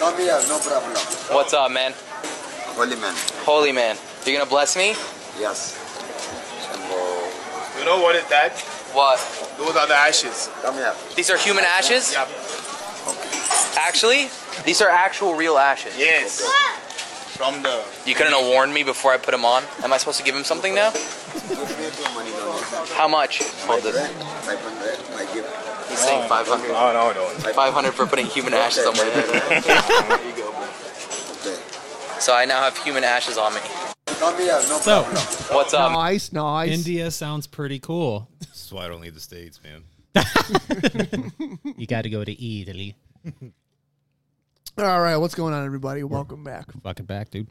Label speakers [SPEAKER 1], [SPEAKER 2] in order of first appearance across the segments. [SPEAKER 1] No beer, no problem.
[SPEAKER 2] What's up, man?
[SPEAKER 1] Holy man.
[SPEAKER 2] Holy man. You gonna bless me?
[SPEAKER 1] Yes. Shambho.
[SPEAKER 3] You know what is that?
[SPEAKER 2] What?
[SPEAKER 3] Those are the ashes.
[SPEAKER 1] Come here.
[SPEAKER 2] These are human ashes?
[SPEAKER 3] Yep.
[SPEAKER 2] Actually? These are actual real ashes.
[SPEAKER 3] Yes. From the
[SPEAKER 2] You couldn't have warned me before I put them on? Am I supposed to give him something now?
[SPEAKER 1] Give me two money donation.
[SPEAKER 2] How much?
[SPEAKER 1] My
[SPEAKER 2] Hold this.
[SPEAKER 1] bread, my bread, my gift.
[SPEAKER 2] He's saying 500.
[SPEAKER 3] No, no, no.
[SPEAKER 2] 500 for putting human ashes on my head.
[SPEAKER 1] Okay.
[SPEAKER 2] So I now have human ashes on me.
[SPEAKER 1] No beer, no
[SPEAKER 4] So,
[SPEAKER 1] problem.
[SPEAKER 2] What's
[SPEAKER 4] Um,
[SPEAKER 2] up?
[SPEAKER 5] nice, nice.
[SPEAKER 4] India sounds pretty cool.
[SPEAKER 6] That's why I don't leave the states, man.
[SPEAKER 7] You got to go to Italy.
[SPEAKER 5] All right, what's going on, everybody? Welcome back.
[SPEAKER 4] Fucking back, dude.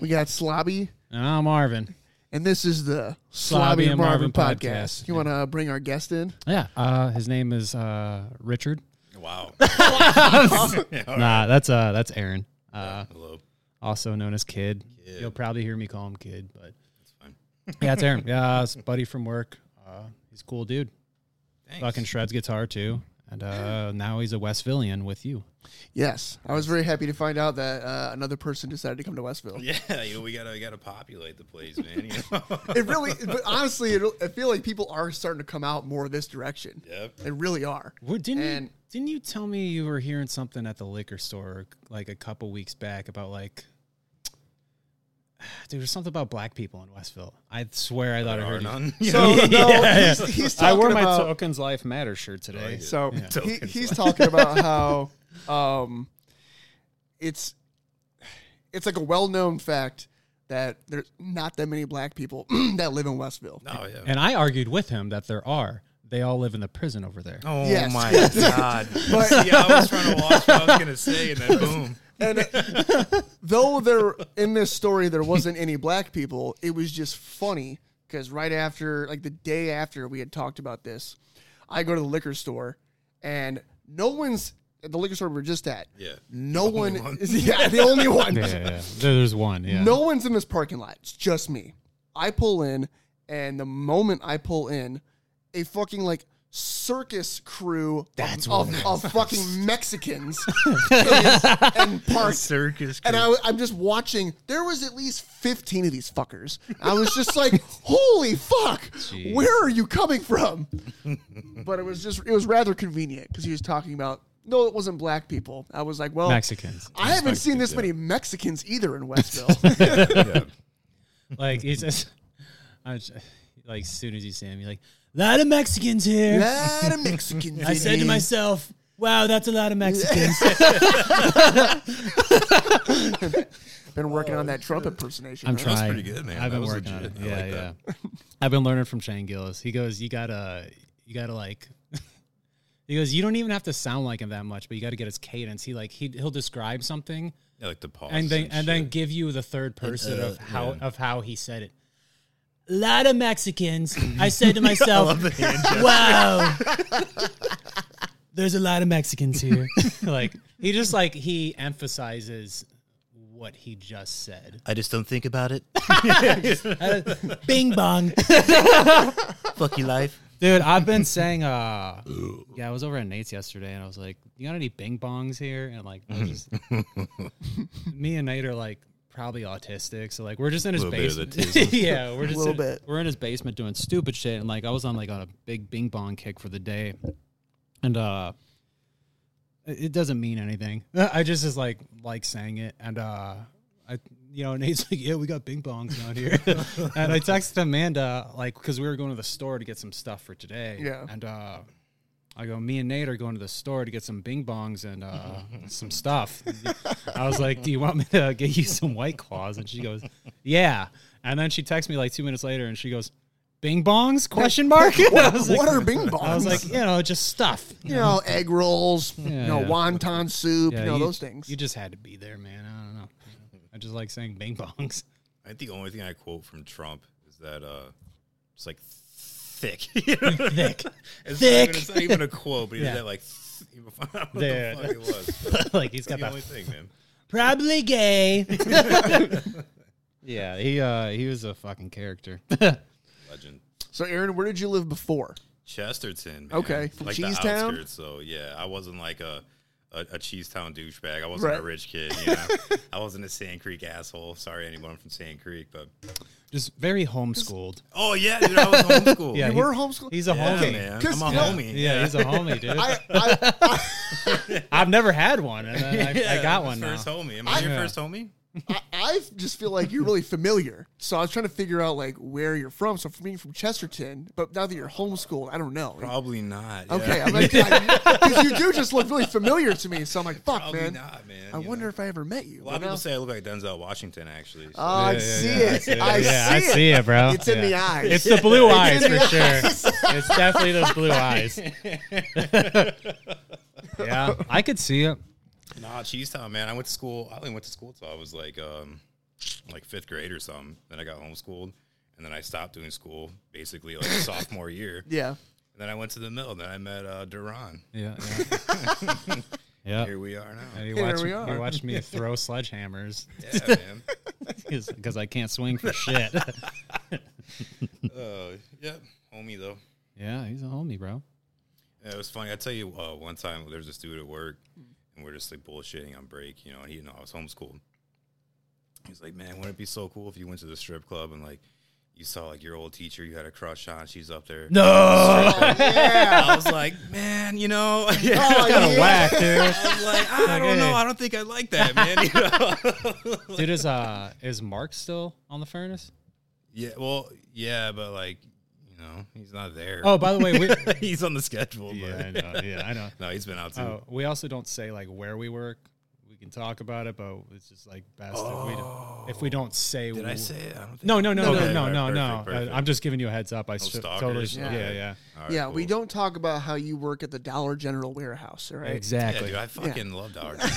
[SPEAKER 5] We got Slobby,
[SPEAKER 4] And I'm Marvin.
[SPEAKER 5] and this is the
[SPEAKER 4] Slobby
[SPEAKER 5] Slobby and
[SPEAKER 4] and
[SPEAKER 5] Marvin,
[SPEAKER 4] Marvin
[SPEAKER 5] podcast.
[SPEAKER 4] podcast.
[SPEAKER 5] You want to bring our guest in?
[SPEAKER 4] Yeah. Uh, his name is uh, Richard.
[SPEAKER 6] Wow.
[SPEAKER 4] Nah, that's uh, that's Aaron. Uh,
[SPEAKER 6] Hello.
[SPEAKER 4] also known as Kid.
[SPEAKER 6] Kid.
[SPEAKER 4] You'll probably hear me call him Kid, but
[SPEAKER 6] It's fine.
[SPEAKER 4] yeah, it's Aaron. yeah, it's a buddy from work. Uh, he's a cool dude.
[SPEAKER 6] Thanks.
[SPEAKER 4] Fucking shreds guitar too, and uh, now he's a Westvillian with you.
[SPEAKER 5] Yes, I was very happy to find out that uh, another person decided to come to Westville.
[SPEAKER 6] Yeah, you know, we gotta we gotta populate the place, man. You know?
[SPEAKER 5] It really, but honestly, it, I feel like people are starting to come out more this direction.
[SPEAKER 6] yep.
[SPEAKER 5] They really are.
[SPEAKER 4] Well, didn't you,
[SPEAKER 5] And-
[SPEAKER 4] didn't you tell me you were hearing something at the liquor store like a couple weeks back about like dude, there's something about black people in Westville. I swear I thought I
[SPEAKER 6] There are
[SPEAKER 4] heard you.
[SPEAKER 6] none.
[SPEAKER 5] So no,
[SPEAKER 4] yeah.
[SPEAKER 5] he's, he's
[SPEAKER 4] I
[SPEAKER 5] talking
[SPEAKER 4] wore my
[SPEAKER 5] about. Oh,
[SPEAKER 4] Tokens Life Matter shirt today.
[SPEAKER 5] So
[SPEAKER 4] Yeah.
[SPEAKER 5] he, he's talking about how um, it's it's like a well known fact that there's not that many black people that live in Westville.
[SPEAKER 6] Oh yeah.
[SPEAKER 4] And I argued with him that there are. They all live in the prison over there.
[SPEAKER 6] Oh
[SPEAKER 5] Yes.
[SPEAKER 6] my god. See, I was trying to watch what I was gonna say, and then boom.
[SPEAKER 5] And though there in this story there wasn't any black people, it was just funny because right after, like the day after we had talked about this, I go to the liquor store and no one's at the liquor store we were just at.
[SPEAKER 6] Yeah.
[SPEAKER 5] No one,
[SPEAKER 6] one.
[SPEAKER 5] is yeah, the only one.
[SPEAKER 4] Yeah, yeah, yeah. There's one. Yeah.
[SPEAKER 5] No one's in this parking lot. It's just me. I pull in, and the moment I pull in, a fucking like circus crew
[SPEAKER 4] That's what
[SPEAKER 5] of,
[SPEAKER 4] it
[SPEAKER 5] of, of fucking Mexicans is- and parked.
[SPEAKER 6] Circus.
[SPEAKER 5] And I, am just watching. There was at least 15 of these fuckers. I was just like, holy fuck, where are you coming from? But it was just, it was rather convenient because he was talking about, no, it wasn't black people. I was like, well,
[SPEAKER 4] Mexicans.
[SPEAKER 5] I haven't seen this
[SPEAKER 6] yeah.
[SPEAKER 5] many Mexicans either in Westville.
[SPEAKER 4] Like he says I was, like as soon as you see him, you're like, lot of Mexicans here.
[SPEAKER 5] lot of Mexicans.
[SPEAKER 4] I said to myself, wow, that's a lot of Mexicans.
[SPEAKER 5] been working on that Trump impersonation.
[SPEAKER 4] I'm
[SPEAKER 5] right?
[SPEAKER 4] trying.
[SPEAKER 6] pretty good, man.
[SPEAKER 4] I've
[SPEAKER 6] That
[SPEAKER 4] been
[SPEAKER 6] was
[SPEAKER 4] working on it.
[SPEAKER 6] legit. I
[SPEAKER 4] Yeah,
[SPEAKER 6] like
[SPEAKER 4] yeah.
[SPEAKER 6] that.
[SPEAKER 4] I've been learning from Shane Gillis. He goes, "You gotta, you gotta like." he goes, "You don't even have to sound like him that much, but you got to get his cadence." He like he he'll describe something
[SPEAKER 6] Yeah, like the pause.
[SPEAKER 4] and then and, then
[SPEAKER 6] shit.
[SPEAKER 4] give you the third person
[SPEAKER 6] uh,
[SPEAKER 4] of how
[SPEAKER 6] yeah.
[SPEAKER 4] of how he said it. Lot of Mexicans. I said to myself, "Wow, there's a lot of Mexicans here." like he just like he emphasizes what he just said.
[SPEAKER 6] I just don't think about it.
[SPEAKER 4] Bing bong.
[SPEAKER 6] Fuck your life.
[SPEAKER 4] Dude, I've been saying, uh, yeah, I was over at Nate's yesterday and I was like, you got any bing bongs here? And like, I just, me and Nate are like probably autistic. So like, we're just in his
[SPEAKER 6] Little bit of
[SPEAKER 4] basement. yeah. We're just,
[SPEAKER 5] Little
[SPEAKER 4] in,
[SPEAKER 5] bit.
[SPEAKER 4] we're in his basement doing stupid shit. And like, I was on like on a big bing bong kick for the day. And, uh, it it doesn't mean anything. I just is like, like saying it. And, uh, I, you know, Nate's like, yeah, we got bing bongs down here. and I texted Amanda, like, because we were going to the store to get some stuff for today.
[SPEAKER 5] Yeah.
[SPEAKER 4] And uh, I go, me and Nate are going to the store to get some bing bongs and uh, some stuff. I was like, do you want me to get you some white claws? And she goes, yeah. And then she texts me like two minutes later and she goes, bing bongs? Question mark. And I was like,
[SPEAKER 5] what are bing bongs?
[SPEAKER 4] I was like, you know, just stuff.
[SPEAKER 5] you know, egg rolls, you know,
[SPEAKER 4] yeah.
[SPEAKER 5] wonton soup, you know, those things.
[SPEAKER 4] You just had to be there, man. I don't know. I just like saying bing bongs.
[SPEAKER 6] I think the only thing I quote from Trump is that uh, it's like thick, thick, it's Not
[SPEAKER 4] Thick.
[SPEAKER 6] even, it's not even a quote, but he
[SPEAKER 4] Yeah.
[SPEAKER 6] did that like. th- I don't know what
[SPEAKER 4] There.
[SPEAKER 6] the fuck it was. but
[SPEAKER 4] like he's
[SPEAKER 6] It's
[SPEAKER 4] got
[SPEAKER 6] the
[SPEAKER 4] that
[SPEAKER 6] only thing, man.
[SPEAKER 4] probably gay. yeah, he uh he was a fucking character.
[SPEAKER 6] Legend.
[SPEAKER 5] so, Aaron, where did you live before?
[SPEAKER 6] Chesterton. Man.
[SPEAKER 5] Okay, from
[SPEAKER 6] like
[SPEAKER 5] Cheesetown?
[SPEAKER 6] the outskirts. So yeah, I wasn't like a a, a Cheesetown douchebag. I wasn't a
[SPEAKER 5] Right.
[SPEAKER 6] rich kid. You know? I wasn't a Sand Creek asshole. Sorry, anyone from Sand Creek, but
[SPEAKER 4] Just very homeschooled.
[SPEAKER 6] oh yeah, dude, I was homeschooled.
[SPEAKER 4] Yeah,
[SPEAKER 5] You
[SPEAKER 4] he-
[SPEAKER 5] were homeschooled.
[SPEAKER 4] He's a
[SPEAKER 6] Yeah,
[SPEAKER 4] homie.
[SPEAKER 6] man. I'm
[SPEAKER 5] 'Cause,
[SPEAKER 6] a
[SPEAKER 5] you know-
[SPEAKER 6] homie.
[SPEAKER 4] Yeah, he's a homie, dude. I,
[SPEAKER 5] I, I,
[SPEAKER 4] have never had one, and I, I
[SPEAKER 6] Yeah,
[SPEAKER 4] got one now.
[SPEAKER 6] First homie. Am I your
[SPEAKER 4] Yeah.
[SPEAKER 6] first homie?
[SPEAKER 5] I, I just feel like you're really familiar. So I was trying to figure out like where you're from. So for being from Chesterton, but now that you're homeschooled, I don't know.
[SPEAKER 6] Probably not. yeah.
[SPEAKER 5] Okay, I'm like, because you do just look really familiar to me. So I'm like, fuck,
[SPEAKER 6] Probably
[SPEAKER 5] man.
[SPEAKER 6] not, man.
[SPEAKER 5] I
[SPEAKER 6] you
[SPEAKER 5] wonder
[SPEAKER 6] know.
[SPEAKER 5] if I ever met you.
[SPEAKER 6] A lot of
[SPEAKER 5] but now-
[SPEAKER 6] people say I look like Denzel Washington, actually. so-
[SPEAKER 5] Oh, I see it. I
[SPEAKER 4] yeah, I
[SPEAKER 5] see it.
[SPEAKER 4] see it, bro.
[SPEAKER 5] It's in
[SPEAKER 4] Yeah.
[SPEAKER 5] the eyes.
[SPEAKER 4] It's the blue eyes
[SPEAKER 5] in
[SPEAKER 4] for
[SPEAKER 5] the
[SPEAKER 4] sure. It's definitely those blue eyes. yeah, I could see it.
[SPEAKER 6] Nah, Cheesetown, man. I went to school. I only went to school till I was like, um, like fifth grade or something. Then I got homeschooled, and then I stopped doing school basically like sophomore year. And
[SPEAKER 5] yeah.
[SPEAKER 6] then I went to the mill. And then I met uh, Duran.
[SPEAKER 4] Yeah, yeah. yeah.
[SPEAKER 6] Here we are now.
[SPEAKER 4] And you
[SPEAKER 5] Here
[SPEAKER 4] watch,
[SPEAKER 5] we
[SPEAKER 4] you
[SPEAKER 5] are.
[SPEAKER 4] watch me throw sledgehammers
[SPEAKER 6] Yeah, man.
[SPEAKER 4] because I can't swing for shit.
[SPEAKER 6] Uh, yeah, homie though.
[SPEAKER 4] yeah, he's a homie, bro.
[SPEAKER 6] Yeah, it was funny. I tell you, uh, one time there was this dude at work, and we're just like bullshitting on break, you know. And he didn't know I was homeschooled. He's like, "Man, wouldn't it be so cool if you went to the strip club and like you saw like your old teacher you had a crush on? She's up there." No, I was like, "Man, you know."
[SPEAKER 5] Oh,
[SPEAKER 4] Kind of
[SPEAKER 5] yeah.
[SPEAKER 4] whack, dude.
[SPEAKER 6] I was like, I don't know. I don't think I like that, man. You know?
[SPEAKER 4] Dude, is uh, is Mark still on the furnace?
[SPEAKER 6] yeah, well, yeah, but like, you know, he's not there.
[SPEAKER 4] Oh, by the way, we,
[SPEAKER 6] he's on the schedule.
[SPEAKER 4] yeah, I
[SPEAKER 6] Yeah.
[SPEAKER 4] know, yeah, I know.
[SPEAKER 6] no, he's been out too.
[SPEAKER 4] Oh, we also don't say like where we work. We can talk about it, but it's just like best if we don't, if we don't say.
[SPEAKER 6] Did I
[SPEAKER 4] wh-
[SPEAKER 6] say it? I don't think
[SPEAKER 4] No, no, no,
[SPEAKER 6] Okay,
[SPEAKER 4] no, no,
[SPEAKER 6] perfect,
[SPEAKER 4] no.
[SPEAKER 6] perfect.
[SPEAKER 4] I, am just giving you a heads up. I should totally.
[SPEAKER 6] stalkers?
[SPEAKER 4] Yeah,
[SPEAKER 6] Yeah.
[SPEAKER 4] yeah,
[SPEAKER 6] All right,
[SPEAKER 5] yeah, we
[SPEAKER 6] cool.
[SPEAKER 5] don't talk about how you work at the Dollar General warehouse, all right?
[SPEAKER 6] Yeah,
[SPEAKER 4] Exactly.
[SPEAKER 6] dude, I fucking love Dollar General.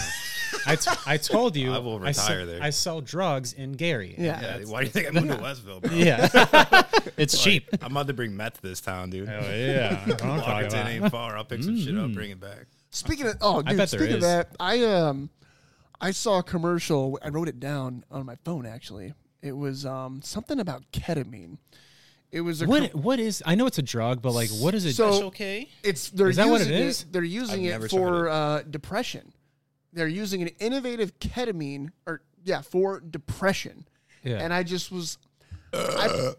[SPEAKER 4] I, t- I told you.
[SPEAKER 6] I will
[SPEAKER 4] se-
[SPEAKER 6] retire there.
[SPEAKER 4] I sell drugs in Gary.
[SPEAKER 5] Yeah.
[SPEAKER 6] Yeah, why do you think I moved to Westville? Bro?
[SPEAKER 4] Yeah. it's cheap.
[SPEAKER 6] I'm about to bring meth to this town, dude.
[SPEAKER 4] Oh yeah. That's what I'm talking
[SPEAKER 6] Walkerton
[SPEAKER 4] about. Mm-hmm.
[SPEAKER 6] ain't far. I'll pick some shit up, bring it back.
[SPEAKER 5] Speaking of, oh, dude,
[SPEAKER 4] bet there
[SPEAKER 5] speaking of
[SPEAKER 4] is.
[SPEAKER 5] that, I um, I saw a commercial. I wrote it down on my phone actually. It was um something about ketamine. It was a
[SPEAKER 4] What what is I know it's a drug, but like what is it?
[SPEAKER 5] So-
[SPEAKER 4] Special-
[SPEAKER 6] Okay.
[SPEAKER 5] It's they're
[SPEAKER 4] Is that what
[SPEAKER 5] using
[SPEAKER 4] it is?
[SPEAKER 5] They're using
[SPEAKER 6] I've never
[SPEAKER 5] it
[SPEAKER 6] tried
[SPEAKER 5] for
[SPEAKER 6] it.
[SPEAKER 5] uh, depression. They're using an innovative ketamine, or yeah, for depression.
[SPEAKER 4] Yeah.
[SPEAKER 5] And I just was, I,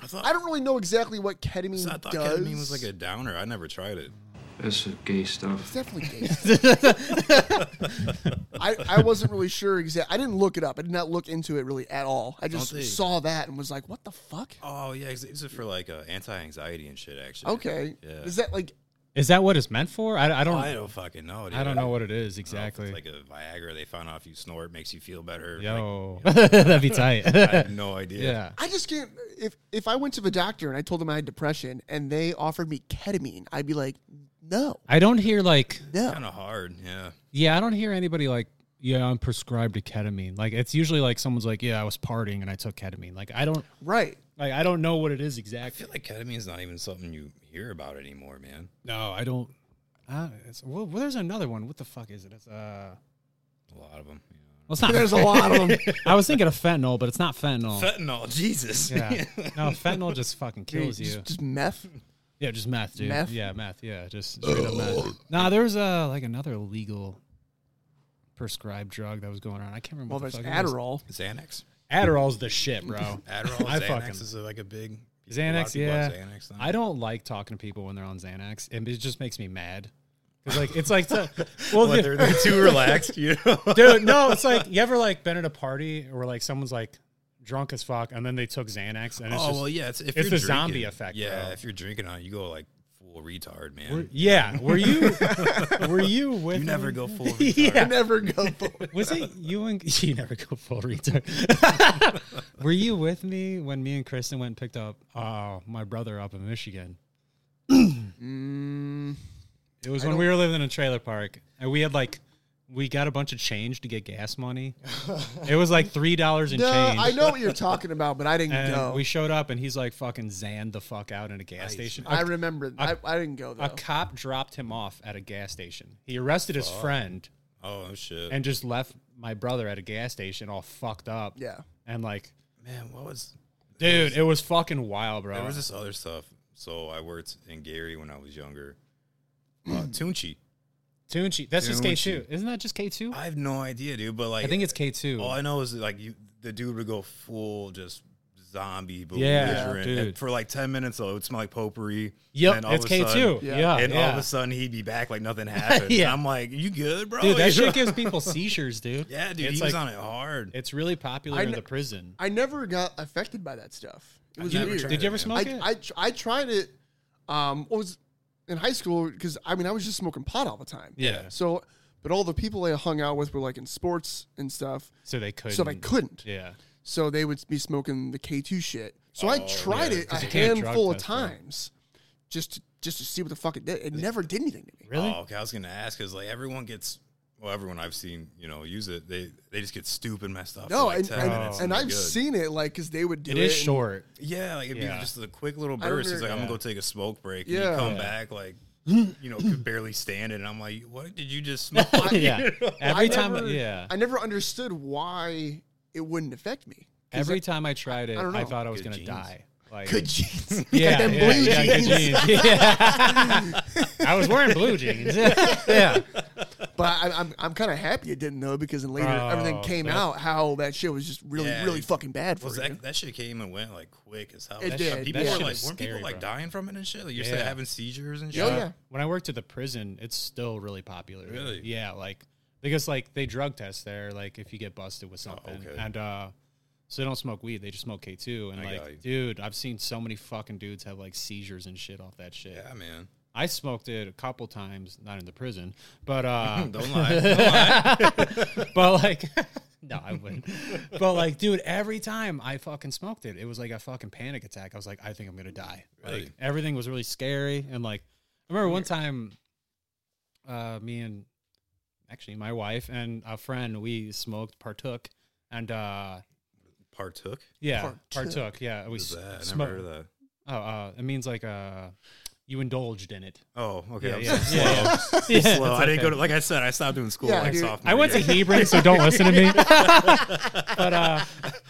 [SPEAKER 6] I thought,
[SPEAKER 5] I don't really know exactly what ketamine
[SPEAKER 6] I thought
[SPEAKER 5] does.
[SPEAKER 6] ketamine was like a downer. I never tried it.
[SPEAKER 8] That's gay stuff.
[SPEAKER 5] It's definitely gay stuff. I, I wasn't really sure exactly. I didn't look it up. I did not look into it really at all. I just
[SPEAKER 6] Don't they-
[SPEAKER 5] saw that and was like, what the fuck?
[SPEAKER 6] Oh yeah, it's it's for like uh, anti-anxiety and shit. Actually.
[SPEAKER 5] Okay.
[SPEAKER 6] Yeah.
[SPEAKER 5] Is that like
[SPEAKER 4] is that what it's meant for? I, I don't
[SPEAKER 6] I don't fucking know. Dude.
[SPEAKER 4] I don't know what it is
[SPEAKER 6] I don't know if
[SPEAKER 4] exactly.
[SPEAKER 6] It's like a Viagra. They found out if you snort, it makes you feel better.
[SPEAKER 4] Yo, that'd be tight.
[SPEAKER 6] Like, I have no idea.
[SPEAKER 4] yeah.
[SPEAKER 5] I just can't. If if I went to the doctor and I told them I had depression and they offered me ketamine, I'd be like, no,
[SPEAKER 4] I don't hear like
[SPEAKER 5] no.
[SPEAKER 6] Kind of hard. Yeah.
[SPEAKER 4] yeah, I don't hear anybody like yeah, I'm prescribed a ketamine. Like it's usually like someone's like, yeah, I was partying and I took ketamine. Like I don't
[SPEAKER 5] Right.
[SPEAKER 4] like I don't know what it is
[SPEAKER 6] I
[SPEAKER 4] exactly.
[SPEAKER 6] feel like ketamine is not even something you hear about anymore, man.
[SPEAKER 4] No, I don't. Uh, it's, well, well, there's another one. What the fuck is it? It's uh,
[SPEAKER 6] A lot of them. You know.
[SPEAKER 4] well, it's not.
[SPEAKER 5] There's a lot of them.
[SPEAKER 4] I was thinking of fentanyl, but it's not fentanyl.
[SPEAKER 6] Fentanyl, Jesus.
[SPEAKER 4] yeah, no, fentanyl just fucking kills you.
[SPEAKER 5] Just, just meth.
[SPEAKER 4] Yeah, just meth, dude.
[SPEAKER 5] Meth?
[SPEAKER 4] Yeah, meth. Yeah, just straight up meth. Nah, there was uh like another legal prescribed drug that was going on. I can't remember.
[SPEAKER 5] Well,
[SPEAKER 4] what the
[SPEAKER 5] there's
[SPEAKER 4] fuck it was.
[SPEAKER 5] Adderall.
[SPEAKER 6] Xanax.
[SPEAKER 4] Adderall's the shit, bro.
[SPEAKER 6] Adderall,
[SPEAKER 4] I
[SPEAKER 6] Xanax
[SPEAKER 4] fucking-
[SPEAKER 6] is uh, like a big. a lot of
[SPEAKER 4] Xanax,
[SPEAKER 6] people
[SPEAKER 4] yeah.
[SPEAKER 6] have Xanax now.
[SPEAKER 4] I don't like talking to people when they're on Xanax, and it just makes me mad. Cause like it's like well,
[SPEAKER 6] But they're, they're too relaxed, you know.
[SPEAKER 4] dude no it's like you ever like been at a party where like someone's like drunk as fuck and then they took xanax and it's
[SPEAKER 6] oh
[SPEAKER 4] just
[SPEAKER 6] well, yeah. It's, if
[SPEAKER 4] it's
[SPEAKER 6] you're
[SPEAKER 4] the
[SPEAKER 6] drinking-
[SPEAKER 4] zombie effect,
[SPEAKER 6] Yeah,
[SPEAKER 4] bro.
[SPEAKER 6] if you're drinking on, it, you go like full retard, man.
[SPEAKER 4] Were- yeah were you were you with
[SPEAKER 6] you never go full retard.
[SPEAKER 5] I
[SPEAKER 4] yeah
[SPEAKER 5] never go for
[SPEAKER 4] was it you and you never go full retard were you with me when me and kristen went and picked up uh, my brother up in michigan
[SPEAKER 6] Mm,
[SPEAKER 4] it was when we were living in a trailer park and we had like we got a bunch of change to get gas money it was like three dollars in
[SPEAKER 5] No,
[SPEAKER 4] change
[SPEAKER 5] I know what you're talking about, but I didn't
[SPEAKER 4] And
[SPEAKER 5] go.
[SPEAKER 4] we showed up, and he's like fucking zanned the fuck out in a gas station.
[SPEAKER 5] I
[SPEAKER 4] A,
[SPEAKER 5] remember. I I, I didn't go though.
[SPEAKER 4] a cop dropped him off at a gas station. He arrested his friend
[SPEAKER 6] Oh shit,
[SPEAKER 4] and just left my brother at a gas station, all fucked up.
[SPEAKER 5] yeah.
[SPEAKER 4] and like,
[SPEAKER 6] man. What was
[SPEAKER 4] dude, it was fucking wild, bro.
[SPEAKER 6] there was this
[SPEAKER 4] Hmm.
[SPEAKER 6] other stuff. So I worked in Gary when I was younger. Uh, Tunchi,
[SPEAKER 4] Tunchi. That's just K two.
[SPEAKER 6] Tunchi.
[SPEAKER 4] Isn't that just K two?
[SPEAKER 6] I have no idea, dude. But like,
[SPEAKER 4] I think it's K two.
[SPEAKER 6] all I know is like you, the dude would go full just zombie,
[SPEAKER 4] Yeah,
[SPEAKER 6] belligerent
[SPEAKER 4] dude.
[SPEAKER 6] and for like ten minutes. So it would smell like potpourri.
[SPEAKER 4] Yep,
[SPEAKER 6] and all
[SPEAKER 4] it's
[SPEAKER 6] of a
[SPEAKER 4] K
[SPEAKER 6] sudden-
[SPEAKER 4] two.
[SPEAKER 5] Yeah.
[SPEAKER 4] Yeah,
[SPEAKER 6] and all of
[SPEAKER 4] yeah.
[SPEAKER 6] a sudden he'd be back like nothing happened.
[SPEAKER 4] Yeah.
[SPEAKER 6] I'm like, you good, bro?
[SPEAKER 4] dude, that
[SPEAKER 6] You know?
[SPEAKER 4] shit gives people seizures, dude.
[SPEAKER 6] yeah, dude,
[SPEAKER 4] it's
[SPEAKER 6] he
[SPEAKER 4] like,
[SPEAKER 6] was on it hard.
[SPEAKER 4] It's really popular
[SPEAKER 5] I
[SPEAKER 4] in
[SPEAKER 5] kn-
[SPEAKER 4] the prison.
[SPEAKER 5] I never got affected by that stuff. It was
[SPEAKER 6] never
[SPEAKER 5] weird.
[SPEAKER 6] tried
[SPEAKER 4] Did you ever
[SPEAKER 6] Yeah.
[SPEAKER 4] smoke
[SPEAKER 5] I,
[SPEAKER 4] it?
[SPEAKER 5] I tr- I tried it. Um, what was in high school because I mean I was just smoking pot all the time.
[SPEAKER 4] Yeah.
[SPEAKER 5] So, but all the people I hung out with were like in sports and stuff,
[SPEAKER 4] so they couldn't.
[SPEAKER 5] so I couldn't.
[SPEAKER 4] Yeah.
[SPEAKER 5] So they would be smoking the K two shit. So I tried
[SPEAKER 6] yeah,
[SPEAKER 5] it a
[SPEAKER 4] Oh, you can't drug
[SPEAKER 5] handful of
[SPEAKER 4] test, right?
[SPEAKER 5] times, just to, just to see what the fuck it did. It never did anything to me.
[SPEAKER 4] Really?
[SPEAKER 6] Oh, okay. I was gonna ask because like everyone gets, well, everyone I've seen, you know, use it. They they just get stupid messed up.
[SPEAKER 5] No,
[SPEAKER 6] for, like,
[SPEAKER 5] and,
[SPEAKER 6] 10
[SPEAKER 5] and,
[SPEAKER 6] minutes
[SPEAKER 5] and
[SPEAKER 6] they're
[SPEAKER 5] I've
[SPEAKER 6] good.
[SPEAKER 5] seen it like because they would do
[SPEAKER 4] it
[SPEAKER 5] it.
[SPEAKER 4] is
[SPEAKER 5] and-
[SPEAKER 4] short.
[SPEAKER 6] Yeah, like it'd
[SPEAKER 4] Yeah.
[SPEAKER 6] be just a quick little
[SPEAKER 5] I
[SPEAKER 6] burst. He's
[SPEAKER 5] remember-
[SPEAKER 6] like, I'm gonna go take a smoke break. And
[SPEAKER 5] Yeah.
[SPEAKER 6] you come
[SPEAKER 5] Yeah.
[SPEAKER 6] back like, you know, could barely stand it. And I'm like, what did you just smoke?
[SPEAKER 4] yeah. Every time,
[SPEAKER 5] never-
[SPEAKER 4] yeah.
[SPEAKER 5] I never understood why it wouldn't affect me.
[SPEAKER 4] Every time I tried it,
[SPEAKER 5] I don't
[SPEAKER 4] I,
[SPEAKER 5] know.
[SPEAKER 4] thought I was
[SPEAKER 6] Good
[SPEAKER 4] gonna
[SPEAKER 6] genes.
[SPEAKER 4] die. Like,
[SPEAKER 5] Good jeans.
[SPEAKER 4] yeah,
[SPEAKER 5] Goddamn
[SPEAKER 4] yeah, yeah, good genes. Yeah. I was wearing blue jeans. yeah,
[SPEAKER 5] But I, I'm I'm kind of happy it didn't though because then later
[SPEAKER 4] Oh,
[SPEAKER 5] everything came
[SPEAKER 4] that-
[SPEAKER 5] out how that shit was just really
[SPEAKER 6] Yeah,
[SPEAKER 5] really
[SPEAKER 6] dude.
[SPEAKER 5] fucking bad for
[SPEAKER 6] Was
[SPEAKER 5] you.
[SPEAKER 6] that, that shit came and went like quick as hell.
[SPEAKER 5] It
[SPEAKER 6] That
[SPEAKER 5] did,
[SPEAKER 6] shit- People
[SPEAKER 5] yeah.
[SPEAKER 6] were
[SPEAKER 5] That
[SPEAKER 6] like,
[SPEAKER 5] shit
[SPEAKER 6] weren't
[SPEAKER 4] was
[SPEAKER 6] people
[SPEAKER 4] scary,
[SPEAKER 6] like
[SPEAKER 4] bro.
[SPEAKER 6] dying from it and shit? Like you're
[SPEAKER 4] Yeah.
[SPEAKER 6] having seizures and shit.
[SPEAKER 5] Yeah, yeah.
[SPEAKER 4] When I worked at the prison, it's still really popular.
[SPEAKER 6] Really?
[SPEAKER 4] Yeah, like because like they drug test there, like if you get busted with something,
[SPEAKER 6] okay.
[SPEAKER 4] and uh, so they don't smoke weed, they just smoke K two. And
[SPEAKER 6] I got you.
[SPEAKER 4] like, dude, I've seen so many fucking dudes have like seizures and shit off that shit.
[SPEAKER 6] Yeah, man.
[SPEAKER 4] I smoked it a couple times, not in the prison, but uh,
[SPEAKER 6] Don't lie. Don't lie.
[SPEAKER 4] but like no i wouldn't but like dude every time i fucking smoked it it was like a fucking panic attack i was like i think i'm gonna die
[SPEAKER 6] Really?
[SPEAKER 4] like everything was really scary and like i remember one time uh me and actually my wife and a friend we smoked partook and uh
[SPEAKER 6] Partook?
[SPEAKER 4] yeah
[SPEAKER 5] Partook?
[SPEAKER 4] partook, yeah we
[SPEAKER 6] What is that? I never
[SPEAKER 4] smoked
[SPEAKER 6] heard of that.
[SPEAKER 4] oh uh it means like uh you indulged in it
[SPEAKER 6] Oh, okay.
[SPEAKER 4] Yeah,
[SPEAKER 6] I'm
[SPEAKER 4] yeah,
[SPEAKER 6] so
[SPEAKER 4] yeah,
[SPEAKER 6] slow.
[SPEAKER 4] yeah.
[SPEAKER 6] So
[SPEAKER 4] Yeah,
[SPEAKER 6] slow.
[SPEAKER 4] it's
[SPEAKER 6] I didn't go
[SPEAKER 4] okay.
[SPEAKER 6] to, like I said, I stopped doing school
[SPEAKER 5] Yeah,
[SPEAKER 6] like
[SPEAKER 5] dude.
[SPEAKER 6] sophomore
[SPEAKER 4] i went to
[SPEAKER 6] year.
[SPEAKER 4] hebron so don't listen to me but uh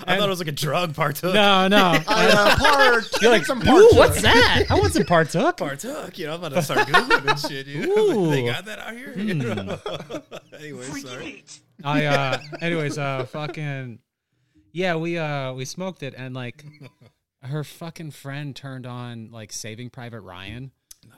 [SPEAKER 6] I thought it was like a drug partook.
[SPEAKER 4] no no
[SPEAKER 5] I, uh, part,
[SPEAKER 4] You're like,
[SPEAKER 5] some
[SPEAKER 4] Ooh,
[SPEAKER 5] parts
[SPEAKER 4] what's that? I want some partook.
[SPEAKER 6] Partook, you know, I'm about to start Googling and shit, dude. I'm like,
[SPEAKER 4] Ooh.
[SPEAKER 6] They got that out here? You know?
[SPEAKER 4] Hmm.
[SPEAKER 6] anyway, sorry.
[SPEAKER 4] I uh anyways, uh fucking Yeah, we uh we smoked it and like her fucking friend turned on like Saving Private Ryan.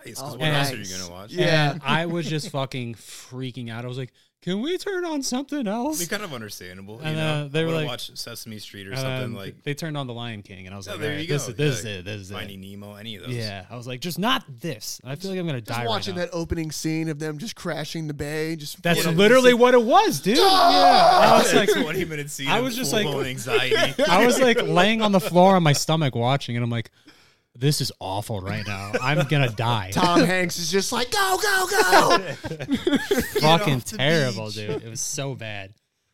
[SPEAKER 6] Nice, 'cause
[SPEAKER 5] Oh,
[SPEAKER 6] what else are
[SPEAKER 5] nice.
[SPEAKER 6] you going to watch?
[SPEAKER 5] Yeah.
[SPEAKER 4] And I was just fucking freaking out. I was like, Can we turn on something
[SPEAKER 6] I mean,
[SPEAKER 4] else?
[SPEAKER 6] kind of understandable. You
[SPEAKER 4] And,
[SPEAKER 6] know,
[SPEAKER 4] uh, they
[SPEAKER 6] I
[SPEAKER 4] were
[SPEAKER 6] would've
[SPEAKER 4] like-
[SPEAKER 6] watched Sesame Street or
[SPEAKER 4] And
[SPEAKER 6] something
[SPEAKER 4] then
[SPEAKER 6] like.
[SPEAKER 4] Um, they turned on the Lion King and I was
[SPEAKER 6] Oh,
[SPEAKER 4] like,
[SPEAKER 6] there
[SPEAKER 4] "Alright,
[SPEAKER 6] you go.
[SPEAKER 4] this, is, this
[SPEAKER 6] Yeah,
[SPEAKER 4] is it, this is
[SPEAKER 6] Finding
[SPEAKER 4] it.
[SPEAKER 6] Nemo, any of those.
[SPEAKER 4] Yeah. I was like, just not this. I feel like I'm gonna
[SPEAKER 5] Just
[SPEAKER 4] die. right
[SPEAKER 5] watching
[SPEAKER 4] now.
[SPEAKER 5] that opening scene of them just crashing the bay, just
[SPEAKER 4] That's
[SPEAKER 5] you know,
[SPEAKER 4] literally what it was, dude. Yeah. I was like,
[SPEAKER 6] 20 minute scene.
[SPEAKER 4] I
[SPEAKER 6] of
[SPEAKER 4] was just like-
[SPEAKER 6] full-blown anxiety.
[SPEAKER 4] I was like laying on the floor on my stomach watching, and I'm like, this is awful right now. I'm gonna die.
[SPEAKER 5] Tom Hanks is just like go go go.
[SPEAKER 4] Fucking
[SPEAKER 6] off the
[SPEAKER 4] terrible,
[SPEAKER 6] beach.
[SPEAKER 4] dude. It was so bad.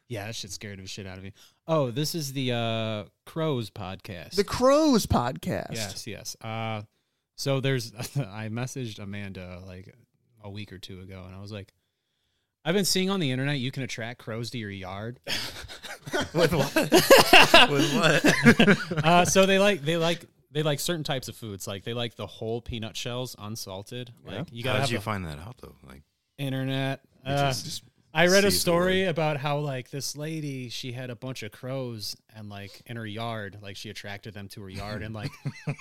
[SPEAKER 4] Yeah, that shit scared the shit out of me. Oh, this is the uh, Crows podcast.
[SPEAKER 5] the Crows podcast.
[SPEAKER 4] yes, yes. Uh, so there's, I messaged Amanda like a week or two ago, and I was like, I've been seeing on the internet you can attract crows to your yard.
[SPEAKER 6] with what? with what?
[SPEAKER 4] uh, so they like they like they like certain types of foods. Like they like the whole peanut shells unsalted. Like you gotta
[SPEAKER 6] How
[SPEAKER 4] have
[SPEAKER 6] did you
[SPEAKER 4] the-
[SPEAKER 6] find that out, though? Like,
[SPEAKER 4] internet. Uh, I
[SPEAKER 6] seize
[SPEAKER 4] read
[SPEAKER 6] the
[SPEAKER 4] a story about how like this lady, she had a bunch of crows and like in her yard, like she attracted them to her yard, and like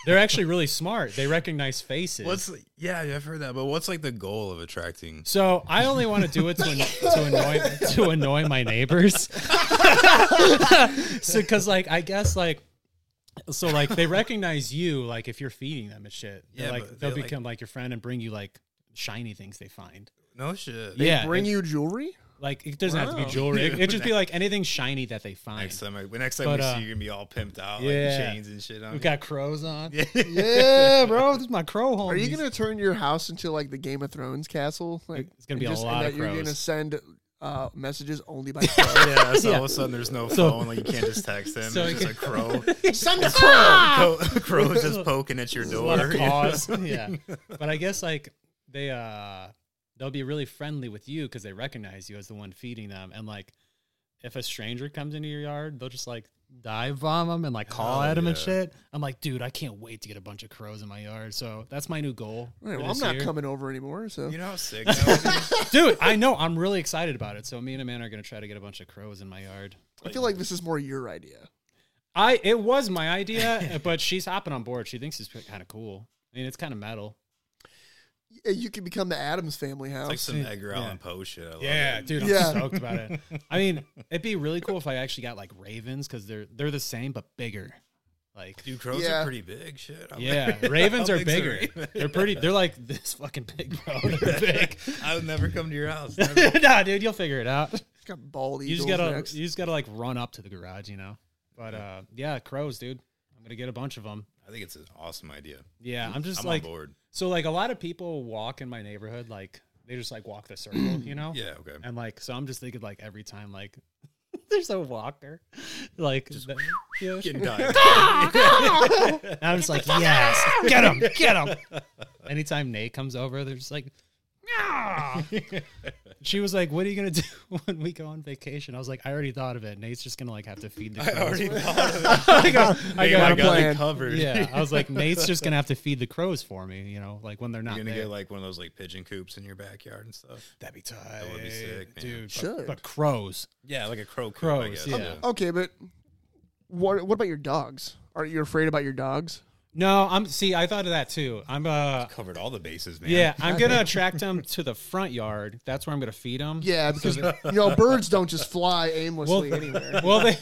[SPEAKER 4] they're actually really smart. They recognize faces.
[SPEAKER 6] what's, yeah, I've heard that, but what's like the goal of attracting?
[SPEAKER 4] so I only want to do it to, an- to annoy to annoy my neighbors. so because like I guess like so like they recognize you like if you're feeding them and shit. They're,
[SPEAKER 6] Yeah,
[SPEAKER 4] like
[SPEAKER 6] but
[SPEAKER 4] they'll
[SPEAKER 6] they, like-
[SPEAKER 4] become like your friend and bring you like shiny things they find.
[SPEAKER 6] No shit.
[SPEAKER 4] yeah,
[SPEAKER 5] Bring
[SPEAKER 4] it's-
[SPEAKER 5] you jewelry.
[SPEAKER 4] Like it doesn't have to be jewelry. It, it just be like anything shiny that they find.
[SPEAKER 6] Next time, I, next time
[SPEAKER 4] But,
[SPEAKER 6] we
[SPEAKER 4] uh,
[SPEAKER 6] see you, you're gonna be all pimped out,
[SPEAKER 4] yeah.
[SPEAKER 6] like chains and shit on.
[SPEAKER 4] We've
[SPEAKER 6] you.
[SPEAKER 4] got crows on. Yeah,
[SPEAKER 5] Yeah,
[SPEAKER 4] bro, this is my crow home.
[SPEAKER 5] Are you gonna turn your house into like the Game of Thrones castle? Like
[SPEAKER 4] It's gonna be
[SPEAKER 5] and
[SPEAKER 4] a lot
[SPEAKER 5] and
[SPEAKER 4] of
[SPEAKER 5] that You're gonna
[SPEAKER 4] crows.
[SPEAKER 5] send uh, messages only by crows.
[SPEAKER 6] Yeah, so all of a sudden there's no phone, like you can't just text him.
[SPEAKER 4] So
[SPEAKER 6] it's
[SPEAKER 4] it
[SPEAKER 6] just a crow.
[SPEAKER 5] send a crow.
[SPEAKER 6] crow. Crow's just poking at your
[SPEAKER 4] a lot of
[SPEAKER 6] door.
[SPEAKER 4] cause? yeah, but I guess like they uh they'll be really friendly with you because they recognize you as the one feeding them, and like if a stranger comes into your yard, they'll just like dive bomb them and like call at them and
[SPEAKER 6] yeah.
[SPEAKER 4] shit. I'm like, dude, I can't wait to get a bunch of crows in my yard. So that's my new goal.
[SPEAKER 5] Right,
[SPEAKER 4] for
[SPEAKER 5] well, I'm
[SPEAKER 4] this
[SPEAKER 5] not
[SPEAKER 4] year.
[SPEAKER 5] coming over anymore. So
[SPEAKER 6] You know how sick that would be?
[SPEAKER 4] dude. I know. I'm really excited about it. So me and Amanda are gonna try to get a bunch of crows in my yard.
[SPEAKER 5] I feel like this is more your idea.
[SPEAKER 4] I it was my idea, but she's hopping on board. She thinks it's kind of cool. I mean, it's kind of metal.
[SPEAKER 5] Yeah, You could become the Adams family house.
[SPEAKER 6] It's like some Edgar Allan Poe shit. I love
[SPEAKER 4] Yeah,
[SPEAKER 6] it.
[SPEAKER 4] dude, I'm
[SPEAKER 5] Yeah.
[SPEAKER 4] stoked about it. I mean, it'd be really cool if I actually got like ravens because they're they're the same but bigger. Like,
[SPEAKER 6] Dude, crows
[SPEAKER 5] Yeah.
[SPEAKER 6] are pretty big. Shit. I'm
[SPEAKER 4] yeah,
[SPEAKER 6] like-
[SPEAKER 4] ravens
[SPEAKER 6] How
[SPEAKER 4] are
[SPEAKER 6] big's a
[SPEAKER 4] bigger.
[SPEAKER 6] raven?
[SPEAKER 4] They're pretty. They're like this fucking big, bro. They're big.
[SPEAKER 6] I would never come to your house.
[SPEAKER 4] nah, dude, you'll figure it out.
[SPEAKER 5] It's got bald
[SPEAKER 4] You
[SPEAKER 5] eagles
[SPEAKER 4] just gotta
[SPEAKER 5] next.
[SPEAKER 4] you just gotta like run up to the garage, you know. But uh, yeah, crows, dude. I'm gonna get a bunch of them.
[SPEAKER 6] I think it's an awesome idea.
[SPEAKER 4] Yeah, I'm just
[SPEAKER 6] I'm
[SPEAKER 4] like
[SPEAKER 6] on board.
[SPEAKER 4] so like a lot of people walk in my neighborhood like they just like walk the circle, you know.
[SPEAKER 6] Yeah. Okay.
[SPEAKER 4] And like, so I'm just thinking like every time like there's a walker, like that- yeah.
[SPEAKER 6] Getting died.
[SPEAKER 4] And I'm just like yes, get him, get him. Anytime Nate comes over, they're just like. "Meow." she was like, "What are you gonna do when we go on vacation?" I was like, "I already thought of it. Nate's just gonna like have to feed the crows." I already thought of it. I go, I
[SPEAKER 6] Hey,
[SPEAKER 4] go,
[SPEAKER 6] my
[SPEAKER 5] got a
[SPEAKER 6] God,
[SPEAKER 5] plan.
[SPEAKER 6] they covered.
[SPEAKER 4] yeah, I was like, Nate's just gonna have to feed the crows for me, you know, like when they're not
[SPEAKER 6] You're gonna
[SPEAKER 4] there.
[SPEAKER 6] get like one of those like pigeon coops in your backyard and stuff.
[SPEAKER 4] That'd be tight.
[SPEAKER 6] would be sick, man.
[SPEAKER 4] dude. but-
[SPEAKER 5] Should.
[SPEAKER 4] But, crows.
[SPEAKER 6] Yeah, like a crow coop. I
[SPEAKER 4] Crows,
[SPEAKER 6] guess.
[SPEAKER 4] yeah.
[SPEAKER 5] okay, but what what about your dogs? Are you afraid about your dogs?
[SPEAKER 4] No, I'm. See, I thought of that too. I'm. Uh,
[SPEAKER 6] Covered all the bases, man.
[SPEAKER 4] yeah, I'm gonna attract them to the front yard. That's where I'm gonna feed them.
[SPEAKER 5] Yeah, because you know birds don't just fly aimlessly
[SPEAKER 4] Well-
[SPEAKER 5] anywhere.
[SPEAKER 4] Well, they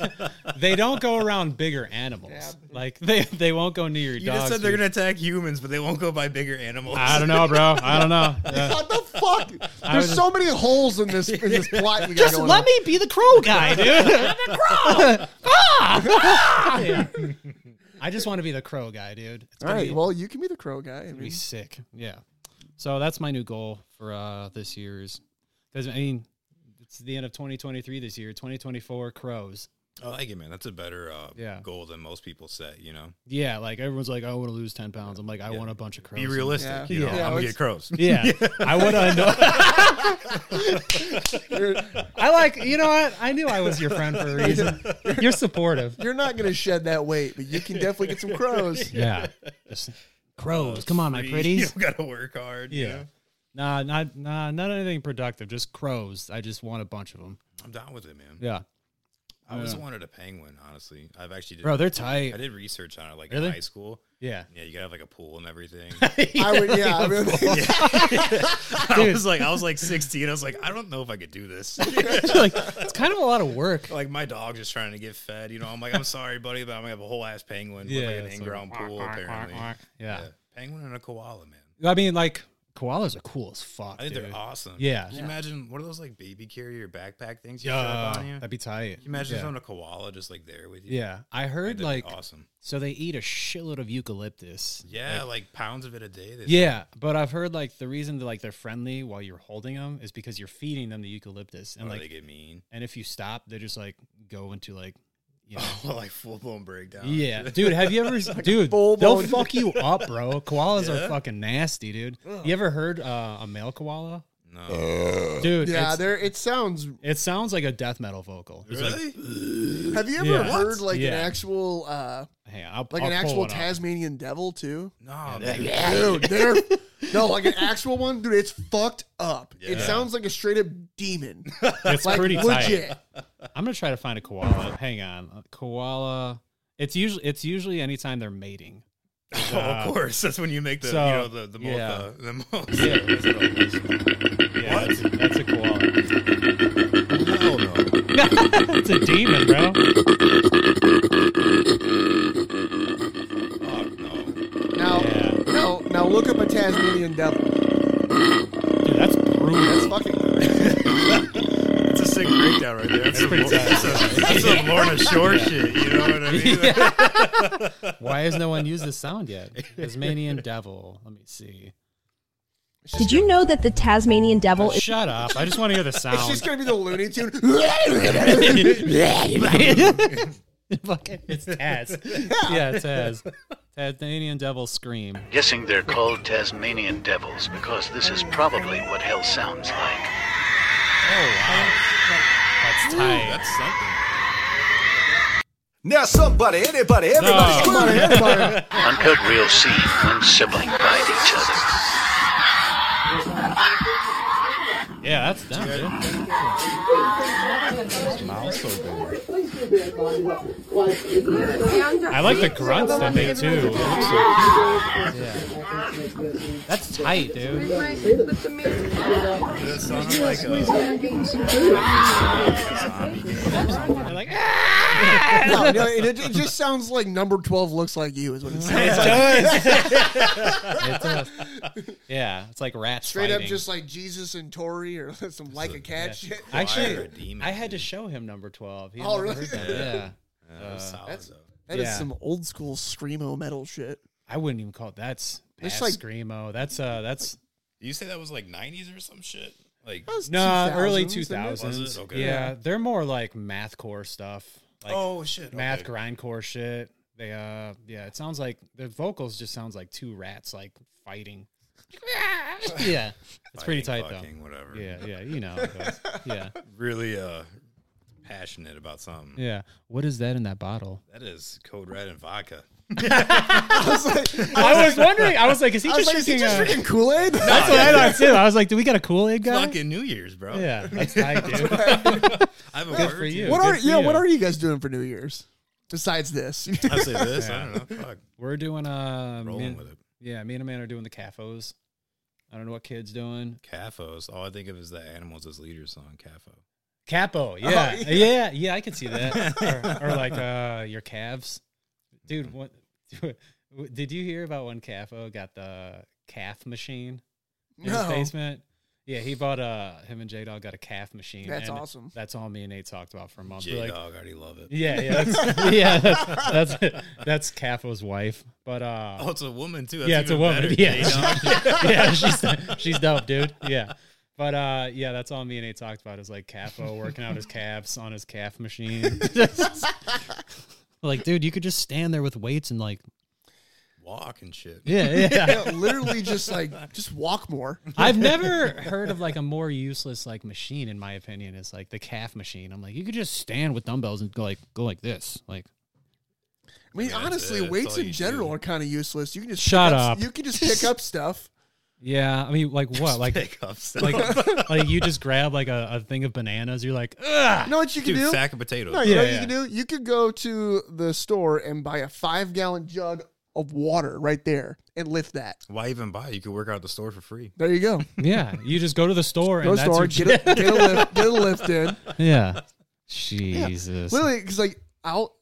[SPEAKER 4] they don't go around bigger animals. Like they they won't go near your
[SPEAKER 6] You
[SPEAKER 4] dogs.
[SPEAKER 6] just said they're
[SPEAKER 4] dude.
[SPEAKER 6] gonna attack humans, but they won't go by bigger animals.
[SPEAKER 4] I don't know, bro. I don't know. Yeah.
[SPEAKER 5] What the fuck?
[SPEAKER 4] was
[SPEAKER 5] There's so many holes in this in this plot. You got
[SPEAKER 4] Just
[SPEAKER 5] going
[SPEAKER 4] let
[SPEAKER 5] on.
[SPEAKER 4] me be the crow guy, dude. the crow. Ah! Yeah. I just want to be the crow guy, dude. It's
[SPEAKER 5] All
[SPEAKER 4] gonna
[SPEAKER 5] right.
[SPEAKER 4] be-
[SPEAKER 5] Well, you can be the crow guy. I
[SPEAKER 4] It'd be
[SPEAKER 5] mean,
[SPEAKER 4] sick. Yeah. So that's my new goal for uh, this year's. Because I mean, it's the end of 2023 this year. 2024 crows.
[SPEAKER 6] I like it, man. That's a better uh,
[SPEAKER 4] Yeah.
[SPEAKER 6] goal than most people set. You know,
[SPEAKER 4] Yeah, like everyone's like, "Oh, I want to lose 10 pounds. I'm like, I want a bunch of crows.
[SPEAKER 6] be realistic.
[SPEAKER 5] Yeah.
[SPEAKER 6] You know,
[SPEAKER 5] Yeah,
[SPEAKER 6] I'm gonna
[SPEAKER 5] it's-
[SPEAKER 6] get crows.
[SPEAKER 4] Yeah, I want to know.
[SPEAKER 5] you're,
[SPEAKER 4] I like, you know what? I knew I was your friend for a reason. You're supportive.
[SPEAKER 5] you're not gonna shed that weight, but you can definitely get some crows.
[SPEAKER 4] Yeah, Just- crows. Come on, my
[SPEAKER 6] Free.
[SPEAKER 4] pretties.
[SPEAKER 6] You gotta work hard. you know?
[SPEAKER 4] Nah, not nah, not anything productive. Just crows. I just want a bunch of them.
[SPEAKER 6] I'm down with it, man.
[SPEAKER 4] Yeah,
[SPEAKER 6] I always
[SPEAKER 4] Yeah.
[SPEAKER 6] wanted a penguin. Honestly, I've actually did,
[SPEAKER 4] bro, they're
[SPEAKER 6] I
[SPEAKER 4] tight.
[SPEAKER 6] did research on it like
[SPEAKER 4] Really?
[SPEAKER 6] in high school.
[SPEAKER 4] Yeah,
[SPEAKER 6] Yeah, you gotta have like a pool and everything.
[SPEAKER 5] I would. Yeah. I really,
[SPEAKER 6] I was like, I was like 16. I was like, I don't know if I could do this.
[SPEAKER 4] like it's kind of a lot of work.
[SPEAKER 6] like my dog's just trying to get fed. You know, I'm like, I'm sorry, buddy, but I'm gonna have a whole ass penguin
[SPEAKER 4] Yeah,
[SPEAKER 6] with like an
[SPEAKER 4] it's
[SPEAKER 6] in ground
[SPEAKER 4] like,
[SPEAKER 6] pool apparently.
[SPEAKER 4] Yeah.
[SPEAKER 6] Yeah, penguin and a koala, man.
[SPEAKER 4] I mean, like koalas are cool as fuck.
[SPEAKER 6] I think
[SPEAKER 4] dude.
[SPEAKER 6] they're awesome.
[SPEAKER 4] Yeah.
[SPEAKER 6] Can you imagine one of those like baby carrier backpack things you
[SPEAKER 4] Yeah,
[SPEAKER 6] strap on you? Can
[SPEAKER 4] Uh, that'd be tight.
[SPEAKER 6] you imagine
[SPEAKER 4] yeah.
[SPEAKER 6] having a koala just like there with you?
[SPEAKER 4] Yeah, I
[SPEAKER 6] That'd
[SPEAKER 4] heard
[SPEAKER 6] be
[SPEAKER 4] like
[SPEAKER 6] awesome.
[SPEAKER 4] so they eat a shitload of eucalyptus.
[SPEAKER 6] Yeah, like, pounds of it a day. They
[SPEAKER 4] Yeah, but I've heard like the reason that like they're friendly while you're holding them is because you're feeding them the eucalyptus, and
[SPEAKER 6] and
[SPEAKER 4] like
[SPEAKER 6] oh, they get mean.
[SPEAKER 4] and if you stop, they just like go into like. You know.
[SPEAKER 6] Oh, like full blown breakdown.
[SPEAKER 4] Yeah, dude. Have you ever, dude?
[SPEAKER 5] full
[SPEAKER 4] They'll
[SPEAKER 5] blown-
[SPEAKER 4] fuck you up, bro. Koalas
[SPEAKER 6] Yeah?
[SPEAKER 4] are fucking nasty, dude. You ever heard uh, a male koala,
[SPEAKER 6] No.
[SPEAKER 4] Uh. dude?
[SPEAKER 5] yeah.
[SPEAKER 4] it's-
[SPEAKER 5] There. It sounds.
[SPEAKER 4] it sounds like a death metal vocal. It's like,
[SPEAKER 6] Really?
[SPEAKER 5] Have you ever
[SPEAKER 4] Yeah.
[SPEAKER 5] heard like
[SPEAKER 4] Yeah.
[SPEAKER 5] an actual, uh,
[SPEAKER 4] hey, I'll,
[SPEAKER 5] like
[SPEAKER 4] I'll
[SPEAKER 5] an
[SPEAKER 4] pull
[SPEAKER 5] actual
[SPEAKER 4] it up.
[SPEAKER 5] Tasmanian devil too?
[SPEAKER 6] no, man.
[SPEAKER 5] Dude, they're no like an actual one, dude. It's fucked up. It
[SPEAKER 6] Yeah.
[SPEAKER 5] sounds like a straight up demon.
[SPEAKER 4] It's
[SPEAKER 5] like
[SPEAKER 4] pretty tight.
[SPEAKER 5] legit.
[SPEAKER 4] I'm gonna try to find a koala. Hang on, A koala. It's usually it's usually anytime they're mating.
[SPEAKER 6] Oh, of course. That's when you make the
[SPEAKER 4] so,
[SPEAKER 6] you know the the most
[SPEAKER 4] yeah.
[SPEAKER 6] uh, the most.
[SPEAKER 4] Yeah,
[SPEAKER 6] What?
[SPEAKER 4] that's, that's a koala.
[SPEAKER 6] Hell Oh, no.
[SPEAKER 4] it's a demon, bro.
[SPEAKER 6] Fuck no.
[SPEAKER 5] Now,
[SPEAKER 4] Yeah.
[SPEAKER 5] now, now, look up a Tasmanian devil.
[SPEAKER 4] Dude, that's brutal.
[SPEAKER 5] That's fucking.
[SPEAKER 6] That's a sick breakdown right there. That's, some,
[SPEAKER 4] pretty
[SPEAKER 6] Lor-
[SPEAKER 4] tight.
[SPEAKER 6] that's, a, that's some Lorna Shore shit. You know what I mean?
[SPEAKER 4] Why has no one used this sound yet? Tasmanian devil. Let me see.
[SPEAKER 8] Did you know that the Tasmanian devil is
[SPEAKER 4] Shut up. I just want to hear the
[SPEAKER 5] It's
[SPEAKER 4] sound.
[SPEAKER 5] just gonna be the Looney Tune.
[SPEAKER 4] Oh. Fucking- it's Taz. Yeah, Taz. Tasmanian devil scream.
[SPEAKER 9] Guessing they're called Tasmanian devils because this is probably what hell sounds like.
[SPEAKER 4] That's tight.
[SPEAKER 6] That's something.
[SPEAKER 3] Now somebody, anybody, everybody,
[SPEAKER 5] Somebody, everybody.
[SPEAKER 9] Uncut Real scene when sibling find each other.
[SPEAKER 8] Yeah, that's done, dude. I like the grunts that they do. That's tight, dude.
[SPEAKER 6] That sounded like a
[SPEAKER 5] No, no, it, it just sounds like number 12 looks like you, is what it sounds like.
[SPEAKER 8] "Ah, It does. Yeah, it's like rats
[SPEAKER 5] Straight
[SPEAKER 8] fighting.
[SPEAKER 5] up just like Jesus and Tori or some like a cat shit.
[SPEAKER 6] Fire
[SPEAKER 8] Actually,
[SPEAKER 6] demon.
[SPEAKER 8] I had to show him number twelve. He had
[SPEAKER 5] Oh,
[SPEAKER 8] never
[SPEAKER 5] really?
[SPEAKER 8] heard that. Yeah,
[SPEAKER 6] that
[SPEAKER 4] uh,
[SPEAKER 6] was solid,
[SPEAKER 5] that's-
[SPEAKER 6] though.
[SPEAKER 5] That is
[SPEAKER 8] Yeah.
[SPEAKER 5] some old school screamo metal shit.
[SPEAKER 4] I wouldn't even call it that's
[SPEAKER 5] It's
[SPEAKER 4] past
[SPEAKER 5] like-
[SPEAKER 4] screamo. That's uh that's
[SPEAKER 6] You say that was like '90s or some shit? Like
[SPEAKER 5] That was
[SPEAKER 4] no nah, early
[SPEAKER 5] 2000s,
[SPEAKER 4] two
[SPEAKER 5] isn't it?
[SPEAKER 6] Was
[SPEAKER 8] Oh,
[SPEAKER 4] thousands.
[SPEAKER 6] it? Okay.
[SPEAKER 4] Yeah, they're more like mathcore stuff. Like
[SPEAKER 6] oh shit,
[SPEAKER 4] math
[SPEAKER 6] okay.
[SPEAKER 4] grindcore shit. They uh yeah, it sounds like the vocals just sounds like two rats like fighting. yeah. It's pretty
[SPEAKER 6] Fighting,
[SPEAKER 4] tight
[SPEAKER 6] fucking, Whatever.
[SPEAKER 4] though. Yeah, yeah, you know. how it goes. yeah.
[SPEAKER 6] Really uh, passionate about something.
[SPEAKER 4] Yeah. What is that in that bottle?
[SPEAKER 6] That is code red and vodka.
[SPEAKER 4] I was wondering. I was like, is he
[SPEAKER 5] I was
[SPEAKER 4] just
[SPEAKER 5] like, is he
[SPEAKER 4] drinking uh,
[SPEAKER 5] just
[SPEAKER 4] a-
[SPEAKER 5] drinking Kool Aid?
[SPEAKER 4] That's what I thought too. I was like, do we got a Kool-Aid guy?
[SPEAKER 6] Fucking New Year's, bro.
[SPEAKER 4] Yeah, that's tight, dude.
[SPEAKER 6] I haven't
[SPEAKER 4] Good
[SPEAKER 6] worked
[SPEAKER 4] for
[SPEAKER 6] yet.
[SPEAKER 4] you.
[SPEAKER 5] What
[SPEAKER 4] Good
[SPEAKER 5] are
[SPEAKER 4] for
[SPEAKER 5] yeah?
[SPEAKER 4] you.
[SPEAKER 5] What are you guys doing for New Year's besides this?
[SPEAKER 6] I say this. I don't know. Fuck.
[SPEAKER 4] We're doing uh,
[SPEAKER 6] Rolling
[SPEAKER 4] me-
[SPEAKER 6] with it.
[SPEAKER 4] yeah, me and a man are doing the CAFOs. I don't know what kids doing.
[SPEAKER 6] Cafos. All I think of is the Animals as Leaders song, Cafo.
[SPEAKER 5] Oh,
[SPEAKER 4] Capo, yeah, yeah. yeah, I can see that. or, or like uh, your calves, dude. What did you hear about when Capo got the calf machine in his
[SPEAKER 5] no,
[SPEAKER 4] basement? Yeah, he bought a him and J Dog got a calf machine.
[SPEAKER 5] that's
[SPEAKER 4] and
[SPEAKER 5] awesome.
[SPEAKER 4] That's all me and Nate talked about for a month. We're
[SPEAKER 6] J
[SPEAKER 4] like,
[SPEAKER 6] Dog, I already love it.
[SPEAKER 4] Yeah, yeah, that's, yeah, that's that's that's Capo's wife. But uh,
[SPEAKER 6] Oh, it's a woman too.
[SPEAKER 4] yeah,
[SPEAKER 6] That's
[SPEAKER 4] it's a
[SPEAKER 6] even
[SPEAKER 4] woman.
[SPEAKER 6] better,
[SPEAKER 4] yeah,
[SPEAKER 6] J-Dog.
[SPEAKER 4] yeah, she's she's dope, dude. Yeah, but uh, yeah, that's all me and Nate talked about is like Capo working out his calves on his calf machine. like, dude, you could just stand there with weights and like,
[SPEAKER 6] Walk and shit.
[SPEAKER 4] yeah, yeah.
[SPEAKER 5] Yeah, literally just like just walk more.
[SPEAKER 4] I've never heard of like a more useless like machine in my opinion. It's like the calf machine. I'm like, you could just stand with dumbbells and go like go like this, like.
[SPEAKER 5] I mean,
[SPEAKER 6] Yeah, that's
[SPEAKER 5] honestly,
[SPEAKER 6] it. That's
[SPEAKER 5] weights
[SPEAKER 6] all
[SPEAKER 5] in
[SPEAKER 6] you
[SPEAKER 5] general
[SPEAKER 6] do.
[SPEAKER 5] are kind of useless. You can just
[SPEAKER 4] Shut
[SPEAKER 5] pick
[SPEAKER 4] up.
[SPEAKER 5] You can just pick up stuff.
[SPEAKER 4] Yeah, I mean, like what, like.
[SPEAKER 6] Pick up stuff.
[SPEAKER 4] Like, like you just grab like a, a thing of bananas. You're like, ugh.
[SPEAKER 5] You know what you can
[SPEAKER 6] Dude,
[SPEAKER 5] do?
[SPEAKER 6] sack of potatoes.
[SPEAKER 5] No, you
[SPEAKER 4] Yeah,
[SPEAKER 5] know what you
[SPEAKER 4] yeah.
[SPEAKER 5] can do? You could go to the store and buy a five gallon jug of water right there and lift that.
[SPEAKER 6] Why even buy? You could work out at the store for free.
[SPEAKER 5] There you go.
[SPEAKER 4] Yeah, you just go to the store
[SPEAKER 5] Go
[SPEAKER 4] and
[SPEAKER 5] store,
[SPEAKER 4] that's your
[SPEAKER 5] get a, get a lift, get a lift in.
[SPEAKER 4] Yeah. Jesus.
[SPEAKER 5] Literally, because like I'll,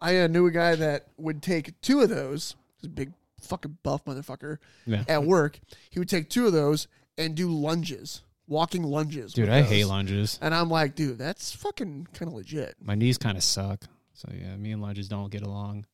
[SPEAKER 5] I uh, knew a guy that would take two of those. He's a big fucking buff motherfucker
[SPEAKER 4] Yeah.
[SPEAKER 5] at work. He would take two of those and do lunges, walking lunges.
[SPEAKER 4] Dude,
[SPEAKER 5] with
[SPEAKER 4] I
[SPEAKER 5] those.
[SPEAKER 4] hate lunges.
[SPEAKER 6] Uh,
[SPEAKER 5] And I'm like, dude, that's fucking kind of legit.
[SPEAKER 4] My knees kind of suck. So yeah, me and lunges don't get along.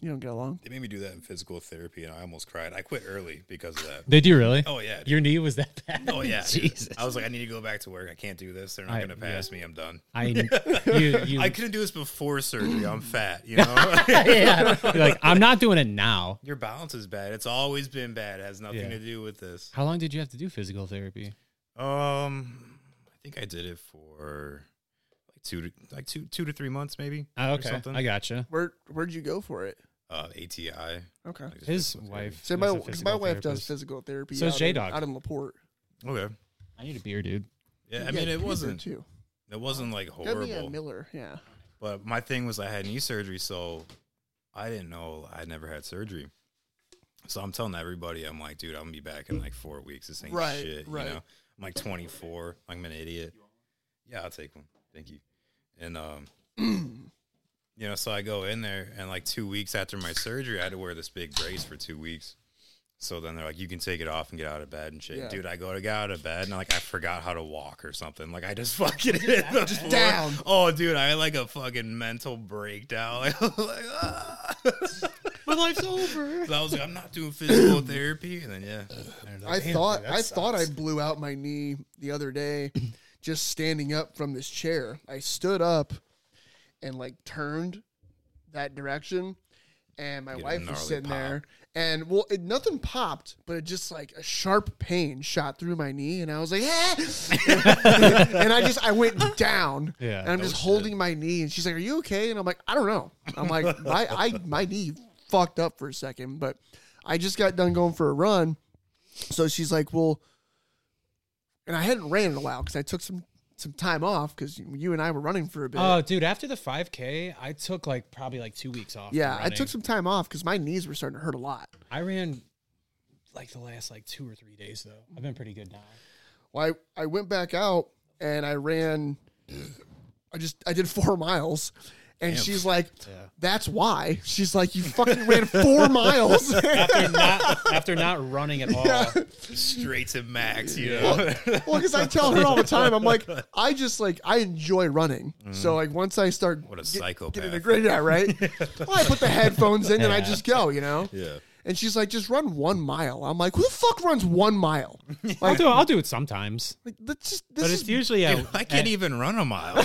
[SPEAKER 5] You don't get along.
[SPEAKER 6] They made me do that in physical therapy, and I almost cried. I quit early because of that.
[SPEAKER 4] Did you really?
[SPEAKER 6] Oh yeah. dude.
[SPEAKER 4] Your knee was that bad?
[SPEAKER 6] Oh yeah. dude.
[SPEAKER 4] Jesus.
[SPEAKER 6] I was like, I need to go back to work. I can't do this. They're not
[SPEAKER 4] I-
[SPEAKER 6] going to pass me. I'm done.
[SPEAKER 4] I, you, you,
[SPEAKER 6] I couldn't do this before surgery. I'm fat. You know,
[SPEAKER 4] yeah. You're like, I'm not doing it now.
[SPEAKER 6] your balance is bad. It's always been bad. It has nothing
[SPEAKER 4] Yeah.
[SPEAKER 6] to do with this.
[SPEAKER 4] How long did you have to do physical therapy?
[SPEAKER 6] Um, I think I did it for like two to like two two to three months, maybe.
[SPEAKER 4] Oh,
[SPEAKER 6] or
[SPEAKER 4] okay.
[SPEAKER 6] something.
[SPEAKER 4] I gotcha.
[SPEAKER 5] Where where'd you go for it?
[SPEAKER 6] uh, ATI.
[SPEAKER 5] Okay.
[SPEAKER 6] like, just
[SPEAKER 4] His
[SPEAKER 6] physical
[SPEAKER 4] wife.
[SPEAKER 5] So
[SPEAKER 4] is
[SPEAKER 5] my
[SPEAKER 4] a
[SPEAKER 5] 'cause my
[SPEAKER 4] physical
[SPEAKER 5] wife does
[SPEAKER 4] therapist.
[SPEAKER 5] physical therapy.
[SPEAKER 4] So
[SPEAKER 5] out
[SPEAKER 4] does
[SPEAKER 5] in-
[SPEAKER 4] J-Dog.
[SPEAKER 5] out in Laporte.
[SPEAKER 6] therapy. Okay.
[SPEAKER 4] I need a beer, dude.
[SPEAKER 6] Yeah, I
[SPEAKER 5] Yeah,
[SPEAKER 6] mean,
[SPEAKER 5] Peter
[SPEAKER 6] it wasn't
[SPEAKER 5] too.
[SPEAKER 6] it wasn't like
[SPEAKER 5] Got me a
[SPEAKER 6] horrible,
[SPEAKER 5] Miller. Yeah.
[SPEAKER 6] but my thing was I had knee surgery, so I didn't know I never had surgery. So I'm telling everybody, I'm like, dude, I'm gonna be back in like four weeks. This ain't
[SPEAKER 5] Right,
[SPEAKER 6] shit.
[SPEAKER 5] right.
[SPEAKER 6] You know, I'm like 24. I'm an idiot. Yeah, I'll take one. Thank you. And um, you know, so I go in there, and like two weeks after my surgery, I had to wear this big brace for two weeks. So then they're like, you can take it off and get out of bed and shit.
[SPEAKER 5] Yeah.
[SPEAKER 6] Dude, I go to get out of bed and like I forgot how to walk or something. Like I just fucking hit the floor.
[SPEAKER 5] Down.
[SPEAKER 6] Oh, dude, I had like a fucking mental breakdown. Like, I was like, ah.
[SPEAKER 4] My life's over.
[SPEAKER 6] So I was like, I'm not doing physical therapy. And then yeah, And
[SPEAKER 5] I
[SPEAKER 6] like, damn,
[SPEAKER 5] thought
[SPEAKER 6] dude, that
[SPEAKER 5] I thought I
[SPEAKER 6] sucks.
[SPEAKER 5] blew out my knee the other day, just standing up from this chair. I stood up and like turned that direction, and my
[SPEAKER 6] Get a
[SPEAKER 5] wife was
[SPEAKER 6] gnarly
[SPEAKER 5] sitting
[SPEAKER 6] pop.
[SPEAKER 5] there, and well, it, nothing popped, but it just like a sharp pain shot through my knee, and I was like, ah! and I just I went down,
[SPEAKER 4] Yeah.
[SPEAKER 5] and I'm
[SPEAKER 4] Oh,
[SPEAKER 5] just holding my knee, and she's like, "Are you okay?" And I'm like, "I don't know." I'm like, "My I my knee fucked up for a second, but I just got done going for a run." So she's like, "Well," and I hadn't ran in a while because I took some some time off because you and I were running for a bit.
[SPEAKER 10] Oh, dude! After the 5K, I took like probably like two weeks off. from
[SPEAKER 5] yeah, I
[SPEAKER 10] running.
[SPEAKER 5] took some time off because my knees were starting to hurt a lot.
[SPEAKER 10] I ran like the last like two or three days though. I've been pretty good now.
[SPEAKER 5] Well, I, I went back out and I ran. I just I did four miles, and she's like, "That's why." She's like, "You fucking ran four miles."
[SPEAKER 10] after not after not running at all.
[SPEAKER 6] Straight to max, you know.
[SPEAKER 5] well, because I tell her all the time, I'm like, I just like I enjoy running.
[SPEAKER 10] Mm.
[SPEAKER 5] So like once I start
[SPEAKER 6] What a
[SPEAKER 5] get-
[SPEAKER 6] psychopath.
[SPEAKER 5] getting a great yeah right, well, I put the headphones in and I just go, you know.
[SPEAKER 6] Yeah.
[SPEAKER 5] And she's like, just run one mile. I'm like, who the fuck runs one mile?
[SPEAKER 4] I'll
[SPEAKER 5] Like,
[SPEAKER 4] do. I'll do it sometimes,
[SPEAKER 5] like that's just this
[SPEAKER 4] but
[SPEAKER 5] is
[SPEAKER 4] it's usually at,
[SPEAKER 6] I can't even run a mile.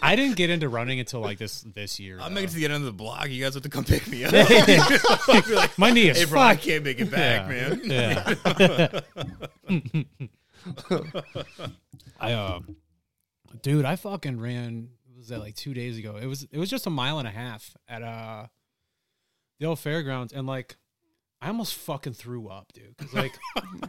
[SPEAKER 4] I didn't get into running until like this this year.
[SPEAKER 6] I'm
[SPEAKER 4] though.
[SPEAKER 6] making it to the end of the block. You guys have to come pick me up. I'll be like,
[SPEAKER 4] My knee is
[SPEAKER 6] hey, bro, I
[SPEAKER 4] fucked."
[SPEAKER 6] can't make it back,
[SPEAKER 4] Yeah.
[SPEAKER 6] man.
[SPEAKER 4] Yeah. I uh, dude, I fucking ran. what Was that like two days ago? It was. It was just a mile and a half at uh, the old fairgrounds, and like, I almost fucking threw up, dude. 'Cause, like,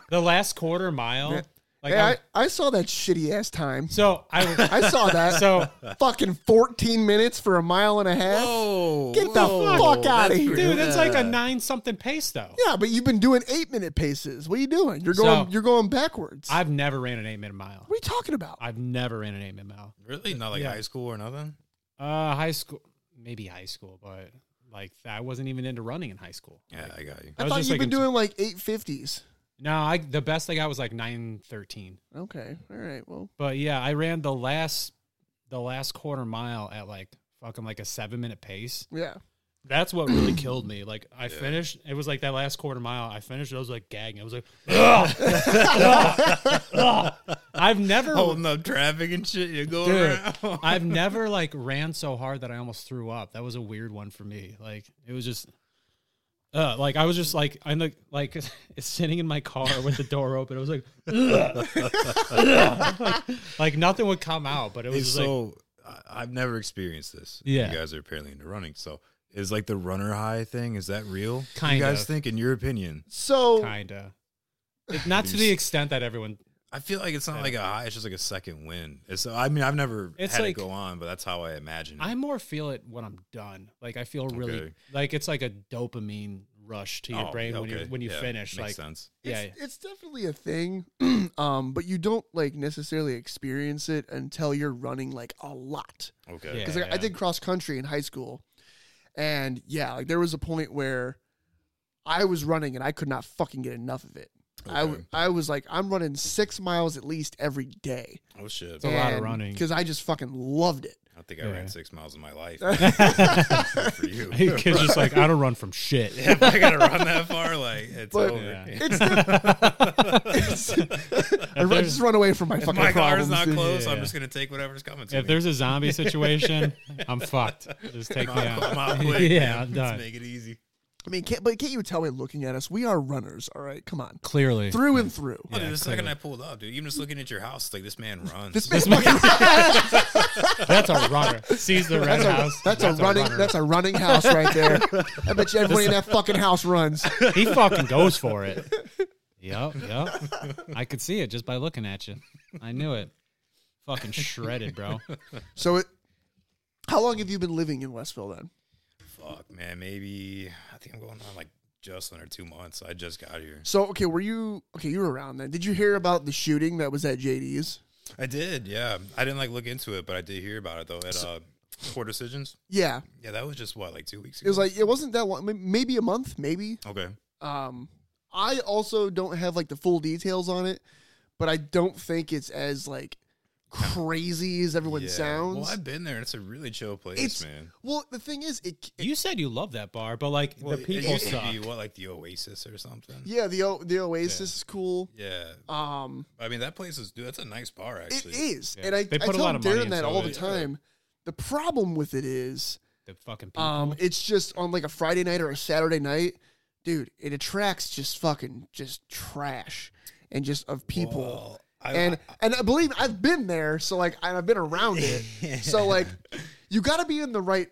[SPEAKER 4] the last quarter mile,
[SPEAKER 5] Yeah.
[SPEAKER 4] like,
[SPEAKER 5] Hey,
[SPEAKER 4] I'm-
[SPEAKER 5] I, I saw that shitty ass time.
[SPEAKER 4] so I,
[SPEAKER 5] I saw that.
[SPEAKER 4] so
[SPEAKER 5] fucking 14 minutes for a mile and a half.
[SPEAKER 6] Oh,
[SPEAKER 5] Get the fuck out of here.
[SPEAKER 4] dude, that's like a nine something pace though.
[SPEAKER 5] Yeah, but you've been doing eight minute paces. What are you doing? You're going
[SPEAKER 4] So-
[SPEAKER 5] you're going backwards.
[SPEAKER 4] I've never ran an eight minute mile.
[SPEAKER 5] what are you talking about?
[SPEAKER 4] I've never ran an eight minute mile.
[SPEAKER 6] Really? Not like
[SPEAKER 4] Yeah.
[SPEAKER 6] high school or nothing?
[SPEAKER 4] Uh, high school, maybe high school, but like I wasn't even into running in high school.
[SPEAKER 6] Yeah, I got you.
[SPEAKER 5] I,
[SPEAKER 4] was
[SPEAKER 5] thought
[SPEAKER 4] just
[SPEAKER 5] you've been
[SPEAKER 4] like in-
[SPEAKER 5] doing like 850s.
[SPEAKER 4] No, I the best I got was like nine thirteen.
[SPEAKER 5] Okay. All right. Well,
[SPEAKER 4] But yeah, I ran the last the last quarter mile at like fucking like a seven minute pace.
[SPEAKER 5] yeah.
[SPEAKER 4] That's what really killed me. Like I finished, it was like that last quarter mile. I finished, I was like gagging. I was like, "Ugh! Ugh! Ugh!" I've never,
[SPEAKER 6] Holding up traffic and shit. You go
[SPEAKER 4] dude,
[SPEAKER 6] around.
[SPEAKER 4] I've never like ran so hard that I almost threw up. That was a weird one for me. Like it was just, uh, like I was just like I'm like like sitting in my car with the door open. I was like, "Ugh! Ugh!" like, like, nothing would come out, but it was
[SPEAKER 6] It's
[SPEAKER 4] just like
[SPEAKER 6] so I, I've never experienced this.
[SPEAKER 4] Yeah.
[SPEAKER 6] you guys are apparently into running, so is like the runner high thing. Is that real?
[SPEAKER 4] Kind
[SPEAKER 6] you guys
[SPEAKER 4] of.
[SPEAKER 6] think, in your opinion?
[SPEAKER 5] So
[SPEAKER 4] kinda, It- not to the extent that everyone.
[SPEAKER 6] I feel like it's not like a high. It's just like a second win. It's I mean I've never
[SPEAKER 4] It's
[SPEAKER 6] had
[SPEAKER 4] like-
[SPEAKER 6] it go on, but that's how I imagine. It.
[SPEAKER 4] I more feel it when I'm done. Like I feel really
[SPEAKER 6] Mm. Okay.
[SPEAKER 4] like it's like a dopamine rush to your
[SPEAKER 6] Oh,
[SPEAKER 4] brain when you
[SPEAKER 6] okay.
[SPEAKER 4] when you
[SPEAKER 6] Yeah,
[SPEAKER 4] finish.
[SPEAKER 6] makes
[SPEAKER 4] Like
[SPEAKER 6] sense.
[SPEAKER 4] yeah,
[SPEAKER 5] it's, it's definitely a thing. um, but you don't like necessarily experience it until you're running like a lot.
[SPEAKER 6] Okay,
[SPEAKER 5] because I did cross country in high school, and yeah, like there was a point where I was running and I could not fucking get enough of it. I w-
[SPEAKER 6] Okay.
[SPEAKER 5] I was like, I'm running six miles at least every day.
[SPEAKER 6] oh shit.
[SPEAKER 4] It's a lot of running.
[SPEAKER 5] because I just fucking loved it.
[SPEAKER 6] I don't think
[SPEAKER 4] Yeah.
[SPEAKER 6] I ran six miles in my life. Good for you.
[SPEAKER 4] Kids just like I don't run from shit.
[SPEAKER 6] if I gotta run that far, like it's
[SPEAKER 5] But-
[SPEAKER 6] over.
[SPEAKER 4] Yeah.
[SPEAKER 5] It's, it's- I run- just run away from my
[SPEAKER 6] If
[SPEAKER 5] fucking
[SPEAKER 6] my car
[SPEAKER 5] problems.
[SPEAKER 6] is not
[SPEAKER 5] dude.
[SPEAKER 6] close, I'm
[SPEAKER 4] Yeah.
[SPEAKER 6] just gonna take whatever's coming to
[SPEAKER 4] If
[SPEAKER 6] me.
[SPEAKER 4] there's a zombie situation, I'm fucked. Just take me
[SPEAKER 6] I'm,
[SPEAKER 4] out.
[SPEAKER 6] I'm out quick.
[SPEAKER 4] yeah,
[SPEAKER 6] man.
[SPEAKER 4] I'm
[SPEAKER 6] Let's
[SPEAKER 4] done.
[SPEAKER 6] make it easy.
[SPEAKER 5] I mean, can't, but can't you tell by looking at us, we are runners. All right, come on,
[SPEAKER 4] Clearly,
[SPEAKER 5] through and through.
[SPEAKER 6] Oh, dude, the second I pulled up, dude, even just looking at your house, like this man runs.
[SPEAKER 5] This man's fucking,
[SPEAKER 4] that's a runner. Sees the red
[SPEAKER 5] that's, a,
[SPEAKER 4] house.
[SPEAKER 5] that's a running
[SPEAKER 4] runner.
[SPEAKER 5] that's a running house right there. I bet you everybody in that fucking house runs.
[SPEAKER 4] he fucking goes for it. Yep, yep. I could see it just by looking at you. I knew it. Fucking shredded, bro.
[SPEAKER 5] So it. How long have you been living in Westville then?
[SPEAKER 6] Fuck, man. Maybe I think I'm going on like just under two months. I just got here.
[SPEAKER 5] So okay, were you okay? You were around then. Did you hear about the shooting that was at JD's?
[SPEAKER 6] I did, yeah. I didn't like look into it, but I did hear about it though at uh, Poor Decisions.
[SPEAKER 5] Yeah,
[SPEAKER 6] Yeah, that was just what like two weeks ago.
[SPEAKER 5] it was like it wasn't that long. may- Maybe a month, maybe.
[SPEAKER 6] okay,
[SPEAKER 5] Um, I also don't have like the full details on it, but I don't think it's as like crazy as everyone
[SPEAKER 6] yeah.
[SPEAKER 5] sounds.
[SPEAKER 6] Well, I've been there. and It's a really chill place,
[SPEAKER 5] it's
[SPEAKER 6] man.
[SPEAKER 5] well, the thing is, it, it
[SPEAKER 4] You said you love that bar, but like
[SPEAKER 6] Well,
[SPEAKER 4] the
[SPEAKER 6] it
[SPEAKER 4] people
[SPEAKER 6] used to
[SPEAKER 4] suck.
[SPEAKER 6] Be, what like the Oasis or something?
[SPEAKER 5] yeah the o- the Oasis is cool.
[SPEAKER 6] Yeah.
[SPEAKER 5] Um,
[SPEAKER 6] I mean that place is dude. That's a nice bar
[SPEAKER 5] it
[SPEAKER 6] actually.
[SPEAKER 5] is,
[SPEAKER 4] Yeah.
[SPEAKER 5] and I
[SPEAKER 4] They
[SPEAKER 5] I
[SPEAKER 4] put a
[SPEAKER 5] tell
[SPEAKER 4] lot of money
[SPEAKER 5] Darren that
[SPEAKER 4] into
[SPEAKER 5] all the
[SPEAKER 4] it.
[SPEAKER 5] time. The problem with it is
[SPEAKER 11] the fucking people.
[SPEAKER 5] Um, it's just on like a Friday night or a Saturday night, dude. It attracts just fucking just trash and just of people.
[SPEAKER 6] I-
[SPEAKER 5] and and I believe I've been there, so like and I've been around it. So like, you got to be in the right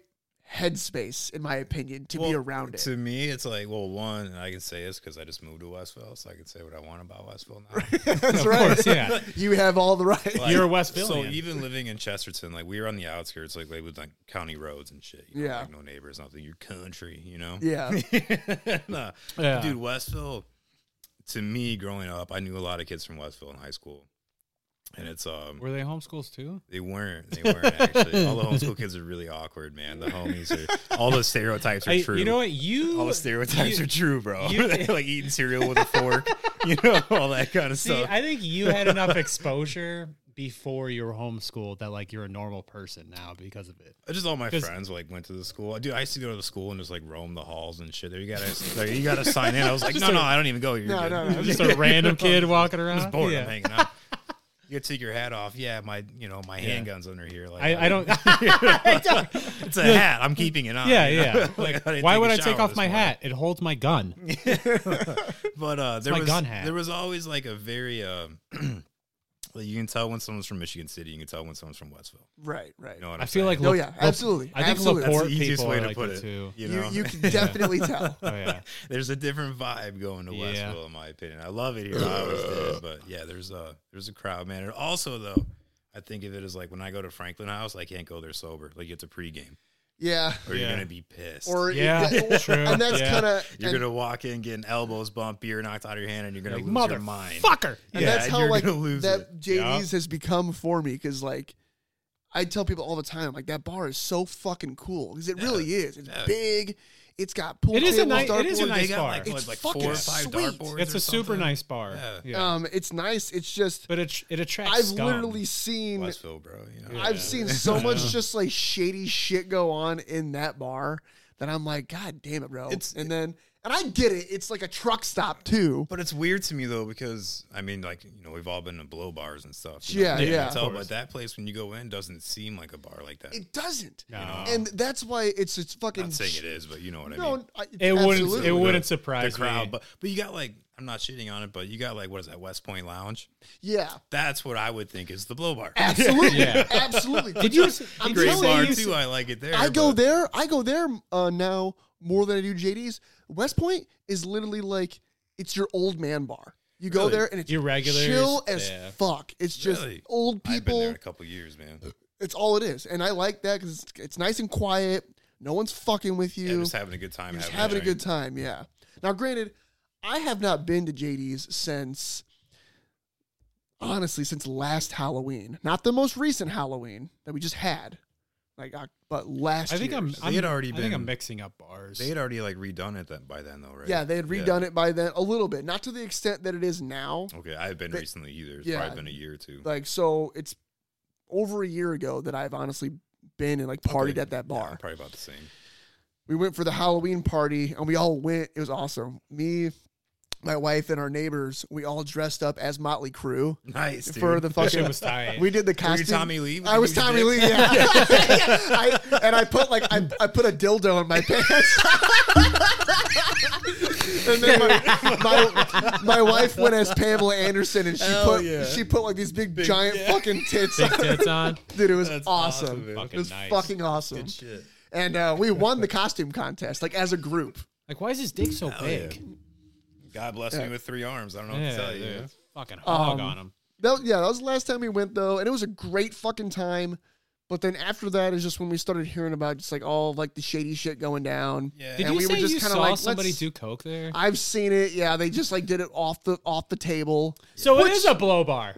[SPEAKER 5] headspace, in my opinion, to be
[SPEAKER 6] Well,
[SPEAKER 5] around it.
[SPEAKER 6] To me, it's like, well, one, and I can say this because I just moved to Westville, so I can say what I want about Westville now.
[SPEAKER 5] That's right.
[SPEAKER 11] yeah.
[SPEAKER 5] you have all the right.
[SPEAKER 6] Like,
[SPEAKER 11] You're a West
[SPEAKER 6] So
[SPEAKER 11] Phillian.
[SPEAKER 6] even living in Chesterton, like we were on the outskirts, like they with like county roads and shit. You know,
[SPEAKER 5] Yeah.
[SPEAKER 6] like, no neighbors, nothing. You're country, you know.
[SPEAKER 5] Yeah,
[SPEAKER 6] Nah.
[SPEAKER 11] Yeah.
[SPEAKER 6] Dude, Westville. To me, growing up, I knew a lot of kids from Westville in high school, and it's um.
[SPEAKER 11] Were they homeschools too?
[SPEAKER 6] They weren't. They weren't actually. All the homeschool kids are really awkward, man. The homies are. All the stereotypes are
[SPEAKER 4] Hey,
[SPEAKER 6] true.
[SPEAKER 4] you know what? You
[SPEAKER 6] All the stereotypes
[SPEAKER 4] you-
[SPEAKER 6] are true, bro.
[SPEAKER 4] you-
[SPEAKER 6] like eating cereal with a fork, you know, all that kind of
[SPEAKER 4] See,
[SPEAKER 6] stuff.
[SPEAKER 4] I think you had enough exposure.
[SPEAKER 11] Before you were homeschooled, that like you're a normal person now because of it.
[SPEAKER 6] Just all my
[SPEAKER 11] 'Cause-
[SPEAKER 6] friends like went to the school. Dude, I used to go to the school and just like roam the halls and shit. There, you gotta, there, you gotta sign in. I was like, no, no, I don't even go. You're
[SPEAKER 5] No,
[SPEAKER 6] good.
[SPEAKER 5] no, no.
[SPEAKER 11] Just a random kid walking
[SPEAKER 6] I'm
[SPEAKER 11] around.
[SPEAKER 6] just bored.
[SPEAKER 11] Yeah.
[SPEAKER 6] I'm hanging out. You gotta take your hat off. Yeah, my, you know, my handgun's under here. Like,
[SPEAKER 11] I, I don't.
[SPEAKER 6] It's a hat. I'm keeping it on.
[SPEAKER 11] yeah,
[SPEAKER 6] you know?
[SPEAKER 11] yeah.
[SPEAKER 6] Like, I didn't
[SPEAKER 11] Why
[SPEAKER 6] a
[SPEAKER 11] would I
[SPEAKER 6] shower
[SPEAKER 11] take off
[SPEAKER 6] this
[SPEAKER 11] my
[SPEAKER 6] morning.
[SPEAKER 11] hat? It holds my gun.
[SPEAKER 6] But uh, there
[SPEAKER 11] my
[SPEAKER 6] was
[SPEAKER 11] gun hat.
[SPEAKER 6] there was always like a very um, like you can tell when someone's from Michigan City, you can tell when someone's from Westville.
[SPEAKER 5] right, right.
[SPEAKER 6] You know what I'm
[SPEAKER 11] I feel
[SPEAKER 6] saying?
[SPEAKER 11] like
[SPEAKER 5] No,
[SPEAKER 11] Lap-
[SPEAKER 5] yeah,
[SPEAKER 11] Lap-
[SPEAKER 5] absolutely.
[SPEAKER 11] I think
[SPEAKER 5] absolutely.
[SPEAKER 6] That's
[SPEAKER 11] Laporte
[SPEAKER 6] the easiest
[SPEAKER 11] people
[SPEAKER 6] way
[SPEAKER 11] are
[SPEAKER 6] to
[SPEAKER 11] like
[SPEAKER 6] put
[SPEAKER 11] that
[SPEAKER 6] it.
[SPEAKER 11] too.
[SPEAKER 6] You know,
[SPEAKER 5] you, you can definitely tell.
[SPEAKER 11] Oh yeah.
[SPEAKER 6] there's a different vibe going to
[SPEAKER 11] Yeah.
[SPEAKER 6] Westville, in my opinion. I love it here. I always did, but yeah, there's a there's a crowd, man. And also though, I think of it as like when I go to Franklin House, I can't go there sober. Like it's a pregame,
[SPEAKER 5] Yeah.
[SPEAKER 6] or you're
[SPEAKER 11] Yeah.
[SPEAKER 6] gonna be pissed.
[SPEAKER 5] Or
[SPEAKER 11] Yeah,
[SPEAKER 5] yeah,
[SPEAKER 11] true,
[SPEAKER 5] and that's
[SPEAKER 11] yeah.
[SPEAKER 5] kind of
[SPEAKER 6] you're gonna walk in, getting elbows bumped, beer knocked out of your hand, and you're gonna lose your mind.
[SPEAKER 11] Motherfucker.
[SPEAKER 5] And
[SPEAKER 6] Yeah,
[SPEAKER 5] that's how
[SPEAKER 6] you're
[SPEAKER 5] like
[SPEAKER 6] gonna lose
[SPEAKER 5] that
[SPEAKER 6] it.
[SPEAKER 5] JD's has become for me because like I tell people all the time like that bar is so fucking cool because it really is. It's
[SPEAKER 6] Yeah.
[SPEAKER 5] big. It's got pool
[SPEAKER 11] It is a
[SPEAKER 5] tables,
[SPEAKER 11] ni- it is a
[SPEAKER 5] dartboards.
[SPEAKER 6] They
[SPEAKER 11] nice
[SPEAKER 6] got,
[SPEAKER 11] bar.
[SPEAKER 6] Like, what,
[SPEAKER 5] It's
[SPEAKER 6] like
[SPEAKER 5] fucking
[SPEAKER 6] four or five
[SPEAKER 5] sweet.
[SPEAKER 6] dartboards.
[SPEAKER 11] It's
[SPEAKER 6] or
[SPEAKER 11] a super
[SPEAKER 6] something?
[SPEAKER 11] nice bar.
[SPEAKER 6] Yeah.
[SPEAKER 11] Yeah.
[SPEAKER 5] Um, it's nice. It's just
[SPEAKER 11] but it it attracts.
[SPEAKER 5] I've
[SPEAKER 11] scum.
[SPEAKER 5] literally seen
[SPEAKER 6] Westville, bro. You know?
[SPEAKER 5] I've seen so much just like shady shit go on in that bar that I'm like, God damn it, bro.
[SPEAKER 6] It's-
[SPEAKER 5] and then and I get it. It's like a truck stop too.
[SPEAKER 6] But it's weird to me though because I mean, like you know, we've all been to blow bars and stuff. you
[SPEAKER 5] Yeah,
[SPEAKER 6] know, you can
[SPEAKER 5] yeah.
[SPEAKER 6] Tell,
[SPEAKER 11] Of course.
[SPEAKER 6] but that place when you go in doesn't seem like a bar like that.
[SPEAKER 5] It doesn't.
[SPEAKER 11] No.
[SPEAKER 5] And that's why it's it's fucking.
[SPEAKER 6] Not saying it is, but you know what I
[SPEAKER 5] No,
[SPEAKER 6] mean.
[SPEAKER 5] I-
[SPEAKER 11] It wouldn't.
[SPEAKER 5] absolutely.
[SPEAKER 11] It wouldn't
[SPEAKER 6] The-
[SPEAKER 11] surprise
[SPEAKER 6] the crowd,
[SPEAKER 11] me.
[SPEAKER 6] but but you got like I'm not shitting on it, but you got like what is that West Point Lounge?
[SPEAKER 5] Yeah.
[SPEAKER 6] That's what I would think is the blow bar.
[SPEAKER 5] Absolutely,
[SPEAKER 11] Yeah.
[SPEAKER 5] absolutely.
[SPEAKER 11] Did you? Did
[SPEAKER 5] I'm
[SPEAKER 11] you
[SPEAKER 6] Great
[SPEAKER 5] telling
[SPEAKER 6] bar
[SPEAKER 5] you,
[SPEAKER 6] too. I like it there.
[SPEAKER 5] I go
[SPEAKER 6] but-
[SPEAKER 5] there. I go there uh, now more than I do JD's. West Point is literally like it's your old man bar. You go
[SPEAKER 6] Really?
[SPEAKER 5] there and it's
[SPEAKER 11] Your regulars,
[SPEAKER 5] chill as
[SPEAKER 11] yeah.
[SPEAKER 5] fuck. It's just
[SPEAKER 6] Really?
[SPEAKER 5] old
[SPEAKER 6] I've been there
[SPEAKER 5] people.
[SPEAKER 6] in a couple years, man.
[SPEAKER 5] It's all it is, and I like that because it's, it's nice and quiet. No one's fucking with
[SPEAKER 6] Yeah,
[SPEAKER 5] you.
[SPEAKER 6] just having a good time.
[SPEAKER 5] You're just
[SPEAKER 6] having
[SPEAKER 5] having a
[SPEAKER 6] drink.
[SPEAKER 5] good time. Yeah. Now, granted, I have not been to JD's since. Honestly, since last Halloween, not the most recent Halloween that we just had, like, uh, but last.
[SPEAKER 11] I think I'm.
[SPEAKER 5] year's.
[SPEAKER 11] I'm
[SPEAKER 6] had already
[SPEAKER 11] I think
[SPEAKER 6] been-
[SPEAKER 11] I'm mixing up bars.
[SPEAKER 6] They had already like redone it that by then though, right?
[SPEAKER 5] Yeah, they had redone it by then a little bit, not to the extent that it is now.
[SPEAKER 6] Okay, I have been
[SPEAKER 5] They-
[SPEAKER 6] recently either. It's
[SPEAKER 5] Yeah.
[SPEAKER 6] probably been a year or two.
[SPEAKER 5] Like, so it's over a year ago that I've honestly been and like partied
[SPEAKER 6] Okay.
[SPEAKER 5] at that
[SPEAKER 6] Yeah,
[SPEAKER 5] bar.
[SPEAKER 6] probably about the same.
[SPEAKER 5] we went for the Halloween party and we all went. It was awesome. Me, my wife, and our neighbors, we all dressed up as Motley Crue
[SPEAKER 6] Nice
[SPEAKER 5] for the fucking.
[SPEAKER 11] was tight.
[SPEAKER 5] We did the
[SPEAKER 6] Were you
[SPEAKER 5] costume.
[SPEAKER 6] Tommy Lee?
[SPEAKER 5] I was
[SPEAKER 6] With the
[SPEAKER 5] Tommy Lee.
[SPEAKER 6] huge
[SPEAKER 5] Yeah. I, and I put like I, I put a dildo in my pants. and then my, my my wife went as Pamela Anderson, and she put she put like these big, giant fucking tits.
[SPEAKER 11] Big
[SPEAKER 5] on.
[SPEAKER 11] tits on.
[SPEAKER 5] Dude, it was
[SPEAKER 6] That's
[SPEAKER 5] awesome.
[SPEAKER 6] awesome, man.
[SPEAKER 5] it
[SPEAKER 11] Fucking
[SPEAKER 5] was
[SPEAKER 11] nice.
[SPEAKER 5] fucking awesome.
[SPEAKER 6] shit.
[SPEAKER 5] And uh, we won the costume contest, like as a group.
[SPEAKER 11] Like, why is his dick so
[SPEAKER 6] yeah.
[SPEAKER 11] big?
[SPEAKER 6] God bless me with three arms. I don't know
[SPEAKER 11] Yeah,
[SPEAKER 6] what to tell you.
[SPEAKER 11] dude. Fucking hog
[SPEAKER 5] Um,
[SPEAKER 11] on him.
[SPEAKER 5] That yeah, that was the last time we went though, and it was a great fucking time. But then after that is just when we started hearing about just like all like the shady shit going down.
[SPEAKER 6] Yeah.
[SPEAKER 11] Did
[SPEAKER 5] and
[SPEAKER 11] you
[SPEAKER 5] we
[SPEAKER 11] say
[SPEAKER 5] were just
[SPEAKER 11] you
[SPEAKER 5] kinda
[SPEAKER 11] saw
[SPEAKER 5] like,
[SPEAKER 11] somebody
[SPEAKER 5] let's-
[SPEAKER 11] do coke there?
[SPEAKER 5] I've seen it. Yeah, they just like did it off the off the table.
[SPEAKER 11] so it is a blow bar.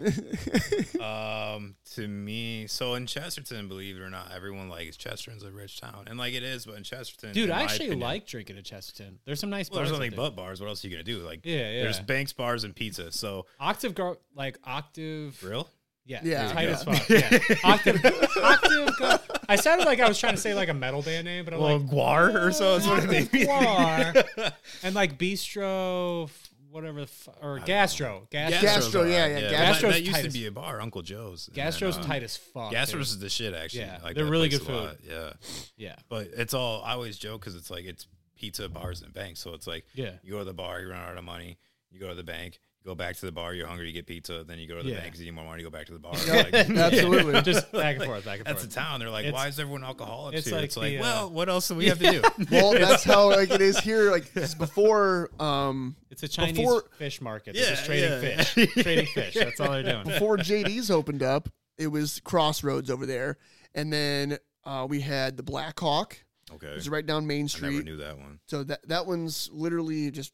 [SPEAKER 6] Um, to me, so in Chesterton, believe it or not, everyone likes Chesterton's a rich town, and like it is, but in Chesterton,
[SPEAKER 11] Dude,
[SPEAKER 6] in
[SPEAKER 11] I
[SPEAKER 6] my
[SPEAKER 11] actually
[SPEAKER 6] opinion-
[SPEAKER 11] like drinking at Chesterton. There's some nice
[SPEAKER 6] Well,
[SPEAKER 11] bars.
[SPEAKER 6] there's
[SPEAKER 11] out
[SPEAKER 6] nothing
[SPEAKER 11] there.
[SPEAKER 6] but bars. What else are you gonna do? Like,
[SPEAKER 11] Yeah, yeah.
[SPEAKER 6] There's Banks bars and pizza. So
[SPEAKER 11] Octave, gar- like Octave.
[SPEAKER 6] grill.
[SPEAKER 11] Yeah,
[SPEAKER 5] Yeah.
[SPEAKER 11] tight
[SPEAKER 5] Yeah.
[SPEAKER 11] as fuck. Yeah. Octave, Octave. Gar- I sounded like I was trying to say like a metal band name, but I'm
[SPEAKER 6] Well,
[SPEAKER 11] like
[SPEAKER 6] guar or so is what it made me.
[SPEAKER 11] Octave Guar and like Bistro. f-
[SPEAKER 4] whatever the fu- or gastro, gastro,
[SPEAKER 5] Gastro, yeah, yeah,
[SPEAKER 6] That-
[SPEAKER 4] Gastro's
[SPEAKER 6] that, used
[SPEAKER 4] tight
[SPEAKER 6] to
[SPEAKER 4] as-
[SPEAKER 6] be a bar, Uncle Joe's. and,
[SPEAKER 4] Gastro's
[SPEAKER 6] um,
[SPEAKER 4] tight as fuck.
[SPEAKER 6] Gastro's
[SPEAKER 4] dude.
[SPEAKER 6] is the shit, actually.
[SPEAKER 4] Yeah,
[SPEAKER 6] I like
[SPEAKER 4] they're
[SPEAKER 6] that
[SPEAKER 4] really
[SPEAKER 6] place
[SPEAKER 4] good
[SPEAKER 6] a
[SPEAKER 4] food.
[SPEAKER 6] lot, Yeah,
[SPEAKER 4] Yeah,
[SPEAKER 6] but it's all. I always joke because it's like it's pizza bars and banks. So it's like
[SPEAKER 4] Yeah.
[SPEAKER 6] you go to the bar, you run out of money, you go to the bank, you go back to the bar, you're hungry, you get pizza, then you go to the
[SPEAKER 4] Yeah.
[SPEAKER 6] bank because you need more money, you go back to the bar. like,
[SPEAKER 5] Absolutely.
[SPEAKER 4] just back and forth, back and
[SPEAKER 6] that's a
[SPEAKER 4] forth.
[SPEAKER 6] town. They're like,
[SPEAKER 4] It's-
[SPEAKER 6] why is everyone alcoholics
[SPEAKER 4] it's
[SPEAKER 6] here?
[SPEAKER 4] like
[SPEAKER 6] it's like,
[SPEAKER 4] the, uh,
[SPEAKER 6] well, what else do we have to do?
[SPEAKER 5] Well, that's how like it is here. Like it's before, um,
[SPEAKER 4] It's a Chinese
[SPEAKER 5] Before-
[SPEAKER 4] fish market. They're
[SPEAKER 6] Yeah,
[SPEAKER 4] just trading
[SPEAKER 6] yeah.
[SPEAKER 4] fish, trading fish. That's all they're doing.
[SPEAKER 5] before JD's opened up, it was Crossroads over there, and then uh, we had the Black Hawk,
[SPEAKER 6] okay,
[SPEAKER 5] which is right down Main
[SPEAKER 6] I never
[SPEAKER 5] Street.
[SPEAKER 6] knew that one.
[SPEAKER 5] So that that one's literally just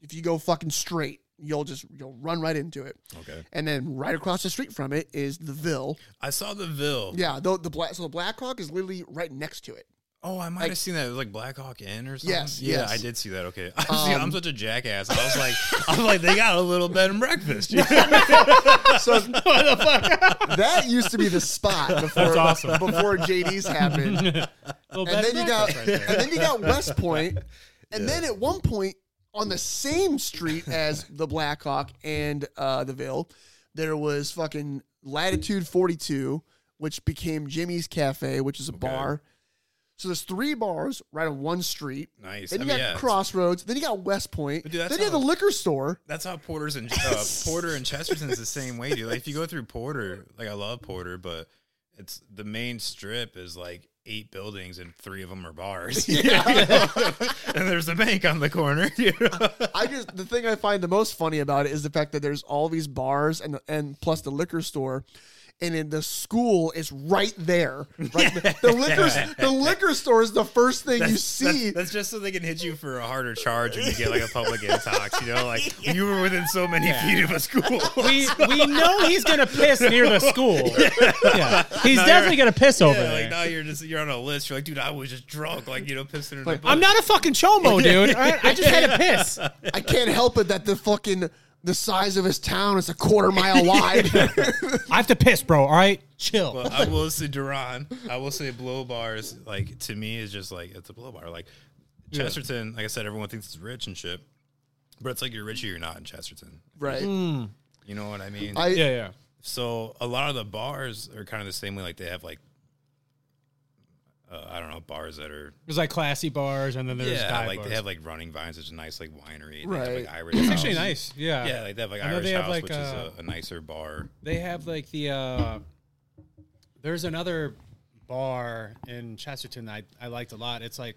[SPEAKER 5] if you go fucking straight, you'll just you'll run right into it.
[SPEAKER 6] Okay,
[SPEAKER 5] And then right across the street from it is the Ville.
[SPEAKER 6] I saw the Ville.
[SPEAKER 5] Yeah, the, the black so the Black Hawk is literally right next to it.
[SPEAKER 6] Oh, I might
[SPEAKER 5] Like-
[SPEAKER 6] have seen that. It was like Black Hawk Inn or something.
[SPEAKER 5] Yes,
[SPEAKER 6] yeah,
[SPEAKER 5] yes.
[SPEAKER 6] I did see that. Okay, I see,
[SPEAKER 5] Um,
[SPEAKER 6] I'm such a jackass. I was like, I was like, they got a little bed and breakfast. You know?
[SPEAKER 5] So that used to be the spot before before JD's happened.
[SPEAKER 4] Little
[SPEAKER 5] and
[SPEAKER 4] bed and
[SPEAKER 5] then you got
[SPEAKER 4] breakfast right there.
[SPEAKER 5] and then you got West Point, and then at one point on the same street as the Blackhawk and uh, the Ville, there was fucking Latitude Forty Two, which became Jimmy's Cafe, which is a bar. So there's three bars right on one street.
[SPEAKER 6] Nice.
[SPEAKER 5] Then
[SPEAKER 6] I
[SPEAKER 5] you
[SPEAKER 6] mean,
[SPEAKER 5] got
[SPEAKER 6] yeah, it's-
[SPEAKER 5] Crossroads. Then you got West Point.
[SPEAKER 6] But dude, that's
[SPEAKER 5] then you have the
[SPEAKER 6] how-
[SPEAKER 5] liquor store.
[SPEAKER 6] That's how Porter's and uh, Porter and Chesterton's the same way, dude. Like if you go through Porter, like I love Porter, but it's the main strip is like eight buildings and three of them are bars. and there's a bank on the corner. you know?
[SPEAKER 5] I just the thing I find the most funny about it is the fact that there's all these bars and and plus the liquor store. And in the school is right there. Right? The, the liquor the liquor store is the first thing you see.
[SPEAKER 6] That's, that's just so they can hit you for a harder charge when you get like a public intox. You know, like when you were within so many feet of a school.
[SPEAKER 12] We, we know he's gonna piss near the school. Yeah, he's
[SPEAKER 6] No,
[SPEAKER 12] definitely
[SPEAKER 6] you're-
[SPEAKER 12] gonna piss over
[SPEAKER 6] Yeah,
[SPEAKER 12] there.
[SPEAKER 6] like now you're just you're on a list. You're like, dude, I was just drunk, like you know, pissing in the
[SPEAKER 5] Like,
[SPEAKER 6] book.
[SPEAKER 12] I'm not a fucking chomo, dude. all right? I just had a piss.
[SPEAKER 5] I can't help it that the fucking the size of his town is a quarter mile wide.
[SPEAKER 12] I have to piss, bro. All right, chill.
[SPEAKER 6] But I will say Duran. I will say blow bars. Like to me, is just like it's a blow bar. Like Chesterton. Like I said, everyone thinks it's rich and shit, but it's like you're rich or you're not in Chesterton.
[SPEAKER 5] right.
[SPEAKER 6] You know what I mean?
[SPEAKER 5] I
[SPEAKER 4] Yeah, yeah.
[SPEAKER 6] so a lot of the bars are kind of the same way. Like they have like uh, I don't know bars that are
[SPEAKER 4] There's like classy bars, and then there's
[SPEAKER 6] yeah
[SPEAKER 4] dive
[SPEAKER 6] like
[SPEAKER 4] bars.
[SPEAKER 6] they have like running vines. There's a nice like winery. They
[SPEAKER 5] Right.
[SPEAKER 6] have, like, Irish. It's
[SPEAKER 4] actually nice. Yeah.
[SPEAKER 6] Yeah, like they have like
[SPEAKER 4] I know
[SPEAKER 6] Irish
[SPEAKER 4] they have,
[SPEAKER 6] House,
[SPEAKER 4] like,
[SPEAKER 6] which
[SPEAKER 4] uh,
[SPEAKER 6] is a, a nicer bar.
[SPEAKER 4] They have like the uh there's another bar in Chesterton that I, I liked a lot. It's like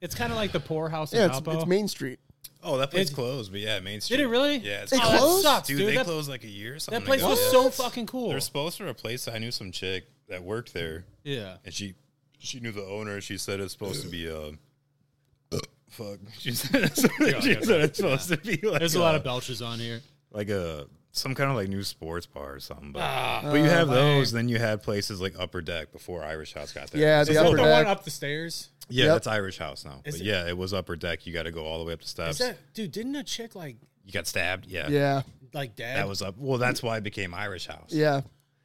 [SPEAKER 4] it's kind of like the poorhouse in
[SPEAKER 5] yeah, it's,
[SPEAKER 4] Valpo.
[SPEAKER 5] it's Main Street.
[SPEAKER 6] Oh, that place
[SPEAKER 4] It-
[SPEAKER 6] closed, but yeah, Main Street.
[SPEAKER 4] it really?
[SPEAKER 6] Yeah, it's
[SPEAKER 5] It
[SPEAKER 4] oh,
[SPEAKER 5] closed?
[SPEAKER 4] That sucks,
[SPEAKER 6] Dude,
[SPEAKER 4] dude.
[SPEAKER 6] they
[SPEAKER 4] that,
[SPEAKER 6] closed like a year or something.
[SPEAKER 4] that place
[SPEAKER 6] ago.
[SPEAKER 4] was
[SPEAKER 6] Yeah.
[SPEAKER 4] so fucking cool.
[SPEAKER 6] They're supposed to replace. I knew some chick that worked there,
[SPEAKER 4] Yeah.
[SPEAKER 6] and she she knew the owner. She said it's supposed to be uh, fuck. She said it's, she said it's supposed to be like
[SPEAKER 4] There's a lot of
[SPEAKER 6] uh,
[SPEAKER 4] belches on here.
[SPEAKER 6] like a some kind of like new sports bar or something. But,
[SPEAKER 4] Ah,
[SPEAKER 6] but you have those, then you had places like Upper Deck before Irish House got there.
[SPEAKER 5] Yeah,
[SPEAKER 4] Is
[SPEAKER 5] the
[SPEAKER 4] that
[SPEAKER 5] upper
[SPEAKER 4] the one
[SPEAKER 5] deck.
[SPEAKER 4] up the stairs?
[SPEAKER 6] yeah,
[SPEAKER 5] Yep.
[SPEAKER 6] that's Irish House now.
[SPEAKER 4] Is
[SPEAKER 6] but
[SPEAKER 4] it-
[SPEAKER 6] yeah, it was Upper Deck. You got to go all the way up the steps.
[SPEAKER 12] Is that dude? Didn't a chick like
[SPEAKER 6] you got stabbed. Yeah,
[SPEAKER 5] yeah.
[SPEAKER 12] like dad?
[SPEAKER 6] That was up. Well, that's why it became Irish House.
[SPEAKER 5] Yeah.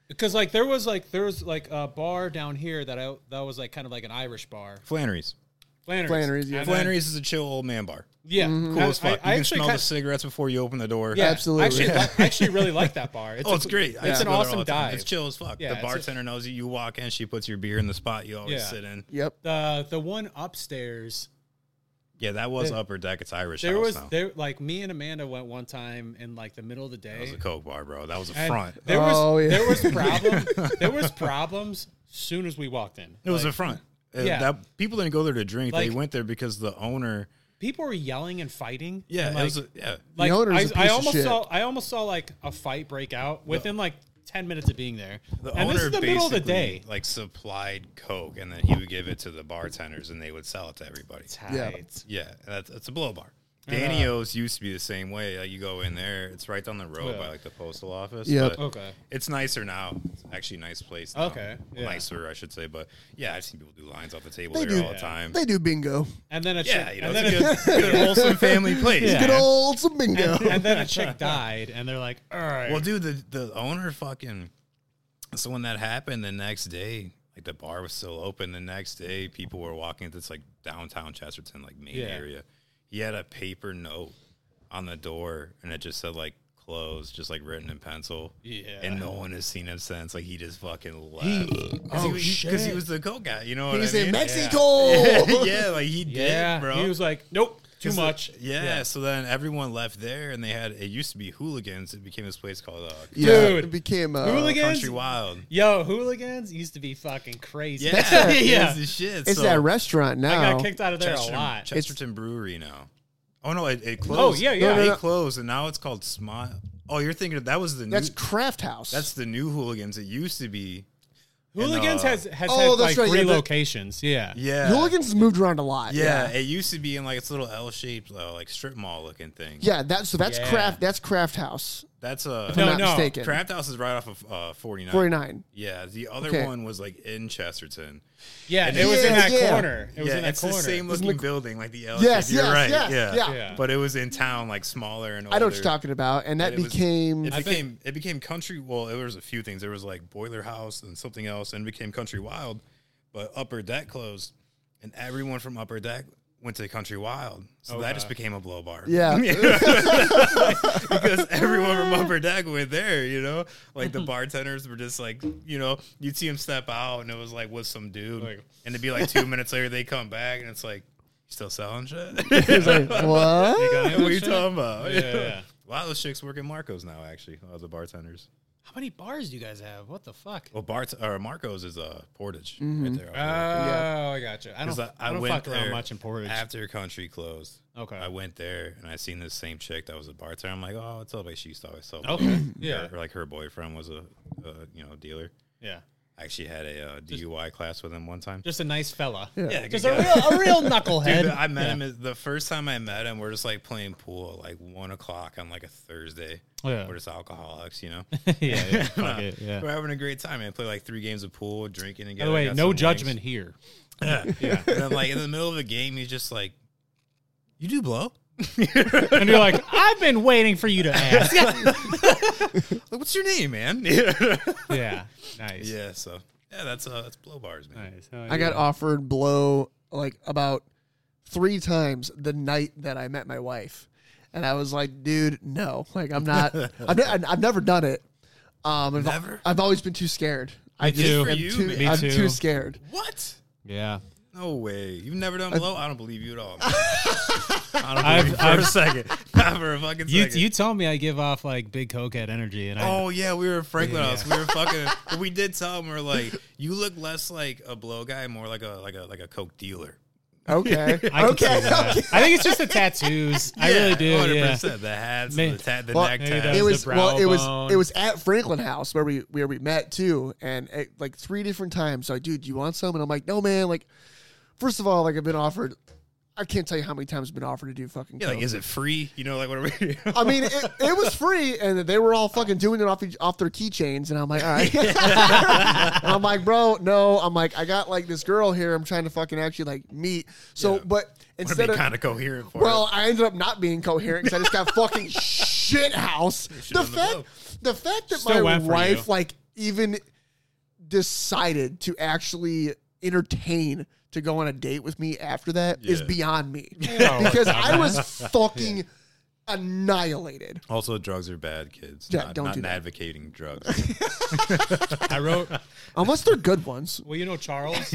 [SPEAKER 4] Because like there was like there was like a bar down here that I that was like kind of like an Irish bar.
[SPEAKER 6] Flannery's.
[SPEAKER 4] Flannery's.
[SPEAKER 5] Flannery's, yeah.
[SPEAKER 4] And then-
[SPEAKER 6] Flannery's is a chill old man bar.
[SPEAKER 4] Yeah.
[SPEAKER 6] Cool as
[SPEAKER 4] I- I
[SPEAKER 6] fuck. you can
[SPEAKER 4] actually
[SPEAKER 6] smell
[SPEAKER 4] kind
[SPEAKER 6] the cigarettes before you open the door.
[SPEAKER 4] yeah,
[SPEAKER 5] Absolutely.
[SPEAKER 4] I actually, li- I actually really like that bar. It's
[SPEAKER 6] Oh,
[SPEAKER 4] a-
[SPEAKER 6] it's great.
[SPEAKER 4] It's
[SPEAKER 6] I used to
[SPEAKER 4] an
[SPEAKER 6] go there all
[SPEAKER 4] awesome
[SPEAKER 6] the time.
[SPEAKER 4] dive.
[SPEAKER 6] It's chill as fuck.
[SPEAKER 4] Yeah,
[SPEAKER 6] the
[SPEAKER 4] it's a-
[SPEAKER 6] bartender knows you. You walk in, she puts your beer in the spot you always
[SPEAKER 4] Yeah.
[SPEAKER 6] sit in.
[SPEAKER 5] Yep.
[SPEAKER 4] The the one upstairs
[SPEAKER 6] Yeah, that was Upper Deck. It's Irish
[SPEAKER 4] There
[SPEAKER 6] House
[SPEAKER 4] was
[SPEAKER 6] now.
[SPEAKER 4] there like me and Amanda went one time in like the middle of the
[SPEAKER 6] That was
[SPEAKER 4] day.
[SPEAKER 6] a Coke bar, bro. That was a
[SPEAKER 4] and
[SPEAKER 6] front.
[SPEAKER 4] There was
[SPEAKER 5] Oh, yeah.
[SPEAKER 4] there was problem there was problems soon as we walked in.
[SPEAKER 6] It was
[SPEAKER 4] Like,
[SPEAKER 6] a front. Uh,
[SPEAKER 4] Yeah.
[SPEAKER 6] that- people didn't go there to drink. they
[SPEAKER 4] Like-
[SPEAKER 6] went there because the owner.
[SPEAKER 4] people were yelling and fighting.
[SPEAKER 6] Yeah,
[SPEAKER 4] and,
[SPEAKER 6] it
[SPEAKER 4] like,
[SPEAKER 6] was a- yeah.
[SPEAKER 4] like,
[SPEAKER 5] The owner's
[SPEAKER 4] I,
[SPEAKER 5] a piece
[SPEAKER 4] I
[SPEAKER 5] of
[SPEAKER 4] almost
[SPEAKER 5] shit.
[SPEAKER 4] saw I almost saw like a fight break out within like ten minutes of being there.
[SPEAKER 6] The
[SPEAKER 4] and
[SPEAKER 6] owner
[SPEAKER 4] this is the middle of the
[SPEAKER 6] basically,
[SPEAKER 4] day.
[SPEAKER 6] Like supplied Coke, and then he would give it to the bartenders, and they would sell it to everybody.
[SPEAKER 5] Yeah.
[SPEAKER 4] Tight.
[SPEAKER 6] Yeah, that's, that's a blow bar. Danny O's used to be the same way. Like you go in there, it's right down the road
[SPEAKER 4] Yeah.
[SPEAKER 6] by like the postal office.
[SPEAKER 5] Yep.
[SPEAKER 6] but
[SPEAKER 4] Okay.
[SPEAKER 6] It's nicer now. It's actually a nice place. Now.
[SPEAKER 4] Okay, yeah.
[SPEAKER 6] Nicer, I should say. But yeah, I've seen people do lines off the table
[SPEAKER 5] They
[SPEAKER 6] there
[SPEAKER 5] do.
[SPEAKER 6] all the time.
[SPEAKER 5] They do bingo.
[SPEAKER 4] And then a chick,
[SPEAKER 6] yeah, you know,
[SPEAKER 4] and,
[SPEAKER 6] it's
[SPEAKER 4] then
[SPEAKER 6] a
[SPEAKER 4] a,
[SPEAKER 6] good, good wholesome family place.
[SPEAKER 4] Yeah.
[SPEAKER 5] Good
[SPEAKER 6] man.
[SPEAKER 5] old some bingo.
[SPEAKER 4] and then a chick died, and they're like, all right.
[SPEAKER 6] Well, dude, the the owner fucking. So when that happened, the next day, like the bar was still open. The next day, people were walking. It's like downtown Chesterton, like main
[SPEAKER 4] Yeah.
[SPEAKER 6] area. He had a paper note on the door, and it just said like closed, just like written in pencil.
[SPEAKER 4] Yeah.
[SPEAKER 6] And no one has seen him since. Like he just fucking left.
[SPEAKER 4] oh,
[SPEAKER 6] Because he
[SPEAKER 4] shit.
[SPEAKER 6] was the coke guy. You know what
[SPEAKER 5] He's
[SPEAKER 6] I
[SPEAKER 5] in
[SPEAKER 6] mean?
[SPEAKER 5] Mexico.
[SPEAKER 6] Yeah. Yeah, like he did,
[SPEAKER 4] yeah,
[SPEAKER 6] bro.
[SPEAKER 4] He was like, nope, too
[SPEAKER 6] 'Cause the-
[SPEAKER 4] much.
[SPEAKER 6] yeah, So then everyone left there, and they had it used to be hooligans. It became this place called uh,
[SPEAKER 5] Yeah,
[SPEAKER 4] Dude.
[SPEAKER 5] it became uh,
[SPEAKER 4] Hooligans?
[SPEAKER 6] Country Wild.
[SPEAKER 4] Yo, hooligans used to be fucking crazy.
[SPEAKER 6] Yeah,
[SPEAKER 5] That's that-
[SPEAKER 6] yeah.
[SPEAKER 4] yeah.
[SPEAKER 6] The shit.
[SPEAKER 5] It's
[SPEAKER 6] so
[SPEAKER 5] that restaurant now.
[SPEAKER 4] I got kicked out of there
[SPEAKER 6] Chesterton-
[SPEAKER 4] a lot.
[SPEAKER 6] Chesterton Brewery now. Oh no, it, it closed.
[SPEAKER 4] yeah, yeah.
[SPEAKER 5] No, no,
[SPEAKER 6] They
[SPEAKER 5] no.
[SPEAKER 6] closed, and now it's called Smile. Oh, you're thinking of, that was the new.
[SPEAKER 5] Mm. That's Craft House.
[SPEAKER 6] That's the new hooligans. It used to be.
[SPEAKER 4] hooligans
[SPEAKER 6] uh,
[SPEAKER 4] has has had
[SPEAKER 5] oh,
[SPEAKER 4] like
[SPEAKER 5] that's right,
[SPEAKER 4] three
[SPEAKER 5] yeah, that-
[SPEAKER 4] locations. Yeah.
[SPEAKER 6] Yeah.
[SPEAKER 5] hooligans moved around a lot.
[SPEAKER 6] Yeah, it used to be in like its little L-shaped, uh, like strip mall looking thing.
[SPEAKER 5] yeah. That so that's
[SPEAKER 4] Yeah.
[SPEAKER 5] Craft. That's Craft House.
[SPEAKER 6] that's a
[SPEAKER 5] If
[SPEAKER 4] No,
[SPEAKER 5] I'm not
[SPEAKER 4] no.
[SPEAKER 5] mistaken.
[SPEAKER 6] Craft House is right off of uh, 49.
[SPEAKER 5] Forty nine.
[SPEAKER 6] Yeah, the other
[SPEAKER 5] Okay.
[SPEAKER 6] one was like in Chesterton.
[SPEAKER 4] Yeah,
[SPEAKER 6] And
[SPEAKER 4] it was in
[SPEAKER 5] yeah,
[SPEAKER 4] that
[SPEAKER 5] yeah.
[SPEAKER 4] corner. It was
[SPEAKER 6] yeah,
[SPEAKER 4] in that
[SPEAKER 6] it's
[SPEAKER 4] corner.
[SPEAKER 6] the same looking building, like the L.
[SPEAKER 5] Yes,
[SPEAKER 6] shape. You're
[SPEAKER 5] yes,
[SPEAKER 6] right.
[SPEAKER 5] yes,
[SPEAKER 6] yeah.
[SPEAKER 5] yeah.
[SPEAKER 6] but it was in town, like smaller and. Older.
[SPEAKER 5] I know what you're talking about, and that
[SPEAKER 6] But it was-
[SPEAKER 5] became
[SPEAKER 6] it became it became country. Well, it was a few things. There was like Boiler House and something else, and it became Country Wild. But Upper Deck closed, and everyone from Upper Deck went to Country Wild, so that just became a blow bar.
[SPEAKER 5] yeah.
[SPEAKER 6] because everyone from Upper Deck went there, you know? Like the bartenders were just like, you know, you'd see them step out and it was like with some dude. and it'd be like two minutes later they come back and it's like, you still selling shit?
[SPEAKER 5] what?
[SPEAKER 6] what are you talking about?
[SPEAKER 4] Yeah, yeah.
[SPEAKER 6] A lot of those chicks work at Marco's now, actually. A lot of the bartenders.
[SPEAKER 4] How many bars do you guys have? What the fuck?
[SPEAKER 6] Well, Bart or Marco's is a Portage right there.
[SPEAKER 4] Oh, I gotcha. I don't.
[SPEAKER 6] 'Cause
[SPEAKER 4] I, don't
[SPEAKER 6] went
[SPEAKER 4] fuck around
[SPEAKER 6] there
[SPEAKER 4] much in Portage.
[SPEAKER 6] After country closed.
[SPEAKER 4] Okay.
[SPEAKER 6] I went there and I seen this same chick that was a bartender. I'm like, oh, it's all like she used to always sell.
[SPEAKER 4] Okay.
[SPEAKER 6] yeah.
[SPEAKER 4] Oh, Yeah.
[SPEAKER 6] Or like her boyfriend was a, a you know dealer.
[SPEAKER 4] yeah,
[SPEAKER 6] I actually had a uh, DUI class with him one time.
[SPEAKER 4] just a nice fella. Yeah,
[SPEAKER 6] Yeah,
[SPEAKER 4] just
[SPEAKER 6] good
[SPEAKER 4] a real, a real knucklehead.
[SPEAKER 6] Dude, I met him at- the first time I met him. We're just like playing pool at like one o'clock on like a Thursday.
[SPEAKER 4] Oh, Yeah.
[SPEAKER 6] We're just alcoholics, you know. Uh,
[SPEAKER 4] yeah, yeah, fuck it, yeah.
[SPEAKER 6] We're having a great time. I play like three games of pool, drinking
[SPEAKER 4] By
[SPEAKER 6] together.
[SPEAKER 4] the way,
[SPEAKER 6] got
[SPEAKER 4] no
[SPEAKER 6] some
[SPEAKER 4] judgment
[SPEAKER 6] wings.
[SPEAKER 4] here.
[SPEAKER 6] Yeah. And then like in the middle of a game, he's just like, "You do blow."
[SPEAKER 4] And you're like, I've been waiting for you to ask.
[SPEAKER 6] Like, what's your name, man? yeah.
[SPEAKER 4] yeah, nice.
[SPEAKER 6] So yeah, that's uh, that's blow bars, man.
[SPEAKER 4] Nice. Hell
[SPEAKER 5] I got
[SPEAKER 4] yeah.
[SPEAKER 5] offered blow like about three times the night that I met my wife, and I was like, dude, no, like I'm not. I've, ne- I've never done it. Um, I've,
[SPEAKER 6] Never?
[SPEAKER 5] I've always been too scared. I
[SPEAKER 4] too.
[SPEAKER 5] just-
[SPEAKER 4] For
[SPEAKER 5] I'm
[SPEAKER 6] you,
[SPEAKER 5] too,
[SPEAKER 6] man.
[SPEAKER 4] Me
[SPEAKER 5] I'm
[SPEAKER 4] too.
[SPEAKER 5] too scared.
[SPEAKER 6] What?
[SPEAKER 4] Yeah.
[SPEAKER 6] No way. You've never done blow? I don't believe you at all. I don't
[SPEAKER 4] I've-
[SPEAKER 6] believe you for a
[SPEAKER 4] I've-
[SPEAKER 6] second. Not for a fucking
[SPEAKER 4] You
[SPEAKER 6] second.
[SPEAKER 4] you told me I give off like big cokehead energy, and I
[SPEAKER 6] Oh yeah, we were in Franklin House. We were fucking. we did tell him we were like, you look less like a blow guy, more like a like a like a coke dealer.
[SPEAKER 5] Okay.
[SPEAKER 4] I can
[SPEAKER 5] okay.
[SPEAKER 4] see that.
[SPEAKER 5] okay.
[SPEAKER 4] I think it's just the tattoos. I really do. Yeah.
[SPEAKER 6] The hats,
[SPEAKER 4] Man.
[SPEAKER 6] the tat, the
[SPEAKER 5] Well,
[SPEAKER 6] neck
[SPEAKER 4] maybe that
[SPEAKER 6] tats.
[SPEAKER 5] It
[SPEAKER 4] the
[SPEAKER 5] was well.
[SPEAKER 4] brow
[SPEAKER 5] It was
[SPEAKER 4] bone.
[SPEAKER 5] it was at Franklin House where we where we met too, and it, like three different times. So, like, dude, do you want some? And I'm like, no, man. Like, first of all, like I've been offered. I can't tell you how many times I've been offered to do fucking.
[SPEAKER 6] Yeah, like
[SPEAKER 5] coke.
[SPEAKER 6] is it free? You know, like what are we?
[SPEAKER 5] I mean, it, it was free, and they were all fucking doing it off each, off their keychains, and I'm like, all right. I'm like, bro, no. I'm like, I got like this girl here. I'm trying to fucking actually like meet. So,
[SPEAKER 6] Yeah.
[SPEAKER 5] but
[SPEAKER 6] to be
[SPEAKER 5] instead of
[SPEAKER 6] kind of coherent for
[SPEAKER 5] well, I ended up not being coherent because I just got fucking shit house. The
[SPEAKER 6] should've done
[SPEAKER 5] fact, the fact that
[SPEAKER 4] Still
[SPEAKER 5] my
[SPEAKER 4] went for
[SPEAKER 5] wife
[SPEAKER 4] you.
[SPEAKER 5] like even decided to actually entertain to go on a date with me after that is
[SPEAKER 6] Yeah.
[SPEAKER 5] beyond me
[SPEAKER 4] oh
[SPEAKER 5] because I was fucking annihilated.
[SPEAKER 6] it. Also, drugs are bad, kids.
[SPEAKER 5] Yeah,
[SPEAKER 6] not,
[SPEAKER 5] don't
[SPEAKER 6] not
[SPEAKER 5] do that.
[SPEAKER 6] advocating drugs.
[SPEAKER 4] I wrote.
[SPEAKER 5] Unless they're good ones.
[SPEAKER 4] Well, you know Charles,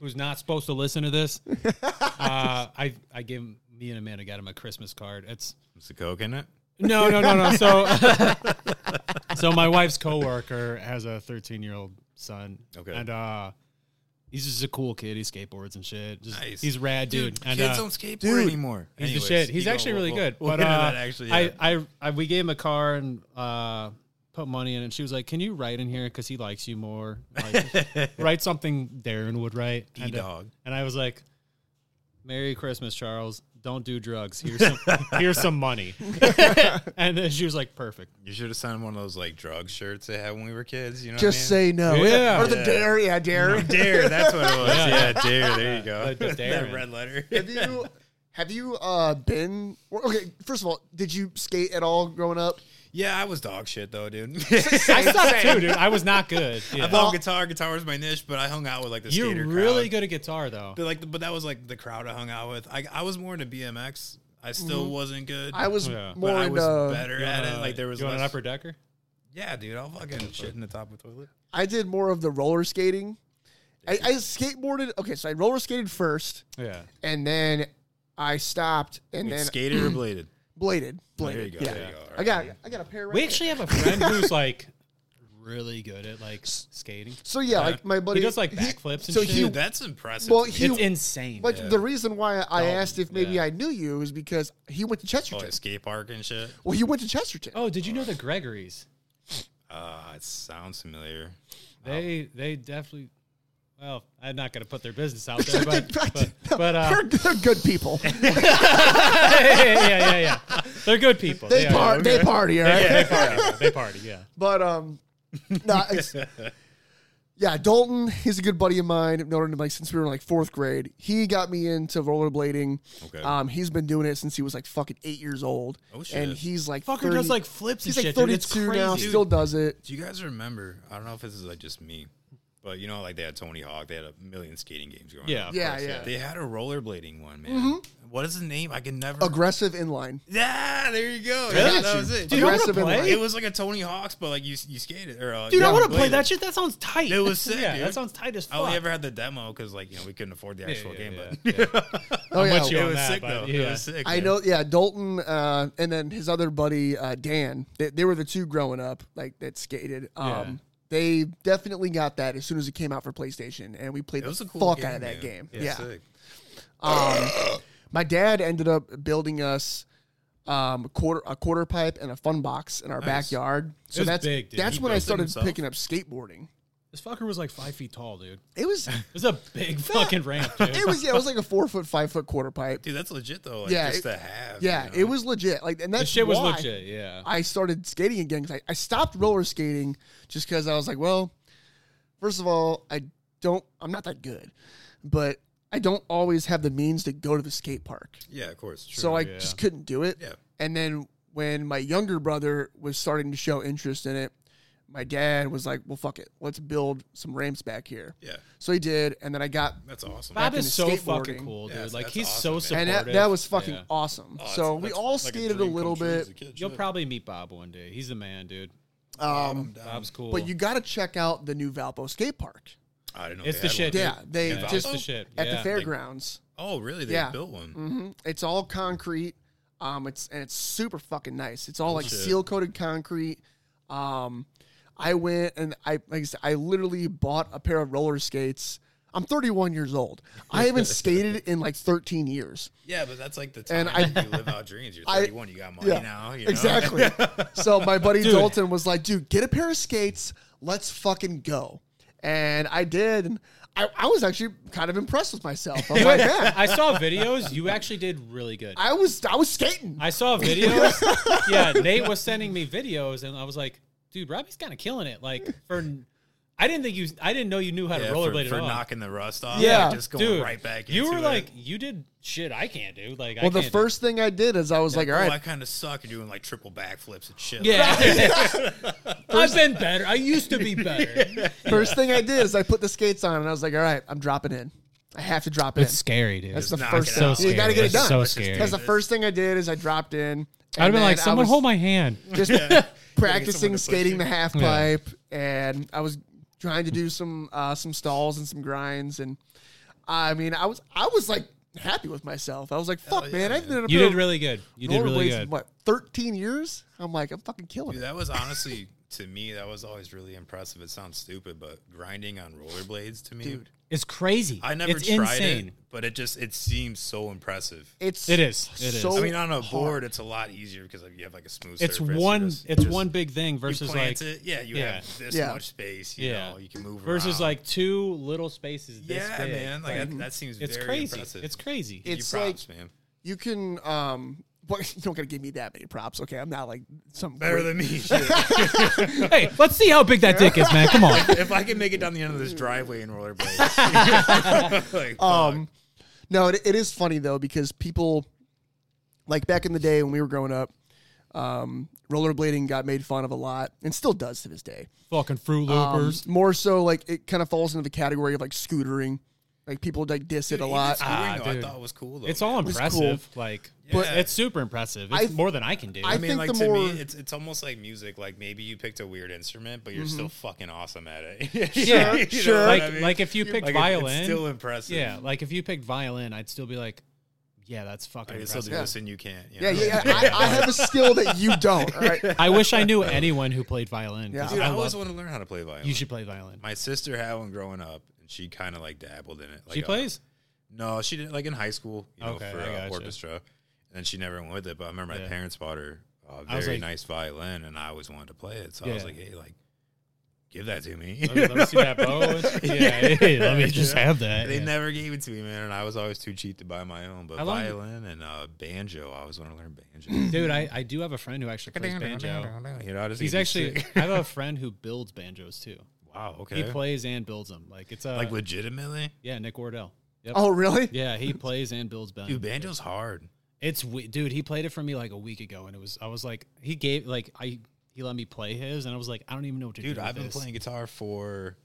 [SPEAKER 4] who's not supposed to listen to this. Uh, I I gave him- me and Amanda got him a Christmas card. It's
[SPEAKER 6] Is the coke in it?
[SPEAKER 4] no, no, no, no. So, so my wife's coworker has a 13 year old son.
[SPEAKER 6] Okay.
[SPEAKER 4] and uh, he's just a cool kid. He skateboards and shit. Just,
[SPEAKER 6] Nice.
[SPEAKER 4] He's rad, dude. and,
[SPEAKER 6] kids
[SPEAKER 4] uh,
[SPEAKER 6] don't skateboard
[SPEAKER 5] dude,
[SPEAKER 6] anymore.
[SPEAKER 4] He's
[SPEAKER 6] Anyways,
[SPEAKER 4] the shit. He's
[SPEAKER 6] you go,
[SPEAKER 4] actually
[SPEAKER 6] we'll-
[SPEAKER 4] really
[SPEAKER 6] we'll-
[SPEAKER 4] good.
[SPEAKER 6] We'll
[SPEAKER 4] but
[SPEAKER 6] get into
[SPEAKER 4] uh,
[SPEAKER 6] that actually. yeah.
[SPEAKER 4] I, I, I, we gave him a car and uh, put money in, it. and she was like, "Can you write in here because he likes you more? Like, write something Darren would write." And, uh,
[SPEAKER 6] D-dog.
[SPEAKER 4] and I was like, "Merry Christmas, Charles. Don't do drugs. Here's some, here's some money." and then she was like, "Perfect."
[SPEAKER 6] You should have signed one of those like drug shirts they had when we were kids. You know,
[SPEAKER 5] Just
[SPEAKER 6] what
[SPEAKER 5] say no.
[SPEAKER 4] Yeah.
[SPEAKER 5] Or the dare, yeah, dare.
[SPEAKER 6] I mean? dare. That's what it was. yeah,
[SPEAKER 4] Yeah.
[SPEAKER 6] dare. There you go.
[SPEAKER 4] Like the
[SPEAKER 6] that
[SPEAKER 4] dare.
[SPEAKER 6] red letter.
[SPEAKER 5] Have you have you uh been or- okay, first of all, did you skate at all growing up?
[SPEAKER 6] yeah, I was dog shit though, dude.
[SPEAKER 4] I sucked too, dude. I was not good. Yeah.
[SPEAKER 6] I bought guitar. Guitar was my niche, but I hung out with like the
[SPEAKER 4] You're
[SPEAKER 6] skater
[SPEAKER 4] really
[SPEAKER 6] crowd.
[SPEAKER 4] good at guitar, though.
[SPEAKER 6] But like, but that was like the crowd I hung out with. I, I was more into BMX. I still
[SPEAKER 5] Mhm.
[SPEAKER 6] wasn't good.
[SPEAKER 5] I was
[SPEAKER 4] Yeah.
[SPEAKER 5] more
[SPEAKER 6] but I was
[SPEAKER 5] into-
[SPEAKER 6] better
[SPEAKER 4] You
[SPEAKER 6] at
[SPEAKER 4] want
[SPEAKER 6] it.
[SPEAKER 4] a-
[SPEAKER 6] Like there was
[SPEAKER 4] you want
[SPEAKER 6] less,
[SPEAKER 4] an upper decker.
[SPEAKER 6] Yeah, dude, I'll fucking shit in the top of the toilet.
[SPEAKER 5] I did more of the roller skating. I, I skateboarded. Okay, so I roller skated first,
[SPEAKER 4] Yeah,
[SPEAKER 5] and then I stopped, and
[SPEAKER 6] Wait,
[SPEAKER 5] then
[SPEAKER 6] skated or bladed?
[SPEAKER 5] bladed.
[SPEAKER 6] Oh, there
[SPEAKER 5] Bladed.
[SPEAKER 6] you go.
[SPEAKER 5] yeah.
[SPEAKER 6] There you go. All right.
[SPEAKER 5] I got I got a pair. Right
[SPEAKER 4] we
[SPEAKER 5] here.
[SPEAKER 4] actually have a friend who's like really good at like s- skating.
[SPEAKER 5] So yeah, like my buddy
[SPEAKER 4] He does like
[SPEAKER 5] he-
[SPEAKER 4] backflips and
[SPEAKER 5] so
[SPEAKER 4] shit.
[SPEAKER 5] he-
[SPEAKER 6] Dude, that's impressive.
[SPEAKER 5] Well,
[SPEAKER 6] to me.
[SPEAKER 5] he
[SPEAKER 4] it's insane.
[SPEAKER 5] But
[SPEAKER 6] Yeah.
[SPEAKER 5] the reason why I asked if maybe
[SPEAKER 4] Oh, yeah.
[SPEAKER 5] I knew you is because he went to
[SPEAKER 6] oh,
[SPEAKER 5] Chesterton.
[SPEAKER 6] a skate park and shit.
[SPEAKER 5] Well, he went to Chesterton.
[SPEAKER 4] oh, did you know the Gregories?
[SPEAKER 6] Uh, it sounds familiar.
[SPEAKER 4] They they definitely. Well, I'm not gonna put their business out there, but but,
[SPEAKER 5] No,
[SPEAKER 4] but uh,
[SPEAKER 5] they're, they're good people.
[SPEAKER 4] yeah, yeah, yeah, yeah. They're good people.
[SPEAKER 5] They,
[SPEAKER 4] are,
[SPEAKER 5] par-
[SPEAKER 4] okay.
[SPEAKER 5] they party, all right?
[SPEAKER 4] Yeah, they party. yeah, They party. Yeah.
[SPEAKER 5] But um, no, it's, yeah, Dalton. He's a good buddy of mine. I've known him like since we were in like fourth grade. He got me into rollerblading.
[SPEAKER 6] Okay.
[SPEAKER 5] Um, he's been doing it since he was like fucking eight years old.
[SPEAKER 6] Oh, shit.
[SPEAKER 5] And he's like
[SPEAKER 4] Fucker
[SPEAKER 5] 30
[SPEAKER 4] does like flips and
[SPEAKER 5] he's like
[SPEAKER 4] shit. Dude. It's
[SPEAKER 5] thirty-two
[SPEAKER 4] crazy.
[SPEAKER 5] now.
[SPEAKER 6] dude.
[SPEAKER 5] Still does it.
[SPEAKER 6] Do you guys remember? I don't know if this is like just me, but you know, like they had Tony Hawk, they had a million skating games going.
[SPEAKER 4] Yeah.
[SPEAKER 6] on.
[SPEAKER 4] of
[SPEAKER 5] Yeah,
[SPEAKER 4] course,
[SPEAKER 5] yeah. Mm-hmm.
[SPEAKER 6] They had a rollerblading one, man. What is the name? I can never.
[SPEAKER 5] Aggressive inline.
[SPEAKER 6] yeah, there you go.
[SPEAKER 4] Really?
[SPEAKER 6] Yeah, that was it.
[SPEAKER 4] Dude, I wanna
[SPEAKER 5] Aggressive
[SPEAKER 4] play.
[SPEAKER 5] inline.
[SPEAKER 6] It was like a Tony Hawk's, but like you you skated or uh,
[SPEAKER 4] Dude,
[SPEAKER 6] you
[SPEAKER 4] I want to
[SPEAKER 6] played
[SPEAKER 4] play
[SPEAKER 6] it.
[SPEAKER 4] that shit. That sounds tight.
[SPEAKER 6] It was sick,
[SPEAKER 4] Yeah,
[SPEAKER 6] dude.
[SPEAKER 4] that sounds tight as fuck.
[SPEAKER 6] I only ever had the demo because like you know we couldn't afford the actual
[SPEAKER 4] yeah,
[SPEAKER 6] game,
[SPEAKER 4] yeah,
[SPEAKER 6] but
[SPEAKER 5] Oh yeah.
[SPEAKER 4] with you.
[SPEAKER 6] it
[SPEAKER 4] on
[SPEAKER 6] was
[SPEAKER 4] that,
[SPEAKER 6] sick
[SPEAKER 4] but
[SPEAKER 6] though.
[SPEAKER 4] yeah.
[SPEAKER 6] It was sick.
[SPEAKER 5] I
[SPEAKER 6] man.
[SPEAKER 5] know, yeah. Dalton, uh, and then his other buddy uh, Dan. They, they were the two growing up, like that skated. Um,
[SPEAKER 4] Yeah.
[SPEAKER 5] They definitely got that as soon as it came out for PlayStation, and we played
[SPEAKER 6] It was
[SPEAKER 5] the
[SPEAKER 6] a cool
[SPEAKER 5] fuck
[SPEAKER 6] game,
[SPEAKER 5] out of that
[SPEAKER 6] man.
[SPEAKER 5] game.
[SPEAKER 6] It was
[SPEAKER 5] yeah,
[SPEAKER 6] sick.
[SPEAKER 5] Um, my dad ended up building us um, a quarter a quarter pipe and a fun box in our backyard. So
[SPEAKER 4] was
[SPEAKER 5] that's
[SPEAKER 4] big, dude.
[SPEAKER 5] that's
[SPEAKER 4] He
[SPEAKER 5] when I
[SPEAKER 6] built it
[SPEAKER 5] started
[SPEAKER 6] himself?
[SPEAKER 5] picking up skateboarding.
[SPEAKER 4] This fucker was like five feet tall, dude.
[SPEAKER 5] It was
[SPEAKER 4] It was a big fucking ramp, dude.
[SPEAKER 5] it was yeah, it was like a four foot five foot quarter pipe.
[SPEAKER 6] dude. That's legit though. Like,
[SPEAKER 5] Yeah,
[SPEAKER 6] just
[SPEAKER 5] it-
[SPEAKER 6] to have.
[SPEAKER 5] Yeah,
[SPEAKER 6] you know?
[SPEAKER 5] it was legit. Like and
[SPEAKER 4] the
[SPEAKER 5] that
[SPEAKER 4] shit was legit. Yeah.
[SPEAKER 5] I started skating again because I, I stopped roller skating just because I was like, well, first of all, I don't I'm not that good, but I don't always have the means to go to the skate park.
[SPEAKER 6] Yeah, of course. True.
[SPEAKER 5] so I
[SPEAKER 4] yeah.
[SPEAKER 5] just couldn't do it.
[SPEAKER 6] Yeah.
[SPEAKER 5] And then when my younger brother was starting to show interest in it, my dad was like, "Well, fuck it, let's build some ramps back here."
[SPEAKER 6] yeah,
[SPEAKER 5] So he did, and then I got,
[SPEAKER 6] that's awesome.
[SPEAKER 4] Bob
[SPEAKER 5] into
[SPEAKER 4] is so fucking
[SPEAKER 5] skateboarding.
[SPEAKER 4] cool, dude.
[SPEAKER 6] Yeah, that's-
[SPEAKER 4] like
[SPEAKER 6] that's
[SPEAKER 4] he's so
[SPEAKER 6] awesome,
[SPEAKER 4] supportive.
[SPEAKER 5] and that, that was fucking
[SPEAKER 4] Yeah.
[SPEAKER 5] awesome.
[SPEAKER 6] Oh, that's-
[SPEAKER 5] so we
[SPEAKER 6] that's
[SPEAKER 5] all
[SPEAKER 6] like a
[SPEAKER 5] skated a
[SPEAKER 6] dream come
[SPEAKER 5] little
[SPEAKER 6] true
[SPEAKER 5] bit,
[SPEAKER 6] as a kid,
[SPEAKER 4] You'll
[SPEAKER 6] shit.
[SPEAKER 4] probably meet Bob one day. He's the man, dude.
[SPEAKER 5] um,
[SPEAKER 4] Bob's cool.
[SPEAKER 5] but you got to check out the new Valpo skate park.
[SPEAKER 6] I didn't know.
[SPEAKER 4] it's
[SPEAKER 6] they
[SPEAKER 4] the
[SPEAKER 6] had
[SPEAKER 4] shit.
[SPEAKER 6] one.
[SPEAKER 4] dude.
[SPEAKER 5] Yeah, they
[SPEAKER 4] Yeah,
[SPEAKER 5] just
[SPEAKER 4] it's the shit.
[SPEAKER 5] at
[SPEAKER 4] Yeah.
[SPEAKER 5] the
[SPEAKER 4] Like-
[SPEAKER 5] fairgrounds.
[SPEAKER 6] Oh, really? They
[SPEAKER 5] Yeah.
[SPEAKER 6] built one.
[SPEAKER 5] hmm It's all concrete. Um, it's and it's super fucking nice. It's all like
[SPEAKER 6] shit.
[SPEAKER 5] seal coated concrete. Um, I went and I like I said, I literally bought a pair of roller skates. I'm 31 years old. I haven't skated in like 13 years.
[SPEAKER 6] Yeah, but that's like the time
[SPEAKER 5] And
[SPEAKER 6] and I, you live out dreams. You're
[SPEAKER 5] I-
[SPEAKER 6] 31. you got money
[SPEAKER 5] yeah,
[SPEAKER 6] now. You know?
[SPEAKER 5] Exactly. so my buddy Dalton was like, "Dude, get a pair of skates. Let's fucking go." And I did. And I, I was actually kind of impressed with myself. I'm like, "Man,
[SPEAKER 4] I saw videos. You actually did really good.
[SPEAKER 5] I was I was skating.
[SPEAKER 4] I saw videos. yeah, Nate was sending me videos, and I was like, "Dude, Robbie's kind of killing it." Like for, I didn't think you. I didn't know you knew how
[SPEAKER 6] Yeah,
[SPEAKER 4] to rollerblade
[SPEAKER 6] for, for
[SPEAKER 4] at all.
[SPEAKER 6] knocking the rust off.
[SPEAKER 5] Yeah,
[SPEAKER 6] like, just going
[SPEAKER 4] Dude,
[SPEAKER 6] right back.
[SPEAKER 4] You
[SPEAKER 6] into
[SPEAKER 4] were
[SPEAKER 6] it.
[SPEAKER 4] like, you did shit I can't do. Like, I
[SPEAKER 5] Well, the
[SPEAKER 4] can't do-
[SPEAKER 5] first thing I did is I was like, all
[SPEAKER 6] oh, I
[SPEAKER 5] right,
[SPEAKER 6] kind of suck at doing like triple backflips and shit.
[SPEAKER 4] yeah, I've been better. I used to be better.
[SPEAKER 5] first thing I did is I put the skates on and I was like, all right, I'm dropping in. I have to drop in.
[SPEAKER 4] scary, dude.
[SPEAKER 5] That's the
[SPEAKER 6] knock
[SPEAKER 5] first
[SPEAKER 6] it
[SPEAKER 5] thing.
[SPEAKER 6] out. So
[SPEAKER 5] you got to get it
[SPEAKER 4] That's
[SPEAKER 5] done.
[SPEAKER 4] so scary.
[SPEAKER 5] That's the first thing I did is I dropped in.
[SPEAKER 4] I'd have been
[SPEAKER 5] and
[SPEAKER 4] like,
[SPEAKER 5] then I
[SPEAKER 4] someone
[SPEAKER 5] was
[SPEAKER 4] hold my hand.
[SPEAKER 5] Just practicing
[SPEAKER 6] to push
[SPEAKER 5] skating
[SPEAKER 6] you.
[SPEAKER 5] the half pipe, and I was trying to do some uh, some stalls and some grinds, and I mean, I was I was like happy with myself. I was like, fuck, man, I did a
[SPEAKER 4] You
[SPEAKER 5] pair
[SPEAKER 4] did
[SPEAKER 5] of
[SPEAKER 4] really good. You did really
[SPEAKER 5] rollerblades in,
[SPEAKER 4] good.
[SPEAKER 5] What, thirteen years? I'm like, I'm fucking killing
[SPEAKER 6] Dude,
[SPEAKER 5] it.
[SPEAKER 6] that was honestly to me. That was always really impressive. It sounds stupid, but grinding on rollerblades to me,
[SPEAKER 5] Dude.
[SPEAKER 4] It's crazy.
[SPEAKER 6] I never
[SPEAKER 4] it's
[SPEAKER 6] tried
[SPEAKER 4] insane.
[SPEAKER 6] it, but it just it seems so impressive.
[SPEAKER 5] It's
[SPEAKER 4] It is. It is.
[SPEAKER 5] so
[SPEAKER 6] I mean, on a
[SPEAKER 5] hard.
[SPEAKER 6] board, it's a lot easier because like, you have like a smooth.
[SPEAKER 4] It's
[SPEAKER 6] surface. You
[SPEAKER 4] one.
[SPEAKER 6] just-
[SPEAKER 4] It's
[SPEAKER 6] just-
[SPEAKER 4] one big thing
[SPEAKER 6] You
[SPEAKER 4] versus
[SPEAKER 6] plant
[SPEAKER 4] like
[SPEAKER 6] it. Yeah, you
[SPEAKER 4] yeah.
[SPEAKER 6] have this
[SPEAKER 5] Yeah.
[SPEAKER 6] much space. You
[SPEAKER 4] Yeah.
[SPEAKER 6] know, you can move
[SPEAKER 4] versus
[SPEAKER 6] around.
[SPEAKER 4] like two little spaces. This
[SPEAKER 6] yeah,
[SPEAKER 4] big.
[SPEAKER 6] man. Like, that, that seems
[SPEAKER 4] It's
[SPEAKER 6] very
[SPEAKER 4] crazy.
[SPEAKER 6] impressive.
[SPEAKER 4] It's crazy.
[SPEAKER 6] Give you
[SPEAKER 5] It's
[SPEAKER 6] props,
[SPEAKER 5] like-
[SPEAKER 6] man.
[SPEAKER 5] you can um but you don't gotta give me that many props okay i'm not like some
[SPEAKER 6] Better
[SPEAKER 5] great-
[SPEAKER 6] than me. shit.
[SPEAKER 4] hey, let's see how big that dick is, man. Come on.
[SPEAKER 6] if I can make it down the end of this driveway in rollerblades. like,
[SPEAKER 5] um no it, it is funny though because people like back in the day when we were growing up um rollerblading got made fun of a lot and still does to this day
[SPEAKER 4] Fucking Fruit
[SPEAKER 5] Um,
[SPEAKER 4] Loopers.
[SPEAKER 5] more so like it kind of falls into the category of like scootering Like people like diss it a
[SPEAKER 6] Dude,
[SPEAKER 5] lot.
[SPEAKER 6] It's cool, you know, I thought it was cool though.
[SPEAKER 4] Ah, It's all
[SPEAKER 5] It's
[SPEAKER 4] impressive. Like,
[SPEAKER 6] But-
[SPEAKER 4] it's super impressive. It's
[SPEAKER 5] I-
[SPEAKER 4] more than I can do.
[SPEAKER 5] I
[SPEAKER 6] I mean,
[SPEAKER 5] think
[SPEAKER 6] like
[SPEAKER 5] the
[SPEAKER 6] to
[SPEAKER 5] more-
[SPEAKER 6] me, it's it's almost like music. Like maybe you picked a weird instrument, but
[SPEAKER 5] Mm-hmm.
[SPEAKER 6] you're still fucking awesome at it. You
[SPEAKER 4] Yeah,
[SPEAKER 6] know what
[SPEAKER 4] sure. Like,
[SPEAKER 6] I mean?
[SPEAKER 4] like if you picked
[SPEAKER 6] Like, it-
[SPEAKER 4] violin,
[SPEAKER 6] it's still impressive.
[SPEAKER 4] Yeah, like if you picked violin, I'd still be like, yeah, that's fucking
[SPEAKER 6] I can still do
[SPEAKER 4] impressive.
[SPEAKER 6] this and you can't. You
[SPEAKER 5] yeah,
[SPEAKER 6] know?
[SPEAKER 5] yeah. yeah. I, I have a skill that you don't. All right.
[SPEAKER 4] I wish I knew anyone who played violin. 'cause
[SPEAKER 6] Dude,
[SPEAKER 4] I
[SPEAKER 6] I,
[SPEAKER 4] love-
[SPEAKER 6] always want to learn how to play violin.
[SPEAKER 4] you should play violin.
[SPEAKER 6] My sister had one growing up, and she kind of like dabbled in it. Like,
[SPEAKER 4] she
[SPEAKER 6] uh,
[SPEAKER 4] plays.
[SPEAKER 6] No, she did like in high school, you know,
[SPEAKER 4] Okay,
[SPEAKER 6] for
[SPEAKER 4] I
[SPEAKER 6] uh,
[SPEAKER 4] gotcha.
[SPEAKER 6] orchestra, and then she never went with it. But I remember
[SPEAKER 4] Yeah.
[SPEAKER 6] my parents bought her a
[SPEAKER 4] I was
[SPEAKER 6] very
[SPEAKER 4] like-
[SPEAKER 6] nice violin, and I always wanted to play it. So I was
[SPEAKER 4] Yeah.
[SPEAKER 6] like, hey, like, give that to me.
[SPEAKER 4] Let me, let me see that bow. Yeah, hey, let me just have that.
[SPEAKER 6] they
[SPEAKER 4] yeah.
[SPEAKER 6] never gave it to me, man, and I was always too cheap to buy my own. But
[SPEAKER 4] How long-
[SPEAKER 6] violin and uh, banjo, I always want to learn banjo.
[SPEAKER 4] Dude, I, I do have a friend who actually plays banjo.
[SPEAKER 6] You know, I just
[SPEAKER 4] He's
[SPEAKER 6] get
[SPEAKER 4] actually.
[SPEAKER 6] sick.
[SPEAKER 4] I have a friend who builds banjos too.
[SPEAKER 6] wow. Okay,
[SPEAKER 4] He uh, plays and builds them. Like it's a
[SPEAKER 6] like legitimately,
[SPEAKER 4] yeah, Nick Wardell. Yep.
[SPEAKER 5] Oh, really?
[SPEAKER 4] Yeah, he plays and builds banjos.
[SPEAKER 6] dude. Banjo's hard.
[SPEAKER 4] It's we- dude. He played it for me like a week ago, and it was I was like he gave like I he let me play his, and I was like I don't even know what to do.
[SPEAKER 6] Dude,
[SPEAKER 4] with
[SPEAKER 6] I've been
[SPEAKER 4] this.
[SPEAKER 6] playing guitar for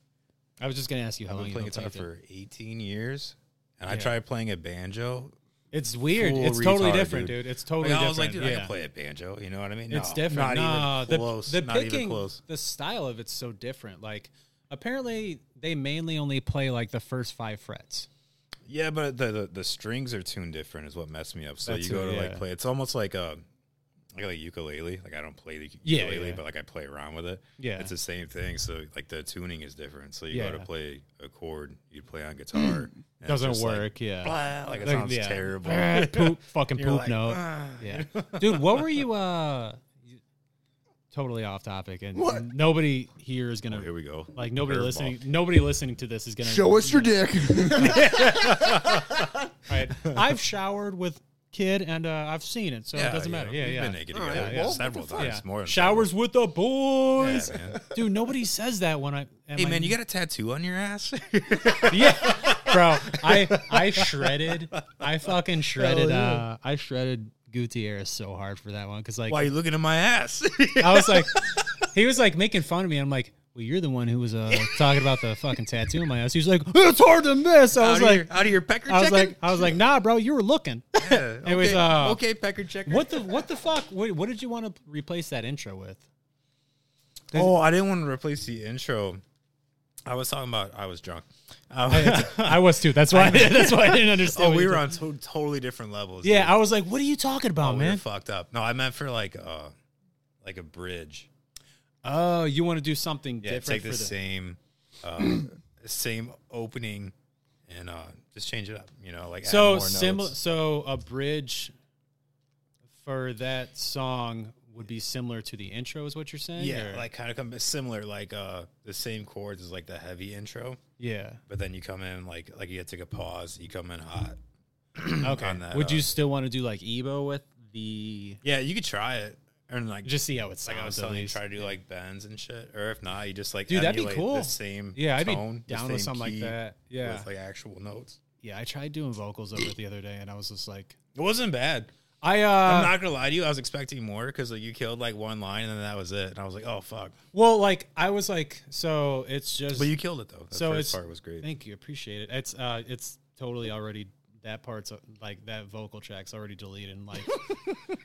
[SPEAKER 4] I was just gonna ask you how
[SPEAKER 6] I've
[SPEAKER 4] long
[SPEAKER 6] been
[SPEAKER 4] you've been
[SPEAKER 6] playing guitar
[SPEAKER 4] playing for.
[SPEAKER 6] for 18 years, and I
[SPEAKER 4] Yeah.
[SPEAKER 6] tried playing a banjo.
[SPEAKER 4] It's weird.
[SPEAKER 6] Full
[SPEAKER 4] it's totally
[SPEAKER 6] retard,
[SPEAKER 4] different, dude.
[SPEAKER 6] dude.
[SPEAKER 4] It's totally
[SPEAKER 6] Like, I
[SPEAKER 4] different.
[SPEAKER 6] was like, dude,
[SPEAKER 4] yeah.
[SPEAKER 6] I can play a banjo. You know what I mean?
[SPEAKER 4] It's
[SPEAKER 6] No,
[SPEAKER 4] different.
[SPEAKER 6] Not
[SPEAKER 4] Nah,
[SPEAKER 6] even close.
[SPEAKER 4] The, the
[SPEAKER 6] not
[SPEAKER 4] picking,
[SPEAKER 6] even close.
[SPEAKER 4] the style of it's so different. Like apparently they mainly only play like the first five frets.
[SPEAKER 6] Yeah, but the, the the strings are tuned different is what messed me up. So
[SPEAKER 4] That's
[SPEAKER 6] you go
[SPEAKER 4] what-
[SPEAKER 6] to
[SPEAKER 4] yeah.
[SPEAKER 6] like play. It's almost like a like a ukulele. Like I don't play the
[SPEAKER 4] Yeah,
[SPEAKER 6] ukulele,
[SPEAKER 4] yeah.
[SPEAKER 6] but like I play around with it.
[SPEAKER 4] Yeah.
[SPEAKER 6] it's the same thing. So like the tuning is different. So you go
[SPEAKER 4] Yeah.
[SPEAKER 6] to play a chord, you play on guitar. and it's
[SPEAKER 4] Doesn't
[SPEAKER 6] just,
[SPEAKER 4] work.
[SPEAKER 6] Like,
[SPEAKER 4] yeah.
[SPEAKER 6] blah, like it
[SPEAKER 4] Like,
[SPEAKER 6] sounds
[SPEAKER 4] yeah.
[SPEAKER 6] terrible.
[SPEAKER 4] poop, fucking
[SPEAKER 6] You're
[SPEAKER 4] poop
[SPEAKER 6] like, "Ah."
[SPEAKER 4] note. Yeah, dude, what were you? uh you- Totally off topic, and,
[SPEAKER 5] What?
[SPEAKER 4] and nobody here is gonna.
[SPEAKER 6] Oh, here we go.
[SPEAKER 4] Like nobody
[SPEAKER 6] Curveball.
[SPEAKER 4] listening, nobody listening to this is gonna
[SPEAKER 5] Show us your dick.
[SPEAKER 4] Right. I've showered with kid, and uh, I've seen it, so it doesn't matter. Yeah,
[SPEAKER 6] We've
[SPEAKER 4] yeah.
[SPEAKER 6] been naked together
[SPEAKER 4] yeah, yeah.
[SPEAKER 6] several times.
[SPEAKER 4] Yeah.
[SPEAKER 6] More than
[SPEAKER 4] Showers with the boys,
[SPEAKER 6] several. Yeah, man.
[SPEAKER 4] dude. Nobody says that when I.
[SPEAKER 6] Hey man, you got a tattoo on your ass?
[SPEAKER 4] got yeah, bro. I I shredded. I fucking shredded. Uh, I shredded Gutierrez so hard for that one because like
[SPEAKER 6] Why are you looking at my ass?
[SPEAKER 4] I was like, he was like making fun of me. I'm like, well, you're the one who was uh, talking about the fucking tattoo on my ass. He was like, it's hard to miss. I was
[SPEAKER 6] out, of
[SPEAKER 4] like,
[SPEAKER 6] your, out of your pecker
[SPEAKER 4] I was
[SPEAKER 6] checking?
[SPEAKER 4] like, I was like, nah, bro, you were looking.
[SPEAKER 6] Yeah,
[SPEAKER 4] it was,
[SPEAKER 6] okay,
[SPEAKER 4] uh,
[SPEAKER 6] okay, pecker checker.
[SPEAKER 4] What the what the fuck? What, what did you want to replace that intro with?
[SPEAKER 6] Oh, I didn't want to replace the intro. I was talking about I was drunk. Um,
[SPEAKER 4] I was too. That's why. that's why I didn't understand.
[SPEAKER 6] oh,
[SPEAKER 4] what
[SPEAKER 6] we
[SPEAKER 4] you
[SPEAKER 6] were
[SPEAKER 4] did.
[SPEAKER 6] on to- totally different levels.
[SPEAKER 4] Yeah, I was like, what are you talking about,
[SPEAKER 6] oh, we were
[SPEAKER 4] man?
[SPEAKER 6] fucked up. No, I meant for like uh like a bridge.
[SPEAKER 4] Oh, you want to do something
[SPEAKER 6] Yeah,
[SPEAKER 4] different
[SPEAKER 6] take the
[SPEAKER 4] for the
[SPEAKER 6] same uh, same opening and uh just change it up. You know, like add
[SPEAKER 4] so
[SPEAKER 6] more
[SPEAKER 4] similar.
[SPEAKER 6] notes.
[SPEAKER 4] So a bridge for that song would be similar to the intro, is what you're saying?
[SPEAKER 6] Yeah,
[SPEAKER 4] or-
[SPEAKER 6] like kind of come similar, like uh the same chords as like the heavy intro,
[SPEAKER 4] yeah.
[SPEAKER 6] but then you come in like like you have to take a pause, you come in hot.
[SPEAKER 4] Okay.
[SPEAKER 6] on that,
[SPEAKER 4] Would you
[SPEAKER 6] uh,
[SPEAKER 4] still want to do like Ebo with the?
[SPEAKER 6] Yeah, you could try it. And like
[SPEAKER 4] Just see how it
[SPEAKER 6] like I was
[SPEAKER 4] sounds. at
[SPEAKER 6] telling you,
[SPEAKER 4] least.
[SPEAKER 6] try to do like bends and shit. Or if not, you just like
[SPEAKER 4] Dude, that'd be
[SPEAKER 6] emulate
[SPEAKER 4] cool.
[SPEAKER 6] the same
[SPEAKER 4] Yeah, I'd be
[SPEAKER 6] tone, the
[SPEAKER 4] down with
[SPEAKER 6] same
[SPEAKER 4] something like
[SPEAKER 6] key
[SPEAKER 4] that. Yeah.
[SPEAKER 6] With like actual notes.
[SPEAKER 4] Yeah, I tried doing vocals over it the other day, and I was just like,
[SPEAKER 6] It wasn't bad.
[SPEAKER 4] I
[SPEAKER 6] I'm
[SPEAKER 4] uh,
[SPEAKER 6] not gonna lie to you, I was expecting more because like you killed like one line and then that was it. And I was like, Oh fuck.
[SPEAKER 4] well, like I was like, so it's just.
[SPEAKER 6] But you killed it though. That
[SPEAKER 4] so
[SPEAKER 6] first
[SPEAKER 4] it's-
[SPEAKER 6] part was great.
[SPEAKER 4] Thank you, appreciate it. It's uh, it's totally already that part's uh, like that vocal track's already deleted, and like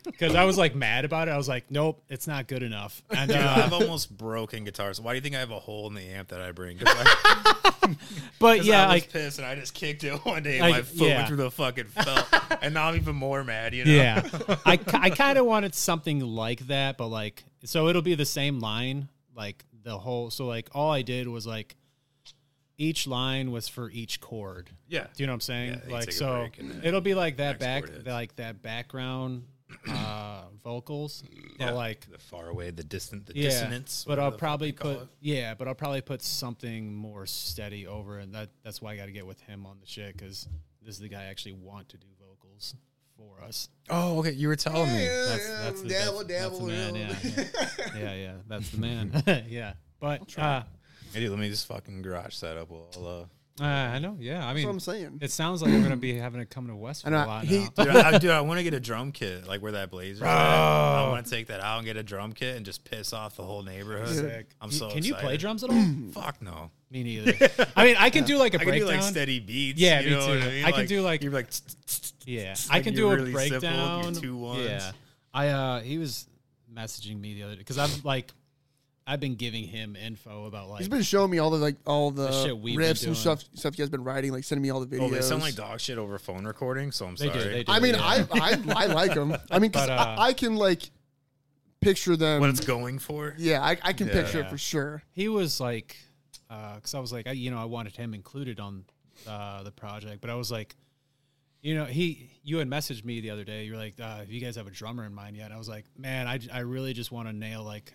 [SPEAKER 4] because I was like mad about it. I was like, nope, it's not good enough. And
[SPEAKER 6] Dude,
[SPEAKER 4] uh,
[SPEAKER 6] I've almost broken guitars. Why do you think I have a hole in the amp that I bring? 'Cause I,
[SPEAKER 4] but
[SPEAKER 6] 'cause
[SPEAKER 4] yeah,
[SPEAKER 6] I was
[SPEAKER 4] like
[SPEAKER 6] pissed and I just kicked it one day.
[SPEAKER 4] Like,
[SPEAKER 6] and my foot
[SPEAKER 4] yeah.
[SPEAKER 6] went through the fucking felt, and now I'm even more mad. You know?
[SPEAKER 4] yeah, I ki- I kind of wanted something like that, but like so it'll be the same line, like the whole. So like all I did was like each line was for each chord.
[SPEAKER 6] yeah.
[SPEAKER 4] Do you know what I'm saying?
[SPEAKER 6] Yeah, you
[SPEAKER 4] like
[SPEAKER 6] take a
[SPEAKER 4] so,
[SPEAKER 6] break and then
[SPEAKER 4] it'll be like that
[SPEAKER 6] next
[SPEAKER 4] back,
[SPEAKER 6] chord hits.
[SPEAKER 4] like that background uh, vocals, but
[SPEAKER 6] Yeah.
[SPEAKER 4] like
[SPEAKER 6] the far away, the distant, the
[SPEAKER 4] yeah.
[SPEAKER 6] dissonance.
[SPEAKER 4] But
[SPEAKER 6] whatever
[SPEAKER 4] I'll
[SPEAKER 6] the fuck
[SPEAKER 4] probably
[SPEAKER 6] they call
[SPEAKER 4] put
[SPEAKER 6] it.
[SPEAKER 4] yeah, but I'll probably put something more steady over, and that that's why I got to get with him on the shit because this is the guy I actually want to do vocals for us.
[SPEAKER 6] Oh, okay. You were telling me.
[SPEAKER 4] That's that's the, that's, that's the man. Yeah, yeah, yeah, yeah, that's the man. yeah, but uh,
[SPEAKER 6] Hey, dude, let me just fucking garage that up. We'll all, uh,
[SPEAKER 4] Uh, I know. Yeah. I mean,
[SPEAKER 5] what I'm saying.
[SPEAKER 4] It sounds like we're gonna be having to come to Westwood
[SPEAKER 5] And
[SPEAKER 4] a
[SPEAKER 5] I-
[SPEAKER 4] lot
[SPEAKER 5] he-
[SPEAKER 4] now.
[SPEAKER 6] uh, Dude, I, dude, I want to get a drum kit, like where that blazer.
[SPEAKER 4] Oh.
[SPEAKER 6] I want to take that out and get a drum kit and just piss off the whole neighborhood. I'm
[SPEAKER 4] You-
[SPEAKER 6] so.
[SPEAKER 4] can you play
[SPEAKER 6] excited.
[SPEAKER 4] drums at all?
[SPEAKER 6] Fuck no.
[SPEAKER 4] Me neither. I mean, I can do like a
[SPEAKER 6] I can do
[SPEAKER 4] breakdown.
[SPEAKER 6] like steady beats.
[SPEAKER 4] Yeah,
[SPEAKER 6] you
[SPEAKER 4] me
[SPEAKER 6] know
[SPEAKER 4] too.
[SPEAKER 6] what I, mean?
[SPEAKER 4] I can do, like-
[SPEAKER 6] you're like
[SPEAKER 4] Yeah,
[SPEAKER 6] It's
[SPEAKER 4] I
[SPEAKER 6] like
[SPEAKER 4] can
[SPEAKER 6] you're
[SPEAKER 4] do a
[SPEAKER 6] really simple, you're
[SPEAKER 4] breakdown.
[SPEAKER 6] two ones.
[SPEAKER 4] Yeah, I uh, he was messaging me the other day because I'm like, I've been giving him info about like
[SPEAKER 5] He's been showing me all the like all the,
[SPEAKER 4] The shit we've been
[SPEAKER 5] riffs
[SPEAKER 4] doing.
[SPEAKER 5] and stuff stuff you guys been writing, like sending me all the videos.
[SPEAKER 6] Oh, they sound like dog shit over phone recording, so I'm
[SPEAKER 4] They do,
[SPEAKER 6] sorry.
[SPEAKER 4] they do.
[SPEAKER 5] I mean,
[SPEAKER 4] yeah.
[SPEAKER 5] I, I I like them. I mean, 'cause
[SPEAKER 4] But, uh,
[SPEAKER 5] I, I can like picture them.
[SPEAKER 6] What it's going for?
[SPEAKER 5] yeah, I, I can
[SPEAKER 6] Yeah.
[SPEAKER 5] picture
[SPEAKER 4] Yeah.
[SPEAKER 5] it for sure.
[SPEAKER 4] he was like, because I was like, I, you know, I wanted him included on uh, the project, but I was like, you know, he, you had messaged me the other day. You're like, uh, you guys have a drummer in mind yet? I was like, man, I, j- I really just want to nail like,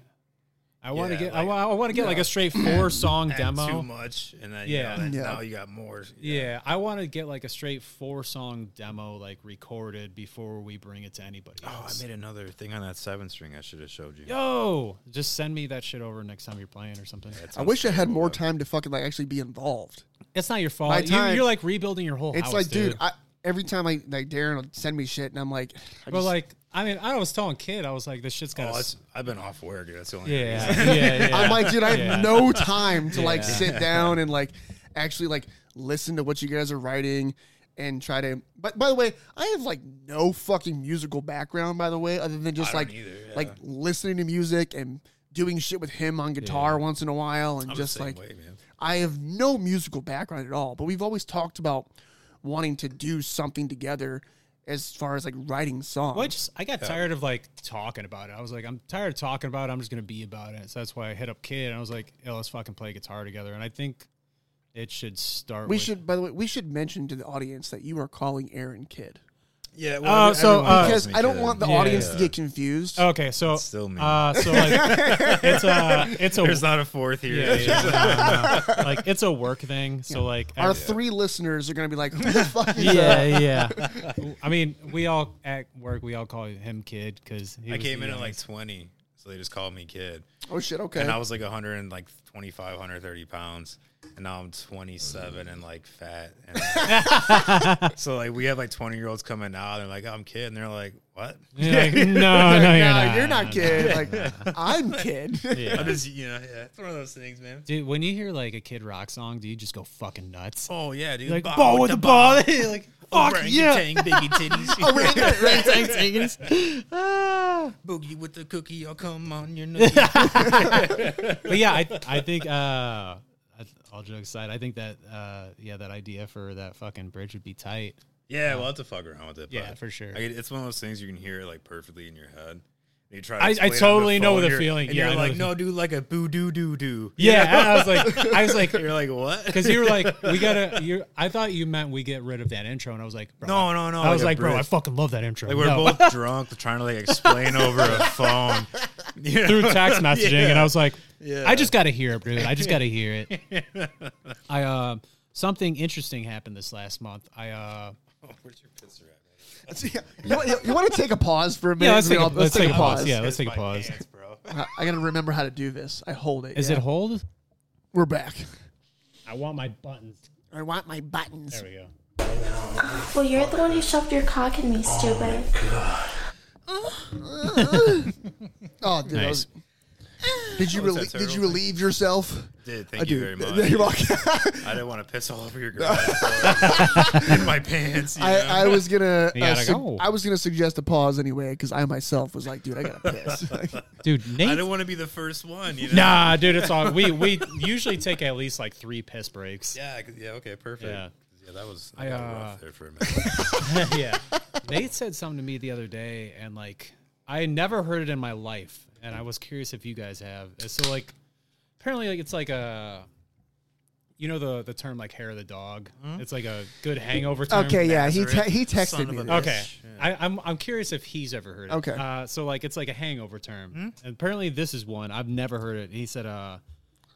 [SPEAKER 4] I want to
[SPEAKER 6] Yeah,
[SPEAKER 4] get, I,
[SPEAKER 6] like-
[SPEAKER 4] wa- I want to get like a straight four song
[SPEAKER 6] Add
[SPEAKER 4] demo.
[SPEAKER 6] Too much, and then
[SPEAKER 4] Yeah.
[SPEAKER 6] yeah, you know, then
[SPEAKER 5] Yeah.
[SPEAKER 6] now you got more.
[SPEAKER 4] Yeah, I want to get like a straight four song demo like recorded before we bring it to anybody
[SPEAKER 6] Oh, I
[SPEAKER 4] else.
[SPEAKER 6] made another thing on that seven string. I should have showed you.
[SPEAKER 4] Yo, just send me that shit over next time you're playing or something.
[SPEAKER 5] I wish I had more time to fucking like actually be involved.
[SPEAKER 4] It's not your fault.
[SPEAKER 5] My
[SPEAKER 4] You-
[SPEAKER 5] time-
[SPEAKER 4] you're like rebuilding your whole.
[SPEAKER 5] It's
[SPEAKER 4] house,
[SPEAKER 5] like,
[SPEAKER 4] Oh,
[SPEAKER 5] dude,
[SPEAKER 4] dude.
[SPEAKER 5] I, every time I like Darren will send me shit, and I'm like, I
[SPEAKER 4] but
[SPEAKER 5] just-
[SPEAKER 4] like, I mean, I was telling kid, I was like, this shit's
[SPEAKER 6] Oh,
[SPEAKER 4] got.
[SPEAKER 6] it's- I've been off work. That's the only.
[SPEAKER 4] yeah,
[SPEAKER 6] reason.
[SPEAKER 4] yeah, yeah, yeah.
[SPEAKER 5] I'm like, dude, I have
[SPEAKER 4] Yeah.
[SPEAKER 5] no time to like
[SPEAKER 4] Yeah.
[SPEAKER 5] sit down and like actually like listen to what you guys are writing and try to. But by the way, I have like no fucking musical background. By the way, other than just
[SPEAKER 6] don't
[SPEAKER 5] like
[SPEAKER 6] either, yeah.
[SPEAKER 5] like listening to music and doing shit with him on guitar once in a while and
[SPEAKER 6] I'm the
[SPEAKER 5] just
[SPEAKER 6] same
[SPEAKER 5] like
[SPEAKER 6] way, man.
[SPEAKER 5] I have no musical background at all. But we've always talked about wanting to do something together as far as like writing songs.
[SPEAKER 4] Well, I just I got tired of like talking about it. I was like, I'm tired of talking about it. I'm just gonna be about it. So that's why I hit up kid and I was like, yo, let's fucking play guitar together. And I think it should start.
[SPEAKER 5] we
[SPEAKER 4] with-
[SPEAKER 5] should, by the way, we should mention to the audience that you are calling Aaron Kidd.
[SPEAKER 6] Yeah.
[SPEAKER 4] well, so, everyone uh, calls
[SPEAKER 5] because I don't want the
[SPEAKER 4] Yeah. Oh,
[SPEAKER 5] audience to get confused.
[SPEAKER 4] Okay, so
[SPEAKER 6] still me.
[SPEAKER 4] Uh, so like, it's a it's a
[SPEAKER 6] There's not a fourth here.
[SPEAKER 4] yeah, yeah, no, no. like it's a work thing. So like
[SPEAKER 5] Our
[SPEAKER 4] every-
[SPEAKER 5] three listeners are going to be like, "Who the fuck is that?"
[SPEAKER 4] yeah, yeah. I mean, we all at work we all call him kid because
[SPEAKER 6] I came in at like 20, so they just called me kid.
[SPEAKER 5] Oh shit! Okay.
[SPEAKER 6] And I was like 100 and like 25, 130 pounds. And now I'm 27 and like fat. And so like we have like 20 year olds coming out. They're like, I'm kid. And they're like, what?
[SPEAKER 4] You're like, no, Oh, no,
[SPEAKER 5] Nah,
[SPEAKER 4] you're not.
[SPEAKER 5] you're not kid. Like I'm kid.
[SPEAKER 6] I'm just, you know, yeah. It's one of those things, man.
[SPEAKER 4] Dude, when you hear like a Kid Rock song, do you just go fucking nuts?
[SPEAKER 6] Oh, yeah, dude.
[SPEAKER 4] You're like ball with the ball, like fuck
[SPEAKER 6] Orangutan,
[SPEAKER 4] yeah. Oh,
[SPEAKER 6] biggie titties.
[SPEAKER 4] Ah.
[SPEAKER 6] Boogie with the cookie. I'll come on your nose.
[SPEAKER 4] but yeah, I I think uh, I- all jokes aside, I think that uh, yeah, that idea for that fucking bridge would be tight.
[SPEAKER 6] Yeah, we'll have to fuck around with it.
[SPEAKER 4] Yeah,
[SPEAKER 6] but
[SPEAKER 4] for sure.
[SPEAKER 6] I, it's one of those things you can hear it like perfectly in your head. And You try
[SPEAKER 4] I- I
[SPEAKER 6] explain it on
[SPEAKER 4] totally know
[SPEAKER 6] phone,
[SPEAKER 4] the
[SPEAKER 6] you're-
[SPEAKER 4] feeling.
[SPEAKER 6] And
[SPEAKER 4] Yeah, I
[SPEAKER 6] you're
[SPEAKER 4] know
[SPEAKER 6] like,
[SPEAKER 4] the-
[SPEAKER 6] no, dude, like a boo doo doo doo.
[SPEAKER 4] Yeah, and I was like, I was like,
[SPEAKER 6] You're like, what?
[SPEAKER 4] because you were like, we gotta. You, I thought you meant we get rid of that intro, and I was like, bro,
[SPEAKER 6] No, no, no,
[SPEAKER 4] I was
[SPEAKER 6] like a
[SPEAKER 4] like, bro,
[SPEAKER 6] bridge.
[SPEAKER 4] I fucking love that intro.
[SPEAKER 6] like we're
[SPEAKER 4] No.
[SPEAKER 6] both drunk, trying to like explain over a phone You know?
[SPEAKER 4] through text messaging, and I was like,
[SPEAKER 6] Yeah.
[SPEAKER 4] I just got to hear it, dude. I just got to hear it. I uh, something interesting happened this last month. I uh,
[SPEAKER 6] Oh, Where's your pisser at?
[SPEAKER 5] you, want to take a pause for a minute?
[SPEAKER 4] yeah, let's
[SPEAKER 5] We
[SPEAKER 4] take a,
[SPEAKER 5] all-
[SPEAKER 4] let's take a pause. Yeah, let's take a
[SPEAKER 6] My
[SPEAKER 4] pause.
[SPEAKER 6] pants, bro.
[SPEAKER 5] I, I got to remember how to do this. I hold it.
[SPEAKER 4] Is
[SPEAKER 5] yeah.
[SPEAKER 4] it hold?
[SPEAKER 5] We're back.
[SPEAKER 4] I want my buttons.
[SPEAKER 5] I want my buttons.
[SPEAKER 4] There we go.
[SPEAKER 13] Well, you're the one who shoved your cock in me, stupid.
[SPEAKER 5] Oh, dude, I was- did you
[SPEAKER 6] Oh, is
[SPEAKER 5] relie-
[SPEAKER 6] that
[SPEAKER 5] did you
[SPEAKER 6] terrible?
[SPEAKER 5] relieve yourself?
[SPEAKER 6] Dude,
[SPEAKER 5] I
[SPEAKER 6] thank you
[SPEAKER 5] do.
[SPEAKER 6] very much.
[SPEAKER 5] You're welcome.
[SPEAKER 6] I didn't want to piss all over your girl in my pants. You know?
[SPEAKER 5] I, I was gonna.
[SPEAKER 4] You
[SPEAKER 5] uh,
[SPEAKER 4] gotta
[SPEAKER 5] sug-
[SPEAKER 4] go.
[SPEAKER 5] I was gonna suggest a pause anyway because I myself was like, dude, I gotta piss. Like,
[SPEAKER 4] Dude,
[SPEAKER 6] I
[SPEAKER 4] Nate.
[SPEAKER 6] don't want to be the first one. You know?
[SPEAKER 4] Nah, dude, it's all we we usually take at least like three piss breaks.
[SPEAKER 6] Yeah. 'cause- Yeah. Okay. Perfect.
[SPEAKER 4] Yeah.
[SPEAKER 6] Yeah. that was
[SPEAKER 4] I,
[SPEAKER 6] I got
[SPEAKER 4] uh,
[SPEAKER 6] rough there for a minute.
[SPEAKER 4] yeah. Nate said something to me the other day, and like I had never heard it in my life, and I was curious if you guys have. And So like, apparently, like it's like a, you know the the term like hair of the dog. It's like a good hangover term.
[SPEAKER 5] okay, yeah, he te-
[SPEAKER 6] Nazareth,
[SPEAKER 5] he
[SPEAKER 6] son
[SPEAKER 5] texted
[SPEAKER 6] of
[SPEAKER 5] me.
[SPEAKER 6] a
[SPEAKER 5] this.
[SPEAKER 6] bitch.
[SPEAKER 4] Okay, I, I'm I'm curious if he's ever heard it.
[SPEAKER 5] Okay.
[SPEAKER 4] uh, so like it's like a hangover term.
[SPEAKER 6] Hmm?
[SPEAKER 4] And apparently, this is one I've never heard it. And he said, "Uh,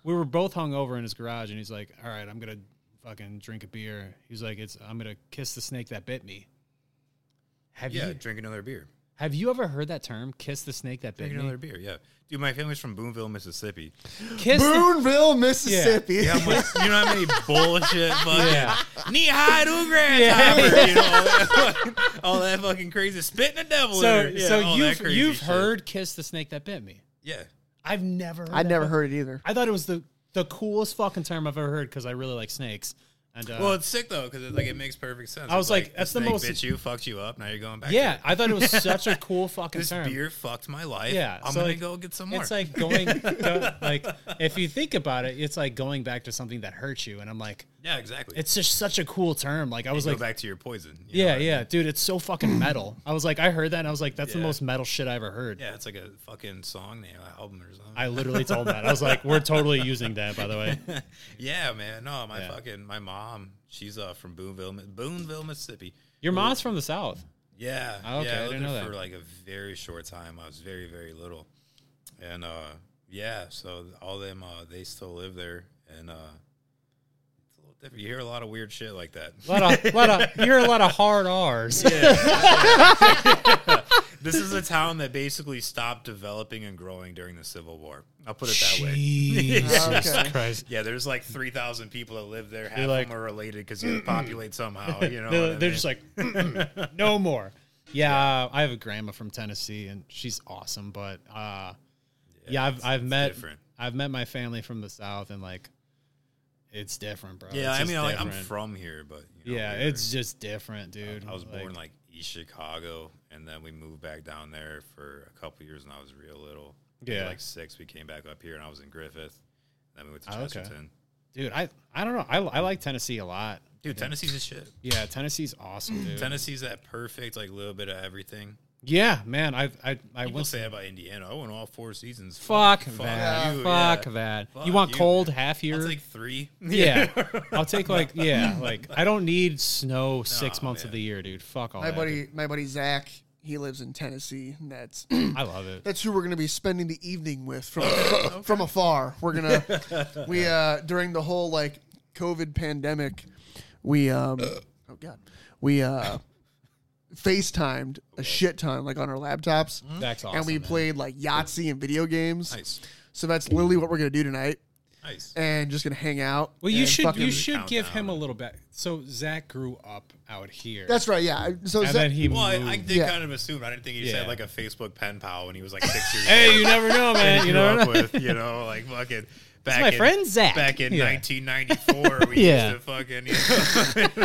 [SPEAKER 4] we were both hungover in his garage, and he's like, all right, I'm gonna fucking drink a beer.' He's like, it's I'm gonna kiss the snake that bit me. Have
[SPEAKER 6] Yeah.
[SPEAKER 4] you
[SPEAKER 6] Drink another beer.
[SPEAKER 4] Have you ever heard that term? Kiss the snake that bit
[SPEAKER 6] Drink
[SPEAKER 4] me.
[SPEAKER 6] another beer, yeah. Dude, my family's from Boonville, Mississippi.
[SPEAKER 4] Kiss the- Boonville, Mississippi.
[SPEAKER 6] Yeah. how much- you know how many bullshit fucking
[SPEAKER 4] Yeah.
[SPEAKER 6] knee high to a grasshopper, you know, all that, fucking, all that fucking crazy spitting the devil.
[SPEAKER 4] So,
[SPEAKER 6] in her. yeah,
[SPEAKER 4] so
[SPEAKER 6] all that
[SPEAKER 4] you've
[SPEAKER 6] crazy
[SPEAKER 4] you've
[SPEAKER 6] shit.
[SPEAKER 4] heard "Kiss the Snake That Bit Me."
[SPEAKER 6] Yeah.
[SPEAKER 4] I've never.
[SPEAKER 5] I
[SPEAKER 4] that
[SPEAKER 5] never
[SPEAKER 4] fu-
[SPEAKER 5] heard it either.
[SPEAKER 4] I thought it was the the coolest fucking term I've ever heard because I really like snakes. And uh,
[SPEAKER 6] Well, it's sick though because like it makes perfect sense.
[SPEAKER 4] I was
[SPEAKER 6] It's
[SPEAKER 4] like,
[SPEAKER 6] this
[SPEAKER 4] that's the
[SPEAKER 6] snake
[SPEAKER 4] most-
[SPEAKER 6] Bit you, fucked you up. Now you're going back. to
[SPEAKER 4] yeah,
[SPEAKER 6] it.
[SPEAKER 4] I thought it was such a cool fucking
[SPEAKER 6] this
[SPEAKER 4] term.
[SPEAKER 6] beer fucked my life.
[SPEAKER 4] Yeah,
[SPEAKER 6] I'm
[SPEAKER 4] so,
[SPEAKER 6] gonna
[SPEAKER 4] like,
[SPEAKER 6] go get some more.
[SPEAKER 4] It's like going, go- like if you think about it, it's like going back to something that hurts you. And I'm like,
[SPEAKER 6] Yeah, exactly.
[SPEAKER 4] It's just such a cool term. Like I
[SPEAKER 6] You
[SPEAKER 4] was
[SPEAKER 6] go
[SPEAKER 4] like,
[SPEAKER 6] back to your poison, you know
[SPEAKER 4] Yeah,
[SPEAKER 6] what I
[SPEAKER 4] yeah, dude, it's so fucking metal. I was like, I heard that, and I was like, that's the
[SPEAKER 6] Yeah.
[SPEAKER 4] most metal shit I ever heard.
[SPEAKER 6] yeah, it's like a fucking song name, an album or something.
[SPEAKER 4] I literally told Matt. I was like, we're totally using that, by the way.
[SPEAKER 6] yeah, man. No, my
[SPEAKER 4] Yeah.
[SPEAKER 6] fucking my mom. She's uh from Boonville, Mi- Boonville, Mississippi.
[SPEAKER 4] Your mom's from the south.
[SPEAKER 6] Yeah.
[SPEAKER 4] Oh, okay,
[SPEAKER 6] yeah,
[SPEAKER 4] I
[SPEAKER 6] lived
[SPEAKER 4] didn't
[SPEAKER 6] there
[SPEAKER 4] know that.
[SPEAKER 6] For like a very short time, I was very very little, and uh yeah, so all them uh they still live there, and uh it's a little different. You hear a lot of weird shit like that.
[SPEAKER 4] A lot of, lot of, you hear a lot of hard R's.
[SPEAKER 6] this is a town that basically stopped developing and growing during the Civil War. I'll put it that way.
[SPEAKER 5] Uh,
[SPEAKER 4] Jesus
[SPEAKER 6] Yeah.
[SPEAKER 4] Christ.
[SPEAKER 6] Yeah, there's like 3,000 people that live there. Half
[SPEAKER 4] They're
[SPEAKER 6] of
[SPEAKER 4] like-
[SPEAKER 6] them are related because you populate somehow. You know,
[SPEAKER 4] they're,
[SPEAKER 6] what I
[SPEAKER 4] they're
[SPEAKER 6] mean?
[SPEAKER 4] just like, "Mm-mm, no more. Yeah, I have a grandma from Tennessee, and she's awesome. But uh, yeah, I've I've met
[SPEAKER 6] different.
[SPEAKER 4] I've met my family from the south, and like, it's different, bro.
[SPEAKER 6] yeah.
[SPEAKER 4] oh, It's
[SPEAKER 6] I
[SPEAKER 4] just
[SPEAKER 6] mean, like, I'm
[SPEAKER 4] different.
[SPEAKER 6] from here, but you know,
[SPEAKER 4] yeah,
[SPEAKER 6] we were-
[SPEAKER 4] it's just different, dude.
[SPEAKER 6] I was born like East Chicago, and then we moved back down there for a couple years, and I was real little. Maybe,
[SPEAKER 4] Yeah.
[SPEAKER 6] like six. We came back up here, and I was in Griffith. Then we went to
[SPEAKER 4] Oh, okay.
[SPEAKER 6] Chesterton.
[SPEAKER 4] dude. I I don't know. I, I like Tennessee a lot,
[SPEAKER 6] Dude, Tennessee's a shit.
[SPEAKER 4] Yeah, Tennessee's awesome, dude.
[SPEAKER 6] Tennessee's that perfect, like little bit of everything.
[SPEAKER 4] Yeah, man. I I I
[SPEAKER 6] I will
[SPEAKER 4] went.
[SPEAKER 6] say that about Indiana. I won all four seasons.
[SPEAKER 4] Fuck that.
[SPEAKER 6] you,
[SPEAKER 4] Fuck
[SPEAKER 6] yeah.
[SPEAKER 4] that.
[SPEAKER 6] Fuck
[SPEAKER 4] you want
[SPEAKER 6] you,
[SPEAKER 4] cold
[SPEAKER 6] man.
[SPEAKER 4] half year?
[SPEAKER 6] I'll take three.
[SPEAKER 4] Yeah. I'll take like yeah, like I don't need snow six months of the year, dude. Fuck all
[SPEAKER 5] my
[SPEAKER 4] that.
[SPEAKER 5] buddy,
[SPEAKER 4] dude.
[SPEAKER 5] my buddy Zach, he lives in Tennessee. And that's
[SPEAKER 4] I love it.
[SPEAKER 5] that's who we're gonna be spending the evening with from from afar. We're gonna we uh during the whole like COVID pandemic, we um oh god, we uh FaceTimed a shit ton like on our
[SPEAKER 6] Mm.
[SPEAKER 5] laptops.
[SPEAKER 4] That's
[SPEAKER 5] And we
[SPEAKER 4] awesome, man.
[SPEAKER 5] played like Yahtzee and video games.
[SPEAKER 6] Nice.
[SPEAKER 5] So that's literally what we're gonna do tonight.
[SPEAKER 6] Nice.
[SPEAKER 5] And just gonna hang out.
[SPEAKER 4] Well, you
[SPEAKER 5] and
[SPEAKER 4] should
[SPEAKER 5] fucking-
[SPEAKER 4] you should give him a little back. So Zach grew up out here.
[SPEAKER 5] That's right. Yeah. So
[SPEAKER 4] and
[SPEAKER 5] Zach,
[SPEAKER 4] then he
[SPEAKER 6] Well, I, I
[SPEAKER 4] moved.
[SPEAKER 6] did
[SPEAKER 5] Yeah.
[SPEAKER 6] kind of assume. I didn't think he just
[SPEAKER 4] Yeah.
[SPEAKER 6] had like a Facebook pen pal when he was like six years old.
[SPEAKER 4] Hey, you never know,
[SPEAKER 6] that
[SPEAKER 4] man.
[SPEAKER 6] he
[SPEAKER 4] You
[SPEAKER 6] grew
[SPEAKER 4] never
[SPEAKER 6] up
[SPEAKER 4] know.
[SPEAKER 6] with, you know, like fucking. Back
[SPEAKER 4] my
[SPEAKER 6] in,
[SPEAKER 4] friend Zach.
[SPEAKER 6] Back in
[SPEAKER 4] Yeah.
[SPEAKER 6] 1994, we
[SPEAKER 4] Yeah.
[SPEAKER 6] used to fucking. You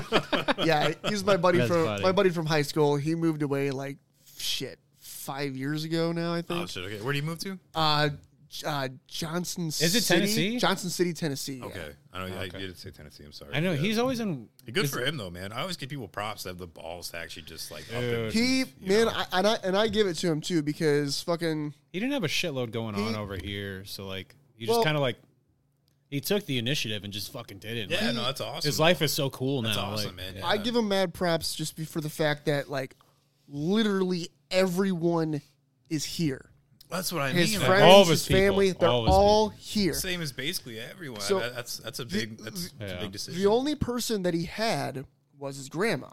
[SPEAKER 6] know,
[SPEAKER 5] yeah, he's my buddy
[SPEAKER 4] That's
[SPEAKER 5] from
[SPEAKER 4] funny.
[SPEAKER 5] my buddy from high school. He moved away like shit five years ago now. I
[SPEAKER 6] oh
[SPEAKER 5] think.
[SPEAKER 6] shit! Okay, where do you move to?
[SPEAKER 5] uh, J- uh, Johnson.
[SPEAKER 4] Is it
[SPEAKER 5] City?
[SPEAKER 4] Tennessee?
[SPEAKER 5] Johnson City, Tennessee. yeah.
[SPEAKER 6] Okay, I know.
[SPEAKER 4] Okay.
[SPEAKER 6] I did say Tennessee. I'm sorry.
[SPEAKER 4] I know
[SPEAKER 6] Yeah.
[SPEAKER 4] he's always in
[SPEAKER 6] good
[SPEAKER 4] is-
[SPEAKER 6] for him though, man. I always give people props that have the balls to actually just like. Up
[SPEAKER 4] Dude.
[SPEAKER 6] and,
[SPEAKER 5] He
[SPEAKER 6] you
[SPEAKER 5] man,
[SPEAKER 6] know.
[SPEAKER 5] I, and I and I give it to him too because fucking
[SPEAKER 4] He didn't have a shitload going on
[SPEAKER 5] He-
[SPEAKER 4] over here, so like you just
[SPEAKER 5] Well-
[SPEAKER 4] kind of like he took the initiative and just fucking did it.
[SPEAKER 6] yeah,
[SPEAKER 4] Like,
[SPEAKER 6] no, that's awesome.
[SPEAKER 4] his life is so cool
[SPEAKER 6] That's
[SPEAKER 4] now.
[SPEAKER 6] awesome,
[SPEAKER 4] like,
[SPEAKER 6] man.
[SPEAKER 5] I
[SPEAKER 6] Yeah.
[SPEAKER 5] give him mad props just be- for the fact that like literally everyone is here.
[SPEAKER 6] That's what I
[SPEAKER 5] His
[SPEAKER 6] mean.
[SPEAKER 5] friends,
[SPEAKER 6] Like,
[SPEAKER 4] all of
[SPEAKER 5] his,
[SPEAKER 4] his people,
[SPEAKER 5] family, they're
[SPEAKER 4] all
[SPEAKER 5] all,
[SPEAKER 4] of his
[SPEAKER 5] here.
[SPEAKER 6] same as basically everyone.
[SPEAKER 5] So,
[SPEAKER 6] That- that's that's a big that's, that's
[SPEAKER 4] Yeah.
[SPEAKER 6] a
[SPEAKER 4] The
[SPEAKER 6] big decision.
[SPEAKER 5] The only person that he had was his grandma,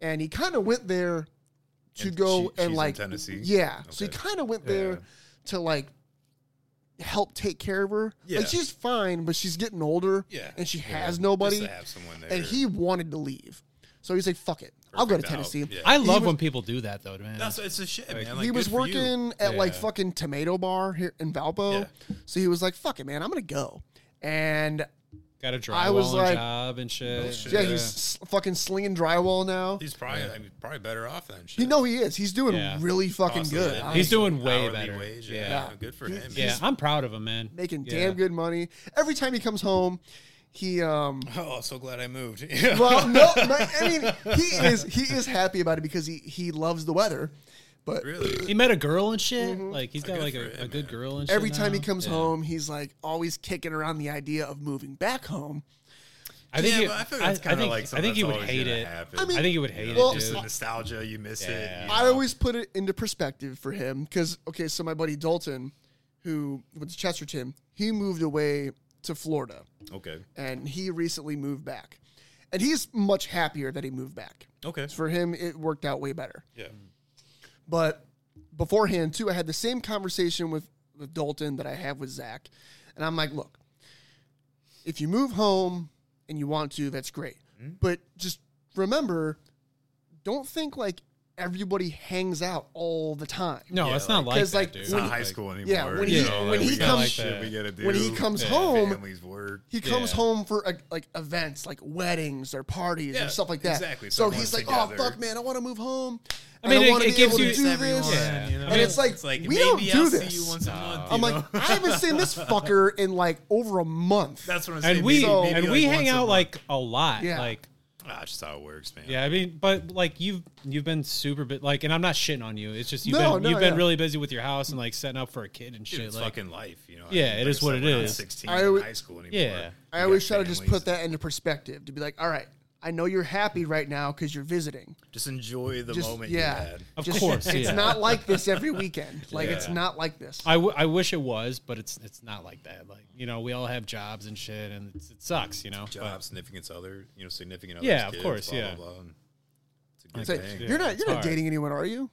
[SPEAKER 5] and he kind of went there to
[SPEAKER 6] And
[SPEAKER 5] go
[SPEAKER 6] she- she's
[SPEAKER 5] and
[SPEAKER 6] in
[SPEAKER 5] like
[SPEAKER 6] Tennessee?
[SPEAKER 5] Yeah, so he
[SPEAKER 6] Okay.
[SPEAKER 5] kind of went there to like help take care of her.
[SPEAKER 6] Yeah.
[SPEAKER 5] Like she's fine, but she's getting older.
[SPEAKER 6] Yeah.
[SPEAKER 5] and she
[SPEAKER 6] Yeah.
[SPEAKER 5] has
[SPEAKER 6] Just
[SPEAKER 5] nobody.
[SPEAKER 6] to have someone there.
[SPEAKER 5] And he wanted to leave, so he's like, "Fuck it, I'll go to
[SPEAKER 6] Perfect out.
[SPEAKER 5] Tennessee."
[SPEAKER 6] Yeah.
[SPEAKER 4] I
[SPEAKER 5] He
[SPEAKER 4] love
[SPEAKER 5] was-
[SPEAKER 4] when people do that though, man.
[SPEAKER 6] that's it's a shit, man.
[SPEAKER 5] he
[SPEAKER 6] Like, good
[SPEAKER 5] was
[SPEAKER 6] for you.
[SPEAKER 5] working at like
[SPEAKER 4] Yeah.
[SPEAKER 5] fucking Tomato Bar here in Valpo, so he was like, "Fuck it, man, I'm gonna go." And
[SPEAKER 4] Got a drywall
[SPEAKER 5] I was like-
[SPEAKER 4] job and shit.
[SPEAKER 5] yeah, he's s- fucking slinging drywall now.
[SPEAKER 6] He's probably I mean, probably better off than shit.
[SPEAKER 5] You know he is. He's doing
[SPEAKER 4] Yeah.
[SPEAKER 5] really fucking
[SPEAKER 6] Cost of
[SPEAKER 5] good.
[SPEAKER 6] living.
[SPEAKER 5] honestly.
[SPEAKER 4] He's doing way
[SPEAKER 6] Hourly
[SPEAKER 4] better.
[SPEAKER 6] Wage,
[SPEAKER 4] yeah.
[SPEAKER 6] yeah.
[SPEAKER 4] yeah.
[SPEAKER 6] good for him.
[SPEAKER 4] I'm proud of him, man.
[SPEAKER 5] making
[SPEAKER 4] Yeah.
[SPEAKER 5] damn good money. Every time he comes home, he um
[SPEAKER 6] Oh, so glad I moved.
[SPEAKER 5] well no, no, I mean he is he is happy about it because he he loves the weather. But
[SPEAKER 6] really.
[SPEAKER 4] He met a girl and shit. Like he's
[SPEAKER 6] Oh,
[SPEAKER 4] got
[SPEAKER 6] good
[SPEAKER 4] like
[SPEAKER 6] for
[SPEAKER 4] a,
[SPEAKER 6] him,
[SPEAKER 4] a good
[SPEAKER 6] man.
[SPEAKER 4] girl and shit.
[SPEAKER 5] Mm-hmm. every time he
[SPEAKER 4] now.
[SPEAKER 5] comes
[SPEAKER 4] Yeah.
[SPEAKER 5] home, he's like always kicking around the idea of moving back home.
[SPEAKER 4] I think
[SPEAKER 6] yeah,
[SPEAKER 4] he,
[SPEAKER 6] but I feel
[SPEAKER 4] I,
[SPEAKER 6] that's
[SPEAKER 4] I
[SPEAKER 6] kinda
[SPEAKER 4] think,
[SPEAKER 6] like
[SPEAKER 4] I
[SPEAKER 6] something
[SPEAKER 4] think he
[SPEAKER 6] that's
[SPEAKER 4] would
[SPEAKER 6] always
[SPEAKER 4] hate
[SPEAKER 6] gonna
[SPEAKER 4] it.
[SPEAKER 6] happen.
[SPEAKER 4] I,
[SPEAKER 5] I mean-
[SPEAKER 4] think he would hate
[SPEAKER 5] Well,
[SPEAKER 4] it.
[SPEAKER 6] Just
[SPEAKER 4] Dude.
[SPEAKER 6] the nostalgia, you miss
[SPEAKER 4] Yeah.
[SPEAKER 6] it. you
[SPEAKER 5] I
[SPEAKER 6] know.
[SPEAKER 5] always put it into perspective for him because okay, so my buddy Dalton, who went to Chesterton, he moved away to Florida
[SPEAKER 6] okay,
[SPEAKER 5] and he recently moved back, and he's much happier that he moved back.
[SPEAKER 6] okay,
[SPEAKER 5] For him, it worked out way better.
[SPEAKER 6] yeah.
[SPEAKER 5] But beforehand too, I had the same conversation with with Dalton that I have with Zach, and I'm like, look, if you move home and you want to, that's great, but just remember, don't think like everybody hangs out all the time.
[SPEAKER 4] No, Yeah, it's not like
[SPEAKER 5] 'cause,
[SPEAKER 4] that,
[SPEAKER 5] like,
[SPEAKER 4] dude.
[SPEAKER 5] when
[SPEAKER 4] It's not
[SPEAKER 5] he-
[SPEAKER 4] high school
[SPEAKER 5] Yeah,
[SPEAKER 6] anymore,
[SPEAKER 5] when
[SPEAKER 6] you
[SPEAKER 5] he,
[SPEAKER 6] know, like,
[SPEAKER 5] when
[SPEAKER 6] we
[SPEAKER 5] he
[SPEAKER 6] got
[SPEAKER 5] comes
[SPEAKER 6] shit we gotta
[SPEAKER 5] when he
[SPEAKER 6] do.
[SPEAKER 5] comes
[SPEAKER 6] Yeah.
[SPEAKER 5] home,
[SPEAKER 6] Families work.
[SPEAKER 5] he comes
[SPEAKER 6] Yeah.
[SPEAKER 5] home for uh, like events, like weddings or parties
[SPEAKER 6] Yeah,
[SPEAKER 5] or stuff like that.
[SPEAKER 6] exactly.
[SPEAKER 5] So
[SPEAKER 6] Everyone's
[SPEAKER 5] he's like,
[SPEAKER 6] together.
[SPEAKER 5] "Oh fuck, man, I want to move home.
[SPEAKER 4] I
[SPEAKER 5] I
[SPEAKER 4] mean,
[SPEAKER 5] mean,
[SPEAKER 4] it-
[SPEAKER 5] I want
[SPEAKER 4] it
[SPEAKER 5] to be
[SPEAKER 4] gives
[SPEAKER 5] able to
[SPEAKER 4] you-
[SPEAKER 5] do
[SPEAKER 4] everyone,
[SPEAKER 5] this."
[SPEAKER 4] Yeah, you know?
[SPEAKER 5] And it's like,
[SPEAKER 4] It's like,
[SPEAKER 5] we don't
[SPEAKER 4] maybe
[SPEAKER 5] do
[SPEAKER 4] I'll see
[SPEAKER 5] this.
[SPEAKER 4] you once a month,
[SPEAKER 5] I'm
[SPEAKER 4] you
[SPEAKER 5] like,
[SPEAKER 4] know?
[SPEAKER 5] I haven't seen this fucker in like over a month.
[SPEAKER 6] That's what I'm
[SPEAKER 4] and we
[SPEAKER 5] So-
[SPEAKER 4] and we hang out like a lot.
[SPEAKER 5] Yeah.
[SPEAKER 4] Like
[SPEAKER 6] That's just how it works, man.
[SPEAKER 4] yeah, I mean, but like you've you've been super bit like, and I'm not shitting on you. It's just you've
[SPEAKER 5] No,
[SPEAKER 4] been
[SPEAKER 5] no,
[SPEAKER 4] you've been
[SPEAKER 5] yeah.
[SPEAKER 4] really busy with your house and like setting up for a kid and
[SPEAKER 6] Dude,
[SPEAKER 4] shit.
[SPEAKER 6] it's
[SPEAKER 4] like,
[SPEAKER 6] fucking life, you know? I
[SPEAKER 4] Yeah,
[SPEAKER 6] mean,
[SPEAKER 4] it
[SPEAKER 6] like
[SPEAKER 4] is
[SPEAKER 6] I
[SPEAKER 4] what
[SPEAKER 6] said,
[SPEAKER 4] it
[SPEAKER 6] we're not
[SPEAKER 4] is.
[SPEAKER 6] 16
[SPEAKER 5] I
[SPEAKER 6] in
[SPEAKER 5] alwa-
[SPEAKER 6] high school anymore.
[SPEAKER 4] Yeah,
[SPEAKER 5] I always try to just put that into perspective to be like, all right, I know you're happy right now because you're visiting.
[SPEAKER 6] Just enjoy the moment you had.
[SPEAKER 4] Of
[SPEAKER 5] Just-
[SPEAKER 4] course,
[SPEAKER 5] it's
[SPEAKER 4] yeah.
[SPEAKER 5] not like this every weekend. Like it's
[SPEAKER 4] Yeah.
[SPEAKER 5] not like this.
[SPEAKER 4] I, w- I wish it was, but it's it's not like that. Like you know, we all have jobs and shit, and it's, it sucks. You know,
[SPEAKER 6] Job, significance, other, you know, significant other.
[SPEAKER 4] Yeah, of course,
[SPEAKER 6] blah,
[SPEAKER 4] yeah.
[SPEAKER 6] Blah, blah, and it's a
[SPEAKER 5] It's
[SPEAKER 6] good
[SPEAKER 5] like,
[SPEAKER 6] thing.
[SPEAKER 5] you're not you're not dating anyone, are you?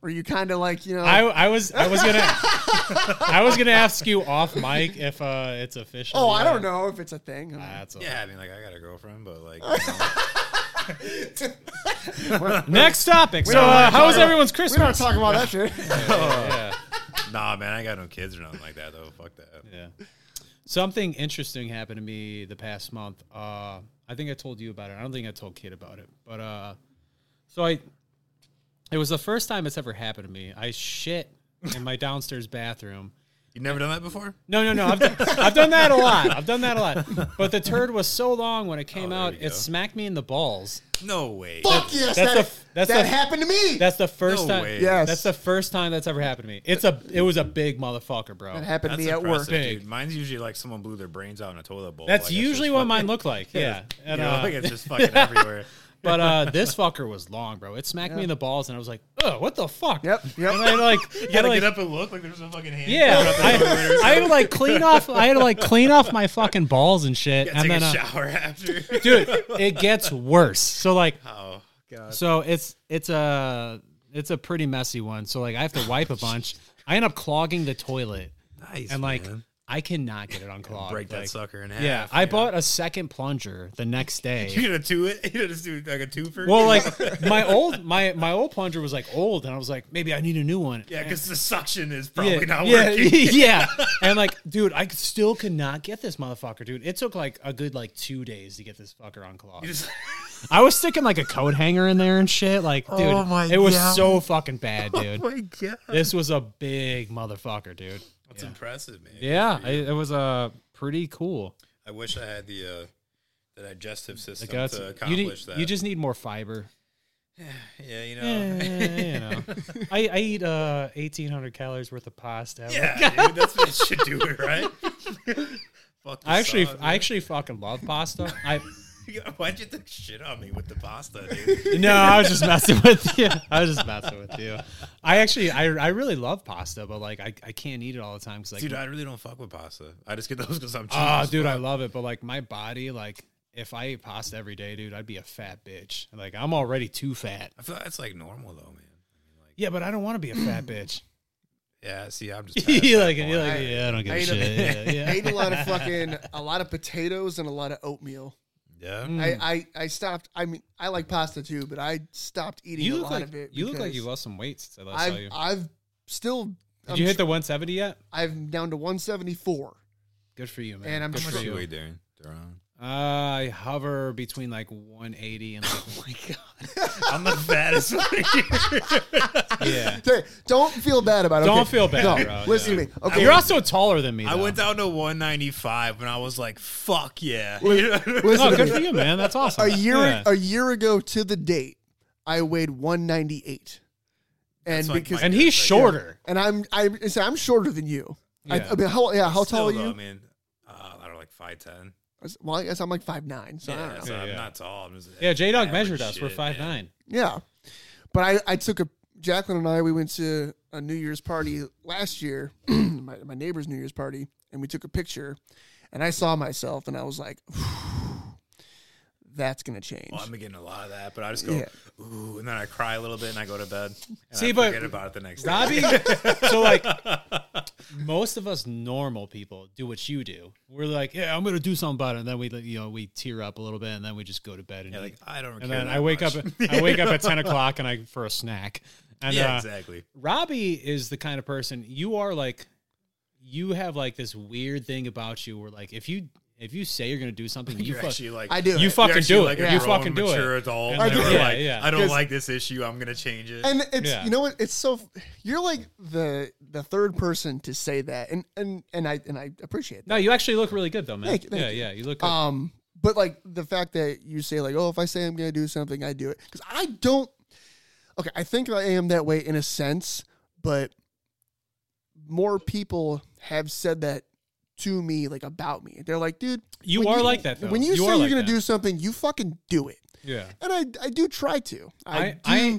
[SPEAKER 5] Or you kind of like you know?
[SPEAKER 4] I, I was I was gonna I was gonna ask you off mic if uh it's official.
[SPEAKER 5] Oh, I
[SPEAKER 4] yet.
[SPEAKER 5] don't know if it's a thing.
[SPEAKER 4] That's all.
[SPEAKER 6] Yeah, I mean, like, I got a girlfriend, but like, you know,
[SPEAKER 4] Next topic.
[SPEAKER 5] We
[SPEAKER 4] So
[SPEAKER 5] don't wanna
[SPEAKER 4] uh, how
[SPEAKER 5] talk
[SPEAKER 4] was
[SPEAKER 5] about-
[SPEAKER 4] everyone's
[SPEAKER 5] we don't
[SPEAKER 4] Christmas?
[SPEAKER 5] talk about that shit.
[SPEAKER 4] yeah,
[SPEAKER 6] nah, man, I ain't got no kids or nothing like that though. Fuck that.
[SPEAKER 4] yeah. Yeah. Something interesting happened to me the past month. Uh, I think I told you about it. I don't think I told Kate about it, but uh, so I. It was the first time it's ever happened to me. I shit in my downstairs bathroom.
[SPEAKER 6] You've never done that before?
[SPEAKER 4] No, no, no. I've done, I've done that a lot. I've done that a lot. But the turd was so long when it
[SPEAKER 5] Oh,
[SPEAKER 4] came out, it smacked me in the balls.
[SPEAKER 6] No way.
[SPEAKER 5] Fuck
[SPEAKER 4] that's
[SPEAKER 5] yes, that,
[SPEAKER 4] the- that's
[SPEAKER 5] that
[SPEAKER 4] the-
[SPEAKER 5] happened to me.
[SPEAKER 4] That's the first
[SPEAKER 6] No
[SPEAKER 4] time.
[SPEAKER 6] way.
[SPEAKER 5] Yes.
[SPEAKER 4] That's the first time that's ever happened to me. It's a. It was a big motherfucker, bro.
[SPEAKER 5] that happened to
[SPEAKER 6] That's
[SPEAKER 5] me at work.
[SPEAKER 6] impressive,
[SPEAKER 4] Big.
[SPEAKER 6] dude. Mine's usually like someone blew their brains out in a toilet bowl.
[SPEAKER 4] That's
[SPEAKER 6] Like, it's
[SPEAKER 4] usually
[SPEAKER 6] just
[SPEAKER 4] what
[SPEAKER 6] fucking-
[SPEAKER 4] mine looked like. Yeah.
[SPEAKER 6] You
[SPEAKER 4] And,
[SPEAKER 6] know,
[SPEAKER 4] uh,
[SPEAKER 6] like it's just fucking everywhere.
[SPEAKER 4] but uh, this fucker was long, bro. It smacked me in the balls, and I was like, "Oh, what the fuck?"
[SPEAKER 5] Yep, yep.
[SPEAKER 4] And I like,
[SPEAKER 6] You
[SPEAKER 4] I,
[SPEAKER 6] gotta
[SPEAKER 4] like,
[SPEAKER 6] get up and look like there's a fucking hand.
[SPEAKER 4] Yeah, I, I had to like clean off. I had to like clean off my fucking balls and shit,
[SPEAKER 6] You
[SPEAKER 4] and
[SPEAKER 6] gotta take
[SPEAKER 4] then
[SPEAKER 6] a
[SPEAKER 4] uh,
[SPEAKER 6] shower after.
[SPEAKER 4] dude, it gets worse. So like,
[SPEAKER 6] Oh god.
[SPEAKER 4] So it's it's a it's a pretty messy one. So like I have to wipe a bunch. I end up clogging the toilet,
[SPEAKER 6] Nice.
[SPEAKER 4] and like
[SPEAKER 6] man.
[SPEAKER 4] I cannot get it unclogged.
[SPEAKER 6] break that
[SPEAKER 4] Like,
[SPEAKER 6] sucker in half.
[SPEAKER 4] Yeah, I bought a second plunger the next
[SPEAKER 6] You
[SPEAKER 4] day.
[SPEAKER 6] gonna do it? You gonna just do like a twofer?
[SPEAKER 4] well, like my old my my old plunger was like old, and I was like, maybe I need a new one.
[SPEAKER 6] yeah, because the suction is
[SPEAKER 4] Yeah,
[SPEAKER 6] probably not
[SPEAKER 4] yeah,
[SPEAKER 6] working.
[SPEAKER 4] yeah. And like, dude, I still could not get this motherfucker, dude. It took like a good like two days to get this fucker unclogged.
[SPEAKER 6] You just-
[SPEAKER 4] I was sticking like a coat hanger in there and shit. Like, dude,
[SPEAKER 6] Oh my
[SPEAKER 4] it was
[SPEAKER 6] God.
[SPEAKER 4] so fucking bad, dude.
[SPEAKER 6] Oh my god.
[SPEAKER 4] this was a big motherfucker, dude.
[SPEAKER 6] That's impressive, man.
[SPEAKER 4] Yeah, I, it was uh, pretty cool.
[SPEAKER 6] I wish I had the uh, the digestive system
[SPEAKER 4] Like that's
[SPEAKER 6] to
[SPEAKER 4] you,
[SPEAKER 6] accomplish
[SPEAKER 4] need-
[SPEAKER 6] that.
[SPEAKER 4] you just need more fiber.
[SPEAKER 6] yeah, you know.
[SPEAKER 4] Eh, you know, I, I eat uh eighteen hundred calories worth of pasta.
[SPEAKER 6] Yeah, dude, that's what you should do, right? Fuck the
[SPEAKER 4] I actually
[SPEAKER 6] sauce,
[SPEAKER 4] I
[SPEAKER 6] man.
[SPEAKER 4] actually fucking love pasta. I
[SPEAKER 6] Why'd you think shit on me with the pasta, dude?
[SPEAKER 4] no, I was just messing with you. I was just messing with you. I actually I, I really love pasta, but like I, I can't eat it all the time because like
[SPEAKER 6] dude, I really don't fuck with pasta. I just get those because I'm cheap.
[SPEAKER 4] Oh,
[SPEAKER 6] as
[SPEAKER 4] dude, I
[SPEAKER 6] fuck.
[SPEAKER 4] love it. But like my body, like if I ate pasta every day, dude, I'd be a fat bitch. Like I'm already too fat.
[SPEAKER 6] I feel like that's like normal though, man.
[SPEAKER 4] Yeah, but I don't want to be a fat bitch.
[SPEAKER 6] Yeah, see, I'm just. past
[SPEAKER 4] you
[SPEAKER 6] that
[SPEAKER 4] like, you
[SPEAKER 6] point.
[SPEAKER 4] like, yeah, I don't give
[SPEAKER 5] I
[SPEAKER 4] a
[SPEAKER 5] ate a-
[SPEAKER 4] shit. Yeah, yeah.
[SPEAKER 5] I ate a lot of fucking a lot of potatoes and a lot of oatmeal.
[SPEAKER 6] yeah.
[SPEAKER 4] Hmm. Mm.
[SPEAKER 5] I, I I stopped. I mean, I like pasta too, but I stopped eating
[SPEAKER 4] You
[SPEAKER 5] a
[SPEAKER 4] look
[SPEAKER 5] lot
[SPEAKER 4] like
[SPEAKER 5] of it.
[SPEAKER 4] you look like
[SPEAKER 5] because
[SPEAKER 4] you lost some weight since I last saw
[SPEAKER 5] I've
[SPEAKER 4] you.
[SPEAKER 5] I've still.
[SPEAKER 4] Did you hit the 170 yet?
[SPEAKER 5] I'm down to 174.
[SPEAKER 4] Good for you, man.
[SPEAKER 5] And I'm
[SPEAKER 4] Good
[SPEAKER 6] How
[SPEAKER 4] for
[SPEAKER 6] much you
[SPEAKER 4] you.
[SPEAKER 6] weigh, Darren? Darren?
[SPEAKER 4] I hover between like 180 and like, oh my
[SPEAKER 6] I'm the fattest. one here.
[SPEAKER 4] god, yeah.
[SPEAKER 5] Hey, don't feel bad about it.
[SPEAKER 4] Don't
[SPEAKER 5] okay?
[SPEAKER 4] feel bad,
[SPEAKER 5] No,
[SPEAKER 4] bro.
[SPEAKER 5] listen
[SPEAKER 4] Yeah.
[SPEAKER 5] to me. Okay,
[SPEAKER 4] You're also taller than me.
[SPEAKER 6] I
[SPEAKER 4] though.
[SPEAKER 6] went down to 195 and I was like, "Fuck yeah!"
[SPEAKER 5] listen
[SPEAKER 4] No,
[SPEAKER 5] to
[SPEAKER 4] good
[SPEAKER 5] me.
[SPEAKER 4] for you, man. That's awesome.
[SPEAKER 5] a year
[SPEAKER 4] Yeah.
[SPEAKER 5] a year ago to the date, I weighed 198, and
[SPEAKER 6] That's like
[SPEAKER 5] because
[SPEAKER 6] my-
[SPEAKER 4] and he's shorter.
[SPEAKER 5] and I'm I so I'm shorter than you.
[SPEAKER 4] Yeah.
[SPEAKER 5] I, I mean, how yeah? How tall
[SPEAKER 6] Still,
[SPEAKER 5] are
[SPEAKER 6] though,
[SPEAKER 5] you?
[SPEAKER 6] man, uh, I don't know, like five ten.
[SPEAKER 5] well, I guess I'm like five nine. So I
[SPEAKER 6] Yeah,
[SPEAKER 5] don't know.
[SPEAKER 6] so I'm
[SPEAKER 4] Yeah.
[SPEAKER 6] not tall. I'm just
[SPEAKER 4] Yeah, J Dog
[SPEAKER 6] average
[SPEAKER 4] measured us. We're
[SPEAKER 6] shit,
[SPEAKER 4] five
[SPEAKER 6] man.
[SPEAKER 4] nine.
[SPEAKER 5] Yeah, but I I took a Jacqueline and I we went to a New Year's party last year, my my neighbor's New Year's party, and we took a picture, and I saw myself and I was like, that's gonna change.
[SPEAKER 6] Well, I've been getting a lot of that, but I just go,
[SPEAKER 5] Yeah.
[SPEAKER 6] ooh, and then I cry a little bit and I go to bed. And
[SPEAKER 4] See,
[SPEAKER 6] I
[SPEAKER 4] but
[SPEAKER 6] forget about it the next
[SPEAKER 4] Robbie,
[SPEAKER 6] day.
[SPEAKER 4] so like most of us normal people do what you do. We're like, yeah, I'm gonna do something about it, and then we, like, you know, we tear up a little bit, and then we just go to bed. And
[SPEAKER 6] Yeah, like,
[SPEAKER 4] eat.
[SPEAKER 6] I don't
[SPEAKER 4] And
[SPEAKER 6] care
[SPEAKER 4] then
[SPEAKER 6] that
[SPEAKER 4] I wake
[SPEAKER 6] much.
[SPEAKER 4] up. I wake up at ten o'clock, and I for a snack. And
[SPEAKER 6] Yeah,
[SPEAKER 4] uh,
[SPEAKER 6] exactly.
[SPEAKER 4] Robbie is the kind of person you are. Like, you have like this weird thing about you, where like if you. If you say you're gonna do something, you
[SPEAKER 6] You're
[SPEAKER 4] fuck,
[SPEAKER 6] actually like
[SPEAKER 4] I do. You
[SPEAKER 6] you're
[SPEAKER 4] fucking
[SPEAKER 6] actually
[SPEAKER 4] do
[SPEAKER 6] like
[SPEAKER 4] it.
[SPEAKER 6] a
[SPEAKER 4] You
[SPEAKER 6] grown,
[SPEAKER 4] fucking do
[SPEAKER 6] mature
[SPEAKER 4] it.
[SPEAKER 6] Adult.
[SPEAKER 4] And
[SPEAKER 6] And
[SPEAKER 4] then
[SPEAKER 6] you're
[SPEAKER 4] we're
[SPEAKER 6] like, I don't
[SPEAKER 5] Because-
[SPEAKER 6] like this issue. I'm gonna change it.
[SPEAKER 5] And it's
[SPEAKER 6] Yeah.
[SPEAKER 5] you know what it's so you're like the the third person to say that and and and I and I appreciate that.
[SPEAKER 4] No, you actually look really good though, man.
[SPEAKER 5] Thank you, thank
[SPEAKER 4] yeah,
[SPEAKER 5] you.
[SPEAKER 4] yeah, you look. Good.
[SPEAKER 5] Um, but like the fact that you say like, oh, if I say I'm gonna do something, I do it because I don't. Okay, I think I am that way in a sense, but more people have said that to me, like about me. They're like, dude,
[SPEAKER 4] You
[SPEAKER 5] when
[SPEAKER 4] are like that, though.
[SPEAKER 5] When you,
[SPEAKER 4] You
[SPEAKER 5] say
[SPEAKER 4] are
[SPEAKER 5] you're
[SPEAKER 4] like
[SPEAKER 5] gonna
[SPEAKER 4] that.
[SPEAKER 5] do something, you fucking do it.
[SPEAKER 4] yeah.
[SPEAKER 5] And I, I do try to. I,
[SPEAKER 4] I,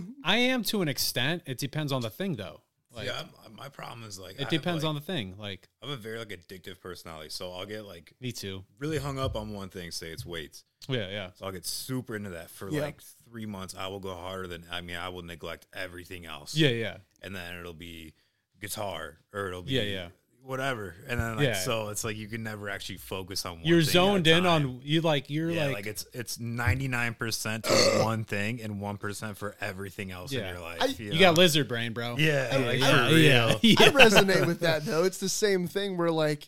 [SPEAKER 5] do.
[SPEAKER 4] I, I am to an extent. It depends on the thing, though. Like,
[SPEAKER 6] yeah, I'm- my problem is like I
[SPEAKER 4] it
[SPEAKER 6] have,
[SPEAKER 4] depends
[SPEAKER 6] like-
[SPEAKER 4] on the thing. Like,
[SPEAKER 6] I'm a very like addictive personality, so I'll get like
[SPEAKER 4] me too.
[SPEAKER 6] really hung up on one thing. Say it's weights.
[SPEAKER 4] Yeah, yeah.
[SPEAKER 6] So I'll get super into that for
[SPEAKER 4] Yeah.
[SPEAKER 6] like three months. I will go harder than I mean. I will neglect everything else.
[SPEAKER 4] Yeah, yeah.
[SPEAKER 6] And then it'll be guitar or it'll be
[SPEAKER 4] Yeah, yeah.
[SPEAKER 6] whatever. And then like,
[SPEAKER 4] Yeah.
[SPEAKER 6] so it's like you can never actually focus on. One
[SPEAKER 4] You're
[SPEAKER 6] thing at a
[SPEAKER 4] zoned in
[SPEAKER 6] time.
[SPEAKER 4] on you. Like, you're
[SPEAKER 6] Yeah, like,
[SPEAKER 4] like,
[SPEAKER 6] it's it's 99 percent to one thing and one percent for everything else
[SPEAKER 4] Yeah.
[SPEAKER 6] in your life.
[SPEAKER 4] I-
[SPEAKER 6] you,
[SPEAKER 4] you got
[SPEAKER 6] know?
[SPEAKER 4] lizard brain, bro.
[SPEAKER 6] Yeah,
[SPEAKER 4] I-
[SPEAKER 6] like,
[SPEAKER 4] yeah,
[SPEAKER 6] for
[SPEAKER 4] yeah,
[SPEAKER 6] real.
[SPEAKER 4] yeah.
[SPEAKER 5] I resonate with that though. It's the same thing where like,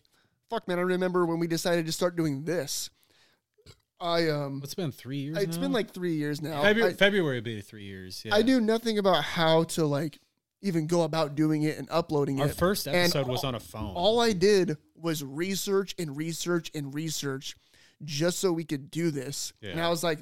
[SPEAKER 5] fuck man, I remember when we decided to start doing this. I um
[SPEAKER 4] it's been three years.
[SPEAKER 5] It's
[SPEAKER 4] now?
[SPEAKER 5] been like three years now.
[SPEAKER 4] February.
[SPEAKER 5] I,
[SPEAKER 4] February will be three years. Yeah.
[SPEAKER 5] I do nothing about how to like even go about doing it and uploading
[SPEAKER 4] Our
[SPEAKER 5] it.
[SPEAKER 4] first
[SPEAKER 5] And
[SPEAKER 4] episode was
[SPEAKER 5] all-
[SPEAKER 4] on a phone.
[SPEAKER 5] All I did was research and research and research just so we could do this.
[SPEAKER 6] Yeah.
[SPEAKER 5] And I was like,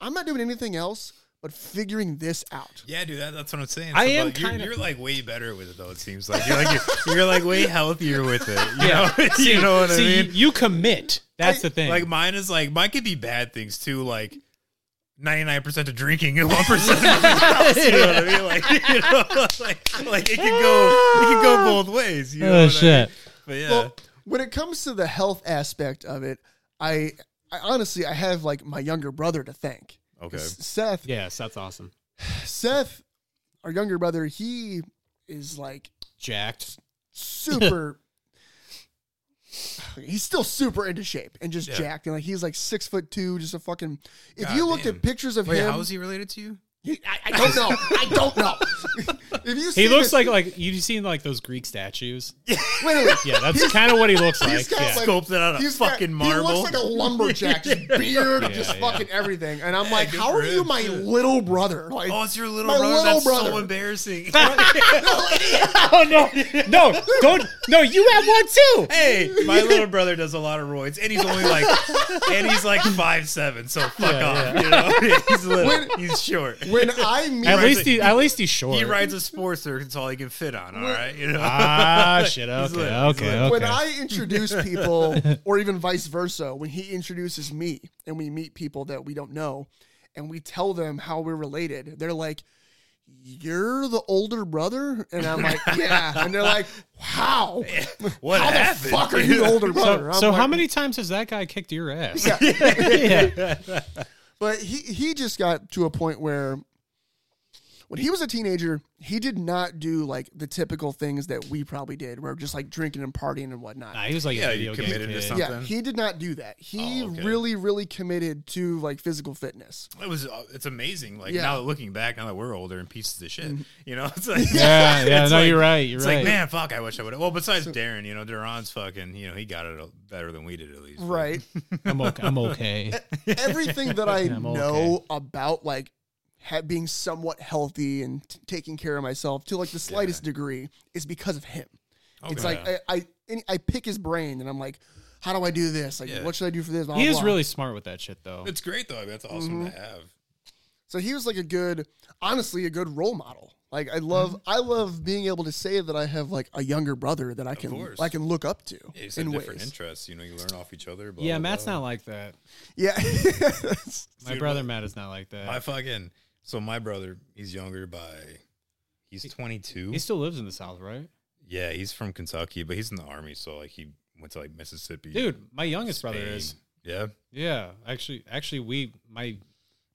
[SPEAKER 5] I'm not doing anything else but figuring this out.
[SPEAKER 6] Yeah, dude, that, that's what I'm saying.
[SPEAKER 5] I
[SPEAKER 6] So,
[SPEAKER 5] am
[SPEAKER 6] but you're,
[SPEAKER 5] kinda-
[SPEAKER 6] you're like way better with it though. It seems like you're like you're, you're, like way healthier with it. You
[SPEAKER 4] Yeah.
[SPEAKER 6] know,
[SPEAKER 4] See-
[SPEAKER 6] you know what
[SPEAKER 4] see,
[SPEAKER 6] I mean.
[SPEAKER 4] You commit. That's the thing.
[SPEAKER 6] Like mine is like mine could be bad things too. Like 99 percent to drinking and one percent to everything else. You know what I mean? Like, you know, like, like it could go it could go both ways. You know
[SPEAKER 4] Oh,
[SPEAKER 6] what I
[SPEAKER 4] shit.
[SPEAKER 6] mean? But yeah,
[SPEAKER 5] Well, when it comes to the health aspect of it, I, I honestly I have like my younger brother to thank.
[SPEAKER 6] Okay.
[SPEAKER 5] Seth.
[SPEAKER 4] Yes, that's awesome.
[SPEAKER 5] Seth, our younger brother, he is like
[SPEAKER 4] Jacked.
[SPEAKER 5] super. he's still super into shape and just
[SPEAKER 6] Yeah.
[SPEAKER 5] jacked, and like he's like six foot two, just a fucking. If
[SPEAKER 6] God
[SPEAKER 5] you looked
[SPEAKER 6] damn.
[SPEAKER 5] at pictures of
[SPEAKER 6] Wait,
[SPEAKER 5] him,
[SPEAKER 6] how is he related to you?
[SPEAKER 5] He- I, I don't know. I don't know. if you
[SPEAKER 4] He
[SPEAKER 5] see
[SPEAKER 4] looks
[SPEAKER 5] this-
[SPEAKER 4] like like you've seen like those Greek statues.
[SPEAKER 5] wait, wait.
[SPEAKER 4] Yeah, that's kind of what he looks like.
[SPEAKER 5] He's got,
[SPEAKER 4] Yeah.
[SPEAKER 5] like- he's got- He looks like a lumberjack, just beard,
[SPEAKER 4] Yeah,
[SPEAKER 5] just
[SPEAKER 4] yeah.
[SPEAKER 5] fucking everything. And I'm like,
[SPEAKER 6] good
[SPEAKER 5] how
[SPEAKER 6] for
[SPEAKER 5] are you,
[SPEAKER 6] him,
[SPEAKER 5] my
[SPEAKER 6] too.
[SPEAKER 5] little brother? Like,
[SPEAKER 6] oh, it's your little
[SPEAKER 5] my
[SPEAKER 6] brother.
[SPEAKER 5] little
[SPEAKER 6] That's so
[SPEAKER 5] brother.
[SPEAKER 6] embarrassing.
[SPEAKER 4] oh no, no, don't, no, you have one too.
[SPEAKER 6] hey, my little brother does a lot of roids, and he's only like, and he's like five seven, so fuck
[SPEAKER 4] Yeah,
[SPEAKER 6] off.
[SPEAKER 4] yeah.
[SPEAKER 6] You know, he's little,
[SPEAKER 5] When-
[SPEAKER 6] he's short.
[SPEAKER 5] when I meet,
[SPEAKER 4] At
[SPEAKER 6] rides
[SPEAKER 4] least
[SPEAKER 6] a-
[SPEAKER 4] he, at least he's short.
[SPEAKER 6] He rides a sports circus, that's all he can fit on. All right, you know.
[SPEAKER 4] Ah, shit.
[SPEAKER 6] He's
[SPEAKER 4] Okay,
[SPEAKER 6] lit, he's
[SPEAKER 4] okay,
[SPEAKER 6] lit.
[SPEAKER 4] okay.
[SPEAKER 5] when I introduce people, or even vice versa, when he introduces me and we meet people that we don't know and we tell them how we're related, they're like, You're the older brother? And I'm like, Yeah. And they're like, How?
[SPEAKER 6] What
[SPEAKER 5] how
[SPEAKER 6] happened?
[SPEAKER 5] the fuck are you the older brother?
[SPEAKER 4] so,
[SPEAKER 5] I'm
[SPEAKER 4] so
[SPEAKER 5] like,
[SPEAKER 4] how many times has that guy kicked your ass?
[SPEAKER 5] But he he just got to a point where when he was a teenager, he did not do like the typical things that we probably did, where just like drinking and partying and whatnot.
[SPEAKER 4] Nah, he was like
[SPEAKER 6] Yeah,
[SPEAKER 4] a
[SPEAKER 6] you
[SPEAKER 4] video game
[SPEAKER 6] committed to
[SPEAKER 4] kid.
[SPEAKER 6] something.
[SPEAKER 5] yeah, he did not do that. He
[SPEAKER 6] Oh, okay.
[SPEAKER 5] really, really committed to like physical fitness.
[SPEAKER 6] It was. uh, It's amazing. Like
[SPEAKER 5] Yeah. Mm-hmm.
[SPEAKER 6] now, looking back, now that we're older and pieces of shit, you know. It's like
[SPEAKER 4] Yeah, yeah,
[SPEAKER 6] it's
[SPEAKER 4] no,
[SPEAKER 6] like-
[SPEAKER 4] you're right, you're
[SPEAKER 6] it's
[SPEAKER 4] right.
[SPEAKER 6] like man, fuck. I wish I would. have Well, besides Darren, you know, Darren's fucking. You know, he got it a- better than we did at least.
[SPEAKER 5] Right.
[SPEAKER 4] I'm okay. I'm okay.
[SPEAKER 5] Everything that I
[SPEAKER 4] I'm okay.
[SPEAKER 5] know about like ha- being somewhat healthy and t- taking care of myself to like the slightest degree is because of him.
[SPEAKER 6] Oh,
[SPEAKER 5] It's
[SPEAKER 4] Okay.
[SPEAKER 5] like I I, any- I pick his brain and I'm like, how do I do this? Like,
[SPEAKER 6] Yeah.
[SPEAKER 5] what should I do for this? Blah,
[SPEAKER 4] He
[SPEAKER 5] blah,
[SPEAKER 4] is
[SPEAKER 5] blah.
[SPEAKER 4] really smart with that shit, though.
[SPEAKER 6] It's great though. I mean, that's awesome
[SPEAKER 5] Mm-hmm.
[SPEAKER 6] to have.
[SPEAKER 5] So he was like a good, honestly, a good role model. Like I love,
[SPEAKER 6] Mm-hmm.
[SPEAKER 5] I love being able to say that I have like a younger brother that I can,
[SPEAKER 6] course.
[SPEAKER 5] I can look up to
[SPEAKER 6] Yeah, you just have
[SPEAKER 5] in
[SPEAKER 6] different
[SPEAKER 5] ways.
[SPEAKER 6] interests. You know, you learn off each other. Blah,
[SPEAKER 4] yeah,
[SPEAKER 6] blah,
[SPEAKER 4] Matt's
[SPEAKER 6] blah.
[SPEAKER 4] not like that.
[SPEAKER 5] Yeah,
[SPEAKER 4] My
[SPEAKER 6] Dude,
[SPEAKER 4] brother
[SPEAKER 6] my-
[SPEAKER 4] Matt is not like that.
[SPEAKER 6] My fucking. So my brother, he's younger by. He's 22.
[SPEAKER 4] he still lives in the South, right?
[SPEAKER 6] yeah, he's from Kentucky, but he's in the army, so like he went to like Mississippi.
[SPEAKER 4] Dude, my youngest brother
[SPEAKER 6] Spain.
[SPEAKER 4] is.
[SPEAKER 6] Yeah.
[SPEAKER 4] Yeah. Actually, actually, we my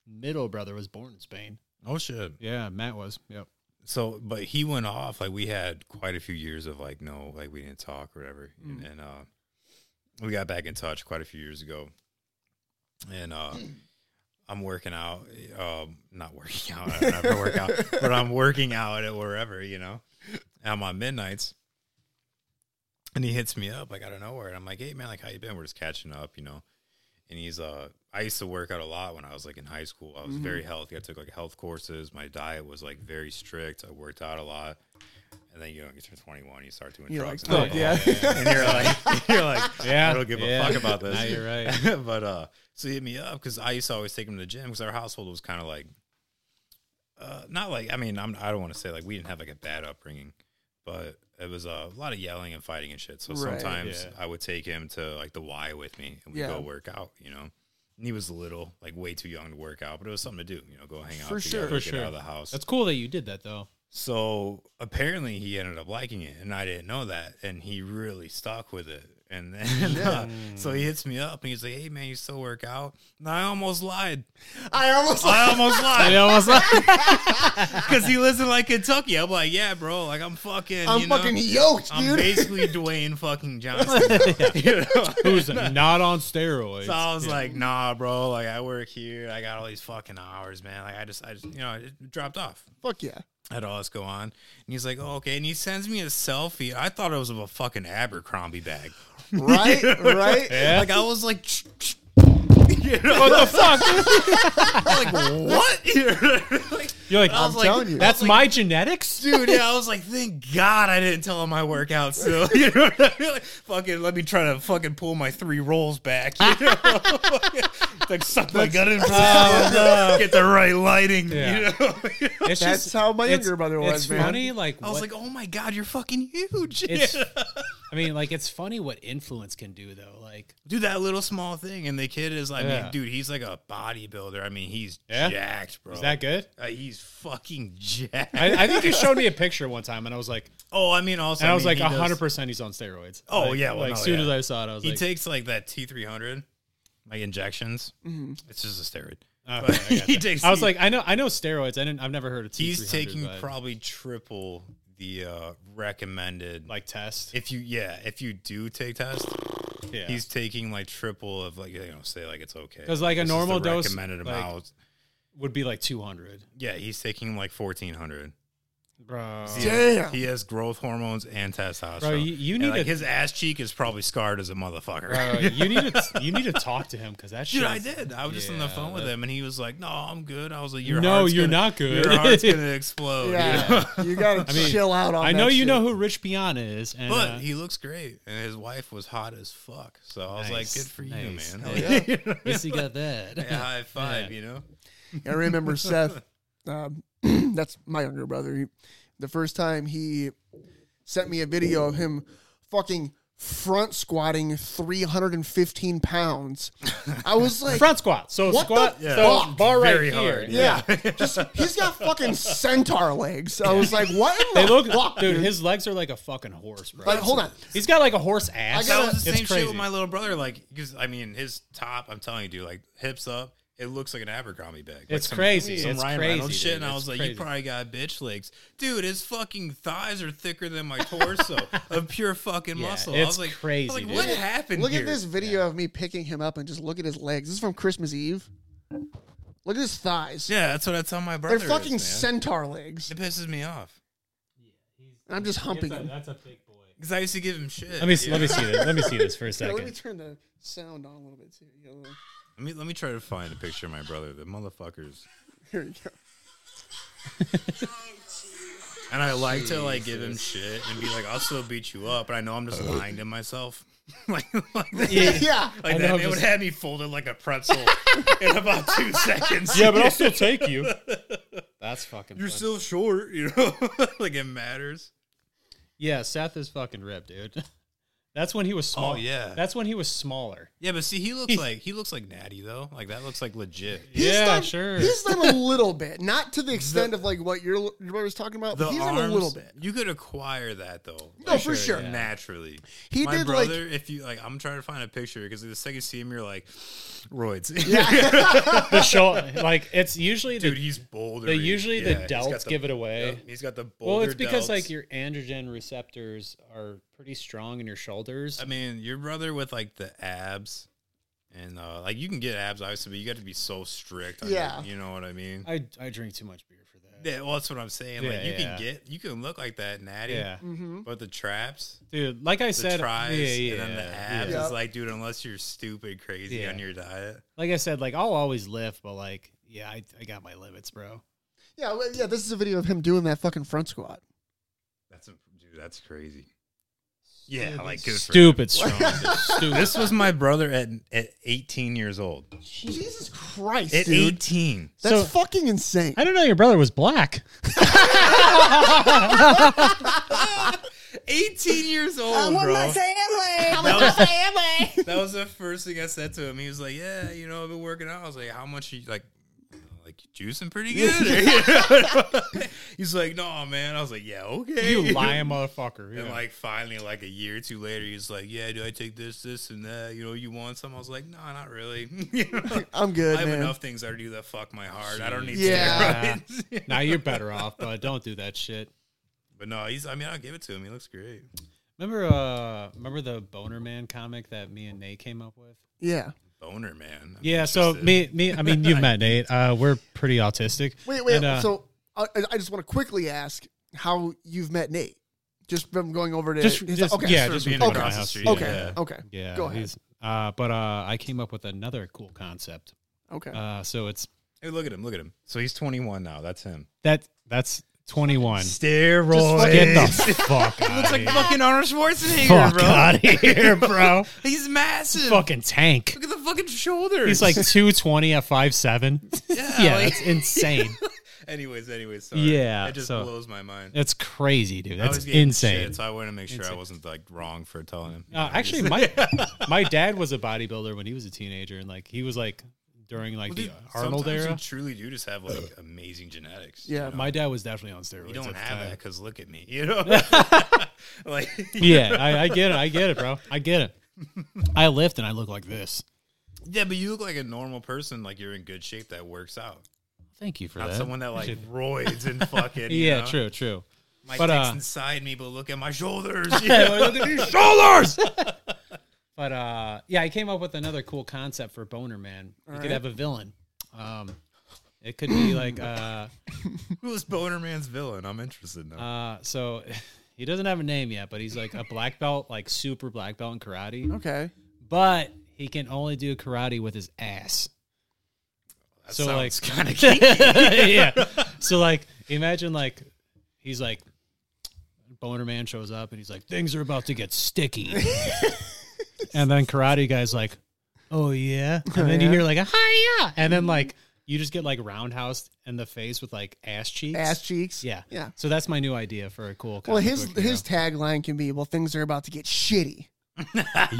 [SPEAKER 4] middle brother was born in Spain.
[SPEAKER 6] Oh shit.
[SPEAKER 4] Yeah, Matt was. Yep.
[SPEAKER 6] So, but he went off. Like we had quite a few years of like no, like we didn't talk or whatever. And,
[SPEAKER 4] Mm.
[SPEAKER 6] and uh, we got back in touch quite a few years ago. And uh, I'm working out. Um, not working out. I don't have to work out, but I'm working out at wherever you know. And I'm on midnights. And he hits me up like out of nowhere, and I'm like, "Hey man, like how you been? We're just catching up, you know." And he's uh, I used to work out a lot when I was like in high school. I was
[SPEAKER 14] Mhm.
[SPEAKER 6] very healthy. I took like health courses. My diet was like very strict. I worked out a lot. And then you know, you turn 21, you start doing
[SPEAKER 14] You're
[SPEAKER 6] drugs.
[SPEAKER 14] like,
[SPEAKER 6] and
[SPEAKER 14] "Oh, yeah."
[SPEAKER 6] alcohol. and you're like, you're like,
[SPEAKER 4] Yeah,
[SPEAKER 6] I don't give
[SPEAKER 4] yeah.
[SPEAKER 6] a fuck about this.
[SPEAKER 4] Now you're right.
[SPEAKER 6] but uh, so he hit me up because I used to always take him to the gym because our household was kind of like uh, not like I mean I'm, I don't want to say like we didn't have like a bad upbringing, but it was uh, a lot of yelling and fighting and shit. So
[SPEAKER 14] Right.
[SPEAKER 6] sometimes
[SPEAKER 14] Yeah.
[SPEAKER 6] I would take him to like the Y with me and we
[SPEAKER 14] Yeah.
[SPEAKER 6] would go work out, you know. And he was little, like way too young to work out, but it was something to do, you know, go hang out
[SPEAKER 4] For
[SPEAKER 6] together,
[SPEAKER 4] sure. For
[SPEAKER 6] get
[SPEAKER 4] sure.
[SPEAKER 6] out of the house.
[SPEAKER 4] That's cool that you did that though.
[SPEAKER 6] So apparently he ended up liking it, and I didn't know that, and he really stuck with it. And then, uh, so he hits me up, and he's like, "Hey man, you still work out?" And I almost lied.
[SPEAKER 5] I almost,
[SPEAKER 6] I almost lied.
[SPEAKER 14] I almost
[SPEAKER 6] lied because he lives in like Kentucky. I'm like, yeah, bro, like I'm fucking,
[SPEAKER 14] I'm
[SPEAKER 6] you know,
[SPEAKER 14] fucking yoked,
[SPEAKER 6] I'm
[SPEAKER 14] dude."
[SPEAKER 6] basically Dwayne fucking Johnson, you know?
[SPEAKER 4] Who's not on steroids?
[SPEAKER 6] So I was
[SPEAKER 4] Yeah.
[SPEAKER 6] like, nah, bro. Like I work here. I got all these fucking hours, man. Like I just, I just, you know, it dropped off.
[SPEAKER 5] Fuck yeah.
[SPEAKER 6] I had all this go on, and he's like, oh, okay. And he sends me a selfie. I thought it was of a fucking Abercrombie bag.
[SPEAKER 5] Right, right.
[SPEAKER 6] Yeah. Like I was like, you know?
[SPEAKER 14] What the fuck?
[SPEAKER 6] like what?
[SPEAKER 4] You're like,
[SPEAKER 6] I
[SPEAKER 4] I'm
[SPEAKER 6] was like-
[SPEAKER 4] telling you.
[SPEAKER 6] I
[SPEAKER 4] That's
[SPEAKER 6] was like-
[SPEAKER 4] my genetics,
[SPEAKER 6] dude. Yeah, I was like, thank God I didn't tell him I work out still. You know what I mean? Like, fucking, let me try to fucking pull my three rolls back. You know? like suck my gut in, get the right lighting. You
[SPEAKER 4] Yeah.
[SPEAKER 6] know?
[SPEAKER 4] It's
[SPEAKER 5] That's
[SPEAKER 4] just-
[SPEAKER 5] how my
[SPEAKER 4] it's-
[SPEAKER 5] younger brother was,
[SPEAKER 4] it's
[SPEAKER 5] man.
[SPEAKER 4] funny, like,
[SPEAKER 6] I was
[SPEAKER 4] what-
[SPEAKER 6] like, oh my God, you're fucking huge.
[SPEAKER 4] It's, I mean, like it's funny what influence can do though. Like,
[SPEAKER 6] do that little small thing, and the kid is like,
[SPEAKER 4] Yeah.
[SPEAKER 6] mean, dude, he's like a bodybuilder. I mean, he's
[SPEAKER 4] Yeah?
[SPEAKER 6] jacked, bro.
[SPEAKER 4] Is that good?
[SPEAKER 6] Uh, he's fucking jacked.
[SPEAKER 4] I, I think you showed me a picture one time, and I was like,
[SPEAKER 6] Oh, I mean, also,
[SPEAKER 4] and I
[SPEAKER 6] I
[SPEAKER 4] was like,
[SPEAKER 6] mean, he does-
[SPEAKER 4] hundred percent, he's on steroids.
[SPEAKER 6] Oh
[SPEAKER 4] Like-
[SPEAKER 6] yeah, well,
[SPEAKER 4] like
[SPEAKER 6] no,
[SPEAKER 4] soon
[SPEAKER 6] yeah.
[SPEAKER 4] as I saw it, I was
[SPEAKER 6] he
[SPEAKER 4] like,
[SPEAKER 6] takes like that T three hundred, like injections.
[SPEAKER 4] Mhm.
[SPEAKER 6] It's just a steroid.
[SPEAKER 4] Oh, Okay,
[SPEAKER 6] But
[SPEAKER 4] I, got
[SPEAKER 6] he
[SPEAKER 4] that.
[SPEAKER 6] takes.
[SPEAKER 4] I was
[SPEAKER 6] the-
[SPEAKER 4] like, I know, I know steroids. I didn't, I've never heard of. T300,
[SPEAKER 6] he's taking
[SPEAKER 4] but-
[SPEAKER 6] probably triple the uh, recommended
[SPEAKER 4] like test.
[SPEAKER 6] If you yeah, if you do take test,
[SPEAKER 4] Yeah.
[SPEAKER 6] he's taking like triple of like you know say like it's okay
[SPEAKER 4] because like a
[SPEAKER 6] This is the
[SPEAKER 4] normal dose
[SPEAKER 6] recommended
[SPEAKER 4] like,
[SPEAKER 6] amount.
[SPEAKER 4] would be like two hundred.
[SPEAKER 6] Yeah, he's taking like fourteen hundred.
[SPEAKER 4] Bro.
[SPEAKER 6] He
[SPEAKER 4] Damn.
[SPEAKER 6] Has, he has growth hormones and testosterone.
[SPEAKER 4] Bro, you- you
[SPEAKER 6] And,
[SPEAKER 4] need
[SPEAKER 6] like,
[SPEAKER 4] to-
[SPEAKER 6] his ass cheek is probably scarred as a motherfucker.
[SPEAKER 4] Bro, you need to, you need to talk to him because that shit.
[SPEAKER 6] Dude, I
[SPEAKER 4] is-
[SPEAKER 6] did. I was just on the
[SPEAKER 4] Yeah,
[SPEAKER 6] phone with
[SPEAKER 4] that-
[SPEAKER 6] him, and he was like, "No, I'm good." I was like, "Your
[SPEAKER 4] No,
[SPEAKER 6] heart's
[SPEAKER 4] you're
[SPEAKER 6] gonna-
[SPEAKER 4] not good.
[SPEAKER 6] Your heart's gonna explode."
[SPEAKER 4] Yeah.
[SPEAKER 5] You gotta
[SPEAKER 4] oh, I mean,
[SPEAKER 5] chill out on
[SPEAKER 4] I know
[SPEAKER 5] that
[SPEAKER 4] you
[SPEAKER 5] shit.
[SPEAKER 4] know who Rich Piana is, and
[SPEAKER 6] but
[SPEAKER 4] uh,
[SPEAKER 6] he looks great, and his wife was hot as fuck. So I was
[SPEAKER 4] Nice,
[SPEAKER 6] like, "Good for
[SPEAKER 4] nice.
[SPEAKER 6] you, man."
[SPEAKER 4] Hell
[SPEAKER 6] Like,
[SPEAKER 4] yeah.
[SPEAKER 6] you know?
[SPEAKER 4] Yes, he got that.
[SPEAKER 6] Yeah, high five.
[SPEAKER 4] Yeah.
[SPEAKER 6] You know.
[SPEAKER 5] I remember Seth. Um, that's my younger brother. He, the first time he sent me a video of him fucking front squatting 315 pounds, I was like,
[SPEAKER 4] front squat. So
[SPEAKER 5] What
[SPEAKER 4] squat.
[SPEAKER 5] the
[SPEAKER 4] So
[SPEAKER 5] fuck?
[SPEAKER 4] bar right
[SPEAKER 5] Very
[SPEAKER 4] here.
[SPEAKER 5] hard, yeah. Just he's got fucking centaur legs. I was like, what? In
[SPEAKER 4] They
[SPEAKER 5] the
[SPEAKER 4] look,
[SPEAKER 5] fuck,
[SPEAKER 4] dude. His legs are like a fucking horse, bro.
[SPEAKER 5] Like, hold on.
[SPEAKER 4] He's got like a horse ass.
[SPEAKER 6] that was the
[SPEAKER 4] It's
[SPEAKER 6] same
[SPEAKER 4] crazy.
[SPEAKER 6] shit with my little brother. Like, because I mean, his top. I'm telling you, dude. Like hips up. It looks like an Abercrombie bag. Like,
[SPEAKER 4] It's
[SPEAKER 6] some-
[SPEAKER 4] crazy.
[SPEAKER 6] Some
[SPEAKER 4] It's
[SPEAKER 6] Ryan Reynolds
[SPEAKER 4] crazy,
[SPEAKER 6] shit.
[SPEAKER 4] dude.
[SPEAKER 6] And I
[SPEAKER 4] It's
[SPEAKER 6] was like,
[SPEAKER 4] crazy.
[SPEAKER 6] you probably got bitch legs, dude. His fucking thighs are thicker than my torso of pure fucking
[SPEAKER 4] Yeah,
[SPEAKER 6] muscle. I
[SPEAKER 4] it's
[SPEAKER 6] was like, I was
[SPEAKER 4] crazy,
[SPEAKER 6] like,
[SPEAKER 4] dude.
[SPEAKER 6] what happened?
[SPEAKER 5] Look
[SPEAKER 6] here?
[SPEAKER 5] at this video of me picking him up and just look at his legs. This is from Christmas Eve. Look at his thighs.
[SPEAKER 6] Yeah, that's what I tell my brother.
[SPEAKER 5] They're fucking
[SPEAKER 6] is, man.
[SPEAKER 5] centaur legs.
[SPEAKER 6] It pisses me off.
[SPEAKER 5] And I'm just humping him.
[SPEAKER 4] That's a big boy.
[SPEAKER 6] Because I used to give him shit.
[SPEAKER 4] Let me see- let me see this. Let me see this for a
[SPEAKER 5] Yeah,
[SPEAKER 4] second.
[SPEAKER 5] let me turn the sound on a little bit too. You got a little-
[SPEAKER 6] Let me let me try to find a picture of my brother. The motherfuckers.
[SPEAKER 5] Here you go.
[SPEAKER 6] And I like to like give him shit and be like, I'll still beat you up. And I know I'm just lying to myself. like, like that.
[SPEAKER 14] Yeah.
[SPEAKER 6] Like
[SPEAKER 14] I
[SPEAKER 6] that
[SPEAKER 14] know,
[SPEAKER 6] man would
[SPEAKER 14] just-
[SPEAKER 6] have me folded like a pretzel in about two seconds.
[SPEAKER 14] Yeah, but I'll still take you.
[SPEAKER 4] That's fucking.
[SPEAKER 6] You're
[SPEAKER 4] funny.
[SPEAKER 6] still short, you know. like it matters.
[SPEAKER 4] Yeah, Seth is fucking ripped, dude. That's when he was small.
[SPEAKER 6] Oh, yeah.
[SPEAKER 4] That's when he was smaller.
[SPEAKER 6] Yeah, but see, he looks like he looks like Natty though. Like that looks like legit.
[SPEAKER 4] yeah, sure.
[SPEAKER 5] He's done a little bit, not to the extent of like what your brother was talking about.
[SPEAKER 6] the
[SPEAKER 5] But he's
[SPEAKER 6] arms,
[SPEAKER 5] done a little bit.
[SPEAKER 6] You could acquire that though.
[SPEAKER 5] No, for sure. Yeah.
[SPEAKER 6] Naturally,
[SPEAKER 5] He
[SPEAKER 6] My
[SPEAKER 5] did, like-
[SPEAKER 6] brother, if you like, I'm trying to find a picture because the second you see him, you're like, roids.
[SPEAKER 4] the shoulder, like it's usually the
[SPEAKER 6] Dude, he's bolder.
[SPEAKER 4] The usually
[SPEAKER 6] Yeah,
[SPEAKER 4] the
[SPEAKER 6] he's got
[SPEAKER 4] delts
[SPEAKER 6] the-
[SPEAKER 4] give it away.
[SPEAKER 6] yep, he's got the
[SPEAKER 4] Well, it's
[SPEAKER 6] bolder
[SPEAKER 4] because
[SPEAKER 6] delts.
[SPEAKER 4] like your androgen receptors are pretty strong in your shoulders.
[SPEAKER 6] I mean, your brother with like the abs, and uh, like you can get abs obviously, but you got to be so strict. On
[SPEAKER 4] Yeah.
[SPEAKER 6] it, you know what I mean.
[SPEAKER 4] I I drink too much beer for that.
[SPEAKER 6] Yeah, well, that's what I'm saying.
[SPEAKER 4] Yeah,
[SPEAKER 6] like you
[SPEAKER 4] yeah.
[SPEAKER 6] can get, you can look like that, natty.
[SPEAKER 4] Yeah.
[SPEAKER 5] Mm-hmm.
[SPEAKER 6] But the traps,
[SPEAKER 4] Dude, like I
[SPEAKER 6] the
[SPEAKER 4] said-
[SPEAKER 6] tries,
[SPEAKER 4] yeah,
[SPEAKER 6] and then the
[SPEAKER 4] yeah,
[SPEAKER 6] abs
[SPEAKER 4] yeah.
[SPEAKER 6] is like, dude, unless you're stupid crazy
[SPEAKER 4] Yeah.
[SPEAKER 6] on your diet.
[SPEAKER 4] Like I said, like I'll always lift, but like yeah, I, I got my limits, bro.
[SPEAKER 5] Yeah, well, yeah. This is a video of him doing that fucking front squat.
[SPEAKER 6] That's a, dude, that's crazy. Yeah, like good for
[SPEAKER 4] Stupid
[SPEAKER 6] him.
[SPEAKER 4] strong. Stupid.
[SPEAKER 6] This was my brother at at 18 years old.
[SPEAKER 5] Jesus Christ,
[SPEAKER 6] At
[SPEAKER 5] dude.
[SPEAKER 6] 18.
[SPEAKER 5] That's fucking insane.
[SPEAKER 4] I don't know. Your brother was black.
[SPEAKER 6] 18 years old, bro. that was the first thing I said to him. He was like, "Yeah, you know, I've been working out." I was like, "How much? Are you like, like you juicing pretty good?" He's like, "No, man." I was like, "Yeah, okay."
[SPEAKER 4] You lying motherfucker.
[SPEAKER 6] And
[SPEAKER 4] Yeah.
[SPEAKER 6] like finally, like a year or two later, he's like, "Yeah, do I take this, this, and that? You know, you want some?" I was like, "No, not really. You know?
[SPEAKER 5] I'm good,
[SPEAKER 6] I have
[SPEAKER 5] man.
[SPEAKER 6] enough things already do that fuck my heart. I don't need
[SPEAKER 5] Yeah.
[SPEAKER 6] steroids."
[SPEAKER 4] now you're better off, but don't do that shit.
[SPEAKER 6] But no, he's. I mean, I'll give it to him. He looks great.
[SPEAKER 4] Remember, uh, remember the Boner Man comic that me and Nate came up with?
[SPEAKER 5] Yeah.
[SPEAKER 6] Boner man. I'm
[SPEAKER 4] Yeah, so me,
[SPEAKER 6] interested.
[SPEAKER 4] me, I mean, you've met Nate. Uh, we're pretty autistic.
[SPEAKER 5] Wait, wait.
[SPEAKER 4] And, uh,
[SPEAKER 5] so I, I just want to quickly ask how you've met Nate, just from going over to
[SPEAKER 4] just,
[SPEAKER 5] his-
[SPEAKER 4] just
[SPEAKER 5] okay.
[SPEAKER 4] yeah, just
[SPEAKER 5] okay.
[SPEAKER 4] being across the street.
[SPEAKER 5] Okay,
[SPEAKER 4] yeah.
[SPEAKER 5] okay,
[SPEAKER 4] yeah.
[SPEAKER 5] Go ahead.
[SPEAKER 4] he's- Uh, but uh, I came up with another cool concept.
[SPEAKER 5] Okay.
[SPEAKER 4] Uh, so it's
[SPEAKER 6] Hey, look at him. Look at him. So he's 21 now. That's him.
[SPEAKER 4] that. That's twenty one.
[SPEAKER 6] Steroids.
[SPEAKER 4] Get the fuck
[SPEAKER 6] He
[SPEAKER 4] out
[SPEAKER 6] looks
[SPEAKER 4] of
[SPEAKER 6] like
[SPEAKER 4] here.
[SPEAKER 6] fucking Arnold Schwarzenegger,
[SPEAKER 4] Fuck
[SPEAKER 6] bro.
[SPEAKER 4] outta here, bro.
[SPEAKER 6] He's massive.
[SPEAKER 4] Fucking tank.
[SPEAKER 6] Look at the fucking shoulders.
[SPEAKER 4] He's like two twenty at five seven.
[SPEAKER 6] Yeah,
[SPEAKER 4] yeah,
[SPEAKER 6] like-
[SPEAKER 4] that's insane.
[SPEAKER 6] anyways, anyways, sorry.
[SPEAKER 4] yeah,
[SPEAKER 6] It just
[SPEAKER 4] so-
[SPEAKER 6] blows my mind.
[SPEAKER 4] That's crazy, dude.
[SPEAKER 6] I
[SPEAKER 4] That's
[SPEAKER 6] was getting
[SPEAKER 4] insane.
[SPEAKER 6] shit, so I wanted to make sure
[SPEAKER 4] Insane.
[SPEAKER 6] I wasn't like wrong for telling him.
[SPEAKER 4] Uh, actually, my my dad was a bodybuilder when he was a teenager, and like he was like during like
[SPEAKER 6] Well,
[SPEAKER 4] the
[SPEAKER 6] dude,
[SPEAKER 4] Arnold
[SPEAKER 6] sometimes
[SPEAKER 4] era.
[SPEAKER 6] You truly do just have like amazing genetics.
[SPEAKER 4] Yeah,
[SPEAKER 6] you know?
[SPEAKER 4] my dad was definitely on steroids.
[SPEAKER 6] You
[SPEAKER 4] at
[SPEAKER 6] don't
[SPEAKER 4] the
[SPEAKER 6] have
[SPEAKER 4] time.
[SPEAKER 6] that because look at me. You know, like
[SPEAKER 4] yeah, I, I get it. I get it, bro. I get it. I lift and I look like this.
[SPEAKER 6] Yeah, but you look like a normal person. Like you're in good shape. That works out.
[SPEAKER 4] Thank you for
[SPEAKER 6] Not
[SPEAKER 4] that.
[SPEAKER 6] someone that like
[SPEAKER 4] Appreciate it.
[SPEAKER 6] roids and fucking. you
[SPEAKER 4] yeah,
[SPEAKER 6] know?
[SPEAKER 4] true, true.
[SPEAKER 6] My
[SPEAKER 4] but
[SPEAKER 6] dick's
[SPEAKER 4] uh,
[SPEAKER 6] inside me, but look at my shoulders.
[SPEAKER 4] look at these shoulders. but uh, yeah, I came up with another cool concept for Boner Man. You
[SPEAKER 6] All
[SPEAKER 4] could
[SPEAKER 6] right.
[SPEAKER 4] have a villain. Um, it could be like uh,
[SPEAKER 6] Who is Boner Man's villain? I'm interested now.
[SPEAKER 4] Uh, so he doesn't have a name yet, but he's like a black belt, like super black belt in karate.
[SPEAKER 5] Okay.
[SPEAKER 4] But he can only do karate with his ass.
[SPEAKER 6] That
[SPEAKER 4] so like
[SPEAKER 6] sounds kinda kinky.
[SPEAKER 4] yeah. So like imagine like he's like Boner Man shows up and he's like things are about to get sticky. and then karate guy's like, "Oh yeah." And then you
[SPEAKER 5] Yeah. Mm-hmm.
[SPEAKER 4] hear like a "Hiya!" And then like you just get like roundhouse in the face with like ass cheeks.
[SPEAKER 5] Ass cheeks.
[SPEAKER 4] Yeah.
[SPEAKER 5] Yeah.
[SPEAKER 4] So that's my new idea for a cool
[SPEAKER 5] Well,
[SPEAKER 4] comic
[SPEAKER 5] his
[SPEAKER 4] book, you know?
[SPEAKER 5] his tagline can be, "Well, things are about to get shitty."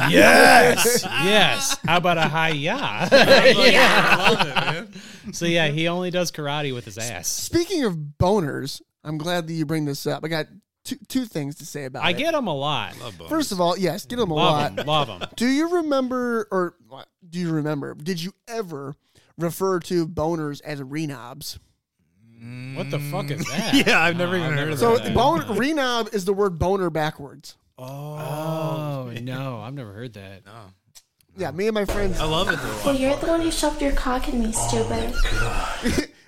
[SPEAKER 4] Yes, yes. How about a hi ya?
[SPEAKER 5] Yeah,
[SPEAKER 6] I love it, man.
[SPEAKER 4] So yeah, he only does karate with his ass.
[SPEAKER 5] Speaking of boners, I'm glad that you bring this up. I got two two things to say about
[SPEAKER 4] I
[SPEAKER 5] it.
[SPEAKER 4] get him a lot.
[SPEAKER 5] First of all, yes, get them a
[SPEAKER 4] Love
[SPEAKER 5] lot.
[SPEAKER 4] 'em, love 'em.
[SPEAKER 5] Do you remember, or what, do you remember? Did you ever refer to boners as renobs?
[SPEAKER 4] What the fuck is that?
[SPEAKER 6] Yeah, I've never even heard of
[SPEAKER 5] So
[SPEAKER 6] that.
[SPEAKER 5] boner, renob is the word boner backwards.
[SPEAKER 4] Oh no, I've never heard that.
[SPEAKER 6] No.
[SPEAKER 5] Yeah, me and my friends.
[SPEAKER 6] I
[SPEAKER 4] Oh,
[SPEAKER 6] love it though.
[SPEAKER 13] Well, you're the one who shoved your cock in me, stupid.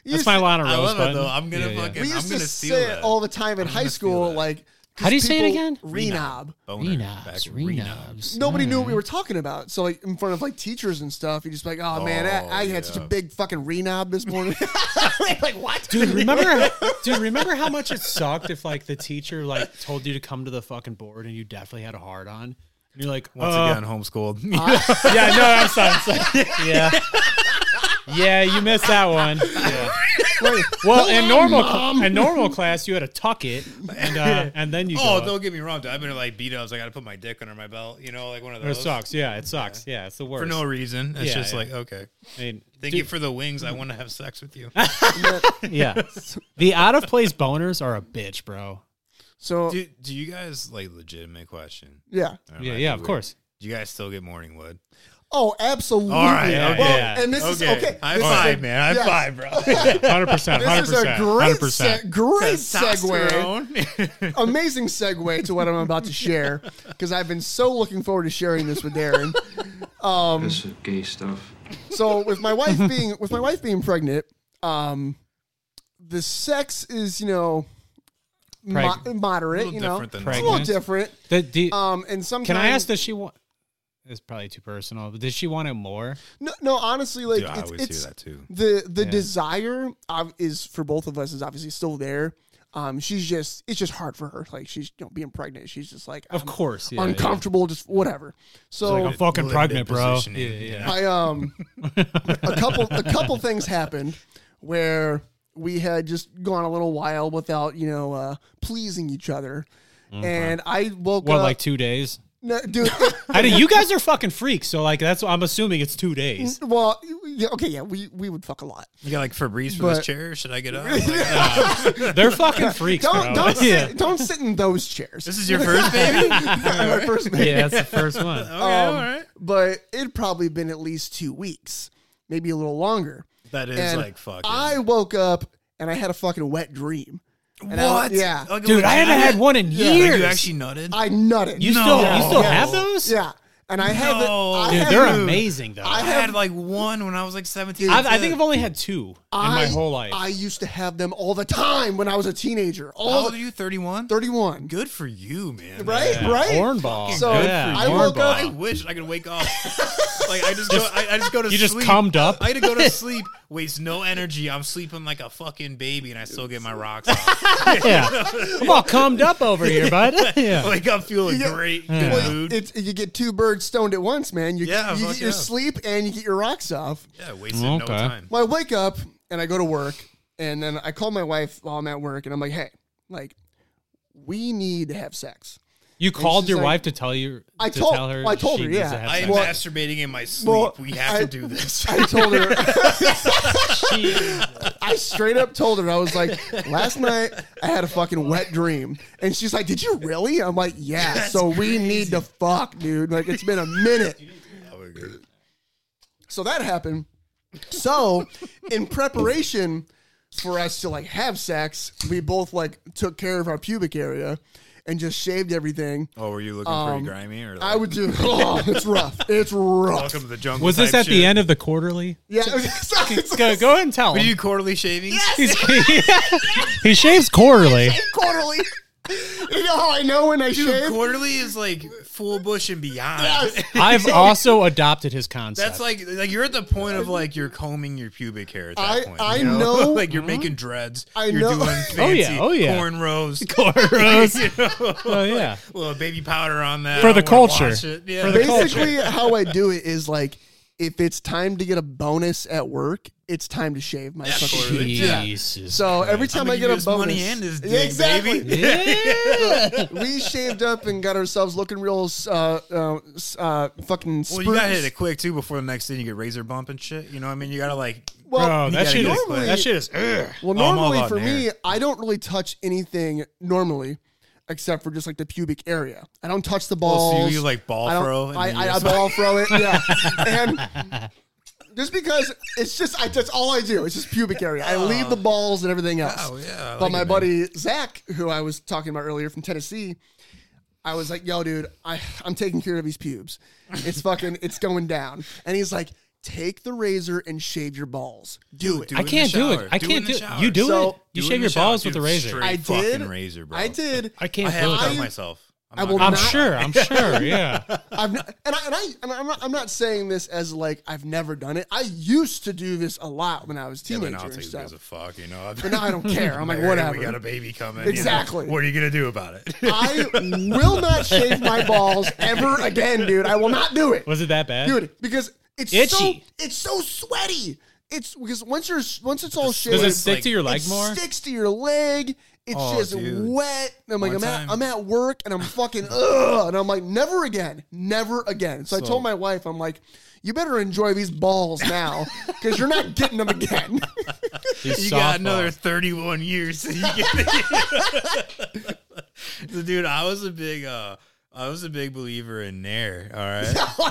[SPEAKER 4] That's my Lana Rose
[SPEAKER 6] I love it
[SPEAKER 4] button.
[SPEAKER 6] though. I'm gonna
[SPEAKER 4] Yeah, yeah.
[SPEAKER 6] fucking.
[SPEAKER 5] We
[SPEAKER 6] I'm
[SPEAKER 5] used
[SPEAKER 6] gonna
[SPEAKER 5] to
[SPEAKER 6] steal
[SPEAKER 5] say
[SPEAKER 6] that.
[SPEAKER 5] it all the time in
[SPEAKER 6] I'm
[SPEAKER 5] high
[SPEAKER 6] gonna steal
[SPEAKER 5] school.
[SPEAKER 6] that.
[SPEAKER 5] Like,
[SPEAKER 4] How do you say it
[SPEAKER 5] people-
[SPEAKER 4] again?
[SPEAKER 5] Renob.
[SPEAKER 6] Boner back
[SPEAKER 4] Renobs, renobs.
[SPEAKER 5] Nobody knew what we
[SPEAKER 6] Hmm.
[SPEAKER 4] Alright.
[SPEAKER 5] were talking about. So, like, in front of like teachers and stuff, you just like, oh, man,
[SPEAKER 6] Oh,
[SPEAKER 5] I, I had such a
[SPEAKER 6] yeah.
[SPEAKER 5] big fucking renob this morning. like, what?
[SPEAKER 4] Dude, remember, dude, remember how much it sucked if like the teacher like told you to come to the fucking board and you definitely had a hard on. And you're like,
[SPEAKER 6] Once
[SPEAKER 4] uh, Ah,
[SPEAKER 6] again, homeschooled.
[SPEAKER 4] yeah, no, I'm sorry. I'm sorry. Yeah. Yeah, you missed that one. Yeah. Well, in normal
[SPEAKER 6] Mom.
[SPEAKER 4] in normal class, you had to tuck it, and uh, and then you
[SPEAKER 6] oh,
[SPEAKER 4] go.
[SPEAKER 6] don't get me wrong. Dude. I've been like beat ups. I got to put my dick under my belt. You know, like one of
[SPEAKER 4] Or it
[SPEAKER 6] those.
[SPEAKER 4] sucks. Yeah, it sucks. Yeah, it's the worst.
[SPEAKER 6] For no reason. It's
[SPEAKER 4] Yeah,
[SPEAKER 6] just
[SPEAKER 4] yeah.
[SPEAKER 6] like okay.
[SPEAKER 4] I mean,
[SPEAKER 6] Thank
[SPEAKER 4] dude-
[SPEAKER 6] you for the wings. I want to have sex with you.
[SPEAKER 4] yeah, the out of place boners are a bitch, bro.
[SPEAKER 5] So
[SPEAKER 6] do, do you guys like legitimate question?
[SPEAKER 5] Yeah.
[SPEAKER 6] That
[SPEAKER 4] Yeah,
[SPEAKER 6] might
[SPEAKER 4] yeah,
[SPEAKER 6] be
[SPEAKER 4] of
[SPEAKER 6] weird.
[SPEAKER 4] course.
[SPEAKER 6] Do you guys still get morning wood?
[SPEAKER 5] Oh, absolutely.
[SPEAKER 6] All right,
[SPEAKER 5] Well,
[SPEAKER 6] okay. Yeah.
[SPEAKER 5] And this
[SPEAKER 6] Okay.
[SPEAKER 5] is okay.
[SPEAKER 6] High
[SPEAKER 5] This is
[SPEAKER 6] five,
[SPEAKER 5] a-
[SPEAKER 6] man. High
[SPEAKER 5] yes.
[SPEAKER 6] five, bro. 100%,
[SPEAKER 5] This is a
[SPEAKER 6] 100%,
[SPEAKER 5] great, se-
[SPEAKER 6] 100%.
[SPEAKER 5] great
[SPEAKER 6] Testosterone.
[SPEAKER 5] segue. Amazing segue to what I'm about to share because I've been so looking forward to sharing this with Darren. Um,
[SPEAKER 15] That's some gay stuff.
[SPEAKER 5] so with my wife being with my wife being pregnant, um, the sex is you know mo-
[SPEAKER 4] Preg-
[SPEAKER 5] moderate.
[SPEAKER 6] A little
[SPEAKER 5] you know,
[SPEAKER 6] different than
[SPEAKER 5] it's a little
[SPEAKER 4] pregnant.
[SPEAKER 5] different.
[SPEAKER 4] The- the-
[SPEAKER 5] Um, and sometimes
[SPEAKER 4] Can I ask? Does she want? It's probably too personal. But does she want it more?
[SPEAKER 5] No, no, honestly, like
[SPEAKER 6] Dude, I
[SPEAKER 5] it's,
[SPEAKER 6] always hear
[SPEAKER 5] it's-
[SPEAKER 6] that too.
[SPEAKER 5] The the
[SPEAKER 4] Yeah.
[SPEAKER 5] desire ob- is for both of us is obviously still there. Um, she's just it's just hard for her. Like she's you know being pregnant, she's just like
[SPEAKER 4] Of
[SPEAKER 5] I'm
[SPEAKER 4] course, yeah,
[SPEAKER 5] uncomfortable, just whatever. So
[SPEAKER 4] like, I'm fucking
[SPEAKER 6] Limited
[SPEAKER 4] pregnant, bro.
[SPEAKER 6] positioning,
[SPEAKER 4] Yeah, yeah.
[SPEAKER 5] I um a couple a couple things happened where we had just gone a little while without you know uh, pleasing each other, and I woke
[SPEAKER 4] What,
[SPEAKER 5] up
[SPEAKER 4] like two days?
[SPEAKER 5] No, dude.
[SPEAKER 4] I mean, you guys are fucking freaks, so like that's. what I'm assuming it's two days.
[SPEAKER 5] well, yeah, okay, yeah, we we would fuck a lot.
[SPEAKER 6] You got like Febreze for
[SPEAKER 5] But-
[SPEAKER 6] this chair? Should I get up? Like, uh, nah.
[SPEAKER 4] They're fucking freaks, bro.
[SPEAKER 5] Don't don't
[SPEAKER 4] Oh. yeah.
[SPEAKER 5] sit, don't sit in those chairs.
[SPEAKER 6] this is your first baby?
[SPEAKER 5] my first baby.
[SPEAKER 4] yeah, that's the first one.
[SPEAKER 6] Okay,
[SPEAKER 5] Um,
[SPEAKER 6] all right.
[SPEAKER 5] But it'd probably been at least two weeks, maybe a little longer.
[SPEAKER 6] That is
[SPEAKER 5] and
[SPEAKER 6] like fucking.
[SPEAKER 5] I woke up and I had a fucking wet dream. And I-
[SPEAKER 6] what?
[SPEAKER 5] yeah.
[SPEAKER 6] Like,
[SPEAKER 4] Dude, I haven't had one in
[SPEAKER 6] Like,
[SPEAKER 4] years.
[SPEAKER 6] You actually nutted?
[SPEAKER 5] I nutted.
[SPEAKER 4] You
[SPEAKER 6] No.
[SPEAKER 4] still you still
[SPEAKER 6] Yeah.
[SPEAKER 4] have those?
[SPEAKER 5] yeah. And I haven't.
[SPEAKER 6] No.
[SPEAKER 5] I
[SPEAKER 4] Dude,
[SPEAKER 5] haven't-
[SPEAKER 4] they're amazing though.
[SPEAKER 6] I
[SPEAKER 4] I,
[SPEAKER 6] had like one when I was like 17.
[SPEAKER 4] have I think I've only had two in my
[SPEAKER 5] I-
[SPEAKER 4] whole life.
[SPEAKER 5] I used to have them all the time when I was a teenager. All
[SPEAKER 6] How old
[SPEAKER 5] the-
[SPEAKER 6] are you? 31?
[SPEAKER 5] 31.
[SPEAKER 6] Good for you, man.
[SPEAKER 5] Right?
[SPEAKER 4] Yeah,
[SPEAKER 5] Right?
[SPEAKER 4] Hornball.
[SPEAKER 5] So
[SPEAKER 4] yeah,
[SPEAKER 5] I
[SPEAKER 4] hornball.
[SPEAKER 5] woke up.
[SPEAKER 6] I wish I could wake up. like I just go, I, I just go to
[SPEAKER 4] You
[SPEAKER 6] sleep.
[SPEAKER 4] just cummed up.
[SPEAKER 6] I had to go to sleep. Waste no energy. I'm sleeping like a fucking baby, and I still get my rocks off.
[SPEAKER 4] yeah. I'm all cummed up over here, bud. yeah.
[SPEAKER 6] Like I'm feeling
[SPEAKER 5] Yeah.
[SPEAKER 6] great. Good
[SPEAKER 5] Well,
[SPEAKER 6] mood.
[SPEAKER 5] it's, you get two birds stoned at once, man. You,
[SPEAKER 6] Yeah,
[SPEAKER 5] you
[SPEAKER 6] fuck
[SPEAKER 5] get your
[SPEAKER 6] yeah.
[SPEAKER 5] sleep and you get your rocks off.
[SPEAKER 6] yeah, wasted no
[SPEAKER 4] Okay.
[SPEAKER 6] time.
[SPEAKER 5] Well, I wake up and I go to work, and then I call my wife while I'm at work, and I'm like, "Hey, like, we need to have sex."
[SPEAKER 4] You called
[SPEAKER 5] she's
[SPEAKER 4] your
[SPEAKER 5] like-
[SPEAKER 4] wife to tell you
[SPEAKER 5] I
[SPEAKER 4] to
[SPEAKER 5] told-
[SPEAKER 4] tell her
[SPEAKER 5] well, I told
[SPEAKER 4] she
[SPEAKER 5] her,
[SPEAKER 4] needs
[SPEAKER 5] yeah.
[SPEAKER 4] to have
[SPEAKER 6] I am
[SPEAKER 4] sex.
[SPEAKER 6] masturbating in my sleep.
[SPEAKER 5] Well,
[SPEAKER 6] we have
[SPEAKER 5] I-
[SPEAKER 6] to do this.
[SPEAKER 5] I told her,
[SPEAKER 4] She-
[SPEAKER 5] I straight up told her, I was like, "Last night I had a fucking wet dream," and she's like, "Did you really?" I'm like, "Yeah." so we need to fuck, dude. Like, it's been a minute. So that happened. So, in preparation for us to like have sex, we both like took care of our pubic area and just shaved everything.
[SPEAKER 6] oh, were you looking
[SPEAKER 5] Um,
[SPEAKER 6] pretty grimy? Or
[SPEAKER 5] I would do. Oh, it's rough. It's rough.
[SPEAKER 6] welcome to the jungle.
[SPEAKER 4] was this
[SPEAKER 6] type
[SPEAKER 4] at the
[SPEAKER 6] shit.
[SPEAKER 4] end of the quarterly?
[SPEAKER 5] Yeah. it's
[SPEAKER 4] Go, go ahead and tell
[SPEAKER 6] Were
[SPEAKER 4] him.
[SPEAKER 6] you quarterly shavings?
[SPEAKER 4] he shaves quarterly.
[SPEAKER 5] quarterly. You know how I know when I
[SPEAKER 6] Dude,
[SPEAKER 5] shave?
[SPEAKER 6] quarterly is like full bush and beyond.
[SPEAKER 4] I've also adopted his concept.
[SPEAKER 6] That's like like you're at the point of like you're combing your pubic hair at that
[SPEAKER 5] I-
[SPEAKER 6] point.
[SPEAKER 5] I
[SPEAKER 6] you know,
[SPEAKER 5] know-
[SPEAKER 6] like you're making dreads.
[SPEAKER 5] I
[SPEAKER 6] you're
[SPEAKER 5] know-
[SPEAKER 6] doing
[SPEAKER 4] Oh, Mm-hmm. yeah,
[SPEAKER 6] fancy
[SPEAKER 4] oh, yeah.
[SPEAKER 6] cornrows,
[SPEAKER 4] Cornrows.
[SPEAKER 6] you know,
[SPEAKER 4] oh yeah.
[SPEAKER 6] little baby powder on that
[SPEAKER 4] For the
[SPEAKER 6] I wanna wash
[SPEAKER 4] culture.
[SPEAKER 6] it. Yeah.
[SPEAKER 4] For the culture.
[SPEAKER 5] Basically, how I do it is like if it's time to get a bonus at work, it's time to shave my fucking
[SPEAKER 6] quarterly.
[SPEAKER 5] pubic.
[SPEAKER 6] Yeah.
[SPEAKER 4] Jesus.
[SPEAKER 5] So every time
[SPEAKER 6] I'ma
[SPEAKER 5] I
[SPEAKER 6] give
[SPEAKER 5] get
[SPEAKER 6] you
[SPEAKER 5] a
[SPEAKER 6] this
[SPEAKER 5] bonus,
[SPEAKER 6] money and this
[SPEAKER 5] Yeah,
[SPEAKER 6] dick,
[SPEAKER 5] exactly.
[SPEAKER 6] baby.
[SPEAKER 5] we shaved up and got ourselves looking real uh, uh, uh, fucking.
[SPEAKER 6] Well,
[SPEAKER 5] Spruce.
[SPEAKER 6] you gotta hit it quick too before the next thing you get razor bump and shit. You know what I mean? You gotta like.
[SPEAKER 5] Well,
[SPEAKER 4] Bro,
[SPEAKER 6] you
[SPEAKER 4] that
[SPEAKER 6] gotta
[SPEAKER 4] shit,
[SPEAKER 6] get
[SPEAKER 4] is,
[SPEAKER 6] it quick.
[SPEAKER 4] that shit is. Ugh.
[SPEAKER 5] Well,
[SPEAKER 6] Oh, I'm all
[SPEAKER 5] normally
[SPEAKER 6] about
[SPEAKER 5] for
[SPEAKER 6] an
[SPEAKER 5] me,
[SPEAKER 6] hair.
[SPEAKER 5] I don't really touch anything normally, except for just like the pubic area. I don't touch the balls.
[SPEAKER 6] Oh, so you like ball
[SPEAKER 5] I don't-
[SPEAKER 6] throw and
[SPEAKER 5] I,
[SPEAKER 6] then you
[SPEAKER 5] I, I
[SPEAKER 6] just-
[SPEAKER 5] ball throw it. Yeah, and just because it's just I, that's all I do. It's just pubic area. I leave the balls and everything else.
[SPEAKER 6] Oh, yeah, I
[SPEAKER 5] but
[SPEAKER 6] like
[SPEAKER 5] my
[SPEAKER 6] it, man.
[SPEAKER 5] buddy Zach, who I was talking about earlier from Tennessee. I was like, yo, dude, I, I'm taking care of these pubes. It's fucking, it's going down. And he's like, take the razor and shave your balls. Do it.
[SPEAKER 6] Do
[SPEAKER 4] I
[SPEAKER 6] in the
[SPEAKER 4] can't do
[SPEAKER 6] shower.
[SPEAKER 4] it. I
[SPEAKER 6] Do it in
[SPEAKER 4] can't
[SPEAKER 6] the
[SPEAKER 4] do it.
[SPEAKER 6] shower.
[SPEAKER 4] You do
[SPEAKER 5] So-
[SPEAKER 4] it. You
[SPEAKER 6] Do it
[SPEAKER 4] shave
[SPEAKER 6] in
[SPEAKER 4] your
[SPEAKER 6] the
[SPEAKER 4] balls
[SPEAKER 6] shower,
[SPEAKER 4] with a
[SPEAKER 6] dude.
[SPEAKER 4] razor.
[SPEAKER 6] Straight
[SPEAKER 5] I
[SPEAKER 6] fucking
[SPEAKER 5] did.
[SPEAKER 6] razor, bro.
[SPEAKER 5] I did.
[SPEAKER 4] I
[SPEAKER 6] I
[SPEAKER 4] can't
[SPEAKER 6] have
[SPEAKER 4] do
[SPEAKER 6] done
[SPEAKER 4] it.
[SPEAKER 6] myself. I'm
[SPEAKER 5] I
[SPEAKER 6] not
[SPEAKER 5] will
[SPEAKER 6] gonna
[SPEAKER 4] I'm
[SPEAKER 5] not-
[SPEAKER 6] lie.
[SPEAKER 4] sure. I'm sure. Yeah.
[SPEAKER 5] I've not, and I and I and I'm not, I'm not saying this as like I've never done it. I used to do this a lot when I was a
[SPEAKER 6] Yeah,
[SPEAKER 5] teenager
[SPEAKER 6] but now I'll
[SPEAKER 5] and
[SPEAKER 6] take you
[SPEAKER 5] stuff.
[SPEAKER 6] guys a fuck, you know.
[SPEAKER 5] But now I don't care. I'm like,
[SPEAKER 6] We
[SPEAKER 5] whatever.
[SPEAKER 6] got a baby coming.
[SPEAKER 5] Exactly.
[SPEAKER 6] You know? What are you gonna do about it?
[SPEAKER 5] I will not shave my balls ever again, dude. I will not do it,
[SPEAKER 4] Was it that bad?
[SPEAKER 5] dude, because it's so
[SPEAKER 4] Itchy.
[SPEAKER 5] it's so sweaty. it's because once you're once it's all
[SPEAKER 4] Does-
[SPEAKER 5] shaved,
[SPEAKER 4] does it stick to your leg
[SPEAKER 5] it
[SPEAKER 4] more?
[SPEAKER 5] Sticks to your leg. It's
[SPEAKER 4] Oh,
[SPEAKER 5] just
[SPEAKER 4] dude.
[SPEAKER 5] wet. And I'm like,
[SPEAKER 4] One
[SPEAKER 5] I'm at,
[SPEAKER 4] time-
[SPEAKER 5] I'm at work, and I'm fucking ugh, and I'm like, never again, never again. So, I
[SPEAKER 4] So-
[SPEAKER 5] told my wife, I'm like, you better enjoy these balls now, because you're not getting them again.
[SPEAKER 6] you got another 31 years. to get- So, dude, I was a big, uh, I was a big believer in Nair. All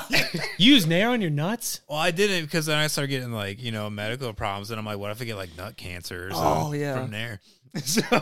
[SPEAKER 5] Oh,
[SPEAKER 6] right,
[SPEAKER 4] You use Nair on your nuts?
[SPEAKER 6] Well, I didn't because then I started getting like you know medical problems, and I'm like, what if I get like nut cancer? Or something
[SPEAKER 4] Oh, yeah.
[SPEAKER 6] from Nair.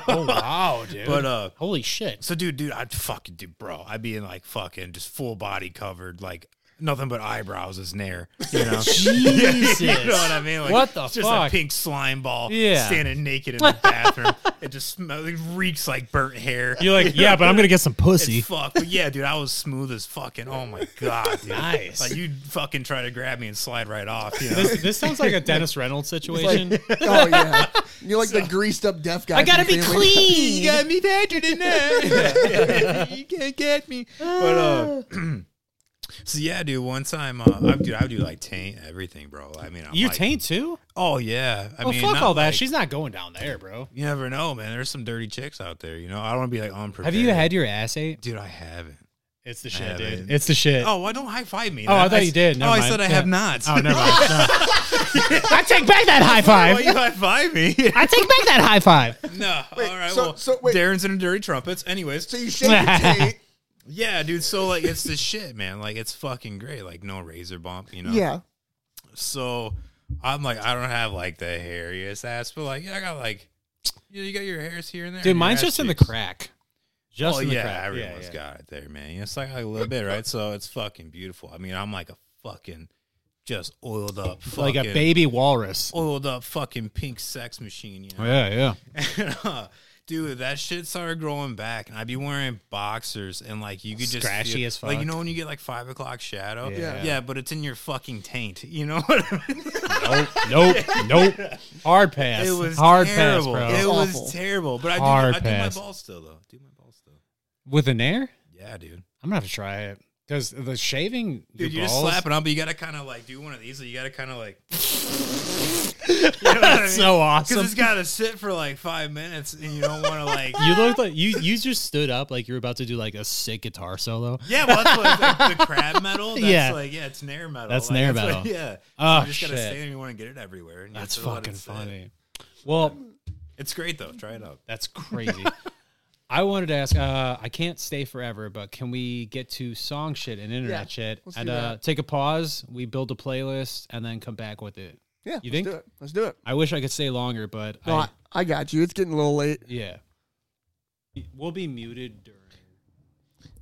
[SPEAKER 4] oh wow, dude!
[SPEAKER 6] But uh,
[SPEAKER 4] holy shit!
[SPEAKER 6] So, dude, dude, I'd fucking do, bro. I'd be in like fucking just full body covered, like nothing but eyebrows is Nair. You know,
[SPEAKER 4] Jesus.
[SPEAKER 6] you know what I mean? Like,
[SPEAKER 4] What the
[SPEAKER 6] it's just
[SPEAKER 4] fuck?
[SPEAKER 6] a pink slime ball,
[SPEAKER 4] Yeah.
[SPEAKER 6] standing naked in the bathroom. it just smells, it reeks like burnt hair.
[SPEAKER 4] You're like,
[SPEAKER 6] You
[SPEAKER 4] "Yeah,
[SPEAKER 6] know?
[SPEAKER 4] but I'm gonna get some pussy."
[SPEAKER 6] It's fuck, but yeah, dude, I was smooth as fucking. Oh my god, dude.
[SPEAKER 4] Nice.
[SPEAKER 6] Like you fucking try to grab me and slide right off. You know?
[SPEAKER 4] This, this sounds like a Dennis Reynolds situation.
[SPEAKER 5] oh yeah, you're like the greased up deaf guy.
[SPEAKER 4] I gotta
[SPEAKER 5] from
[SPEAKER 4] be
[SPEAKER 5] Family
[SPEAKER 4] clean. You
[SPEAKER 6] got me badgered in there. you can't get me. But uh,
[SPEAKER 4] Ah.
[SPEAKER 6] so yeah, dude. One time, uh, I, dude, I would do like taint everytie bro. I mean, I'm
[SPEAKER 4] you
[SPEAKER 6] like,
[SPEAKER 4] taint too?
[SPEAKER 6] Oh yeah. I
[SPEAKER 4] oh
[SPEAKER 6] mean,
[SPEAKER 4] fuck
[SPEAKER 6] not
[SPEAKER 4] all that.
[SPEAKER 6] like-
[SPEAKER 4] She's not going down there, bro.
[SPEAKER 6] You never know, man. There's some dirty chicks out there. You know, I don't want to be like
[SPEAKER 4] Have
[SPEAKER 6] unprepared.
[SPEAKER 4] you had your ass ate?
[SPEAKER 6] Dude, I haven't.
[SPEAKER 4] It's the
[SPEAKER 6] I
[SPEAKER 4] shit, dude.
[SPEAKER 6] haven't.
[SPEAKER 4] It's the shit.
[SPEAKER 6] Oh, why don't high five me?
[SPEAKER 4] Oh, I thought
[SPEAKER 6] s-
[SPEAKER 4] you did. Never
[SPEAKER 6] oh, I
[SPEAKER 4] mind.
[SPEAKER 6] said I
[SPEAKER 4] Yeah.
[SPEAKER 6] have not.
[SPEAKER 4] Oh, never mind. I take back that high five.
[SPEAKER 6] Why you high five me?
[SPEAKER 4] I take back that high five.
[SPEAKER 6] No. all right.
[SPEAKER 5] so-
[SPEAKER 6] well,
[SPEAKER 5] so wait.
[SPEAKER 6] Darren's in the dirty trumpets. Anyways,
[SPEAKER 5] So you shave your taint.
[SPEAKER 6] yeah, dude. So like, it's the shit, man. Like, it's fucking great. Like, no razor bump. You know.
[SPEAKER 5] Yeah.
[SPEAKER 6] So I'm like, I don't have like the hairiest ass, but like, yeah, I got like, you, know, you got your hairs here and there.
[SPEAKER 4] Dude,
[SPEAKER 6] and your
[SPEAKER 4] mine's
[SPEAKER 6] ass
[SPEAKER 4] just in the
[SPEAKER 6] cheeks.
[SPEAKER 4] crack. Just
[SPEAKER 6] oh
[SPEAKER 4] in the
[SPEAKER 6] yeah,
[SPEAKER 4] crack. Yeah,
[SPEAKER 6] everyone's
[SPEAKER 4] yeah.
[SPEAKER 6] got it there, man. You know, It's like, like a little bit, right? So it's fucking beautiful. I mean, I'm like a fucking just oiled up,
[SPEAKER 4] Like a
[SPEAKER 6] fucking-
[SPEAKER 4] baby walrus.
[SPEAKER 6] oiled up fucking pink sex machine. You
[SPEAKER 4] Oh,
[SPEAKER 6] know?
[SPEAKER 4] Yeah, yeah.
[SPEAKER 6] And, uh, dude, that shit started growing back, and I'd be wearing boxers, and like you could just
[SPEAKER 4] Scratchy
[SPEAKER 6] feel-
[SPEAKER 4] as
[SPEAKER 6] Like
[SPEAKER 4] fuck.
[SPEAKER 6] you know when you get like five o'clock shadow,
[SPEAKER 4] Yeah.
[SPEAKER 6] yeah, but it's in your fucking taint. You know what I mean?
[SPEAKER 4] Nope, nope, nope. Hard pass.
[SPEAKER 6] It was
[SPEAKER 4] hard
[SPEAKER 6] terrible.
[SPEAKER 4] pass, bro.
[SPEAKER 6] It
[SPEAKER 5] Awful.
[SPEAKER 6] was terrible. But I do,
[SPEAKER 4] Hard
[SPEAKER 6] I do my
[SPEAKER 4] pass.
[SPEAKER 6] balls still though. Do my balls still?
[SPEAKER 4] With an air?
[SPEAKER 6] Yeah, dude.
[SPEAKER 4] I'm gonna have to try it because the shaving.
[SPEAKER 6] Dude,
[SPEAKER 4] your
[SPEAKER 6] you're just
[SPEAKER 4] balls-
[SPEAKER 6] slapping up, but you gotta kind of like do one of these. So you gotta kind of like. you know what I mean?
[SPEAKER 4] so awesome.
[SPEAKER 6] Because it's gotta sit for like five minutes, and you don't want to like.
[SPEAKER 4] You looked like you. You just stood up like you were about to do like a sick guitar solo.
[SPEAKER 6] Yeah, well, that's what it's like, the crab metal. That's
[SPEAKER 4] Yeah.
[SPEAKER 6] like yeah, it's nair metal.
[SPEAKER 4] That's
[SPEAKER 6] like,
[SPEAKER 4] Nair
[SPEAKER 6] what-
[SPEAKER 4] metal.
[SPEAKER 6] yeah,
[SPEAKER 4] Oh,
[SPEAKER 6] you just gotta
[SPEAKER 4] shit.
[SPEAKER 6] stay there. and You want to get it everywhere. and you
[SPEAKER 4] That's
[SPEAKER 6] have to let it
[SPEAKER 4] fucking
[SPEAKER 6] sit.
[SPEAKER 4] funny. Well,
[SPEAKER 6] It's great though. Try it out.
[SPEAKER 4] that's crazy. I wanted to ask. Uh, I can't stay forever, but can we get to song shit and internet
[SPEAKER 5] Yeah,
[SPEAKER 4] shit
[SPEAKER 5] let's do
[SPEAKER 4] and uh, take a pause? We build a playlist and then come back with it.
[SPEAKER 5] Yeah,
[SPEAKER 4] You
[SPEAKER 5] let's
[SPEAKER 4] think?
[SPEAKER 5] do it. Let's do it.
[SPEAKER 4] I wish I could stay longer, but
[SPEAKER 5] No,
[SPEAKER 4] I,
[SPEAKER 5] I, I got you. It's getting a little late.
[SPEAKER 4] yeah, we'll be muted during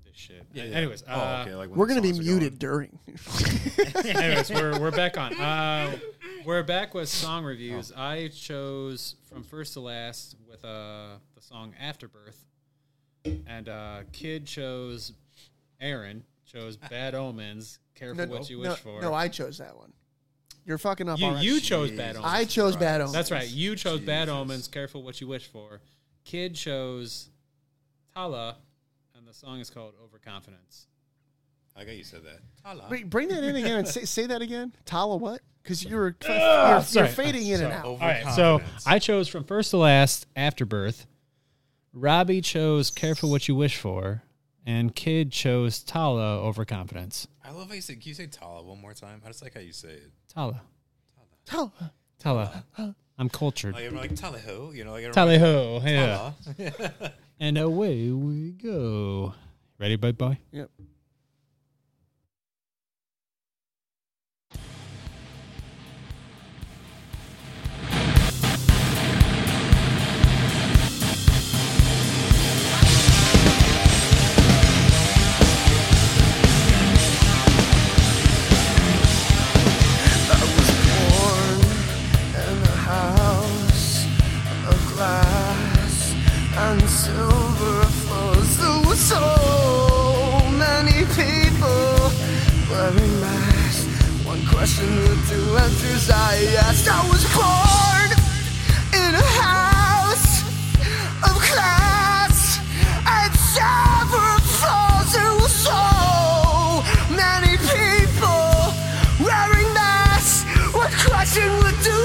[SPEAKER 4] this shit. Yeah.
[SPEAKER 6] Yeah.
[SPEAKER 4] Anyways,
[SPEAKER 6] Oh,
[SPEAKER 4] uh,
[SPEAKER 6] okay, like when
[SPEAKER 5] We're
[SPEAKER 6] the
[SPEAKER 5] gonna be
[SPEAKER 6] songs are going.
[SPEAKER 5] muted during.
[SPEAKER 4] Anyways, we're, we're back on. Uh, we're back with song reviews. I chose from first to last with uh, the song Afterbirth. And uh, Kid chose, Aaron chose Bad Omens, Careful What You Wish
[SPEAKER 5] no,
[SPEAKER 4] For.
[SPEAKER 5] No, I chose that one. You're fucking up.
[SPEAKER 4] you,
[SPEAKER 5] already.
[SPEAKER 4] you chose Bad Omens.
[SPEAKER 5] I chose bad omens.
[SPEAKER 4] That's right. You chose Bad
[SPEAKER 6] Jesus.
[SPEAKER 4] Omens, Careful What You Wish For. Kid chose Tala, and the song is called Overconfidence.
[SPEAKER 6] I got you said that.
[SPEAKER 5] Wait, bring that in again and say, say that again. Tala what? Because you're, you're, you're
[SPEAKER 4] Ah, sorry.
[SPEAKER 5] fading in and out.
[SPEAKER 4] All right, so
[SPEAKER 6] Overconfidence.
[SPEAKER 4] I chose from first to last Afterbirth. Robbie chose Careful What You Wish For, and Kid chose Tala Overconfidence.
[SPEAKER 6] I love how you said. Can you say Tala one more time? I just like how you say it.
[SPEAKER 4] Tala,
[SPEAKER 5] Tala.
[SPEAKER 4] Tala, I'm cultured.
[SPEAKER 6] Like everyone like Tala who? You know, like
[SPEAKER 4] Tally
[SPEAKER 6] everyone-
[SPEAKER 4] ho, yeah.
[SPEAKER 6] Oh, Tala.
[SPEAKER 4] And away we go. Ready, bye bye.
[SPEAKER 5] Yep.
[SPEAKER 8] I was born in a house of glass and silver floors. There were so many people wearing masks. One question the two answers I asked. I was born in a house of glass and silver floors. There were so Oh, many people wearing masks. What question would do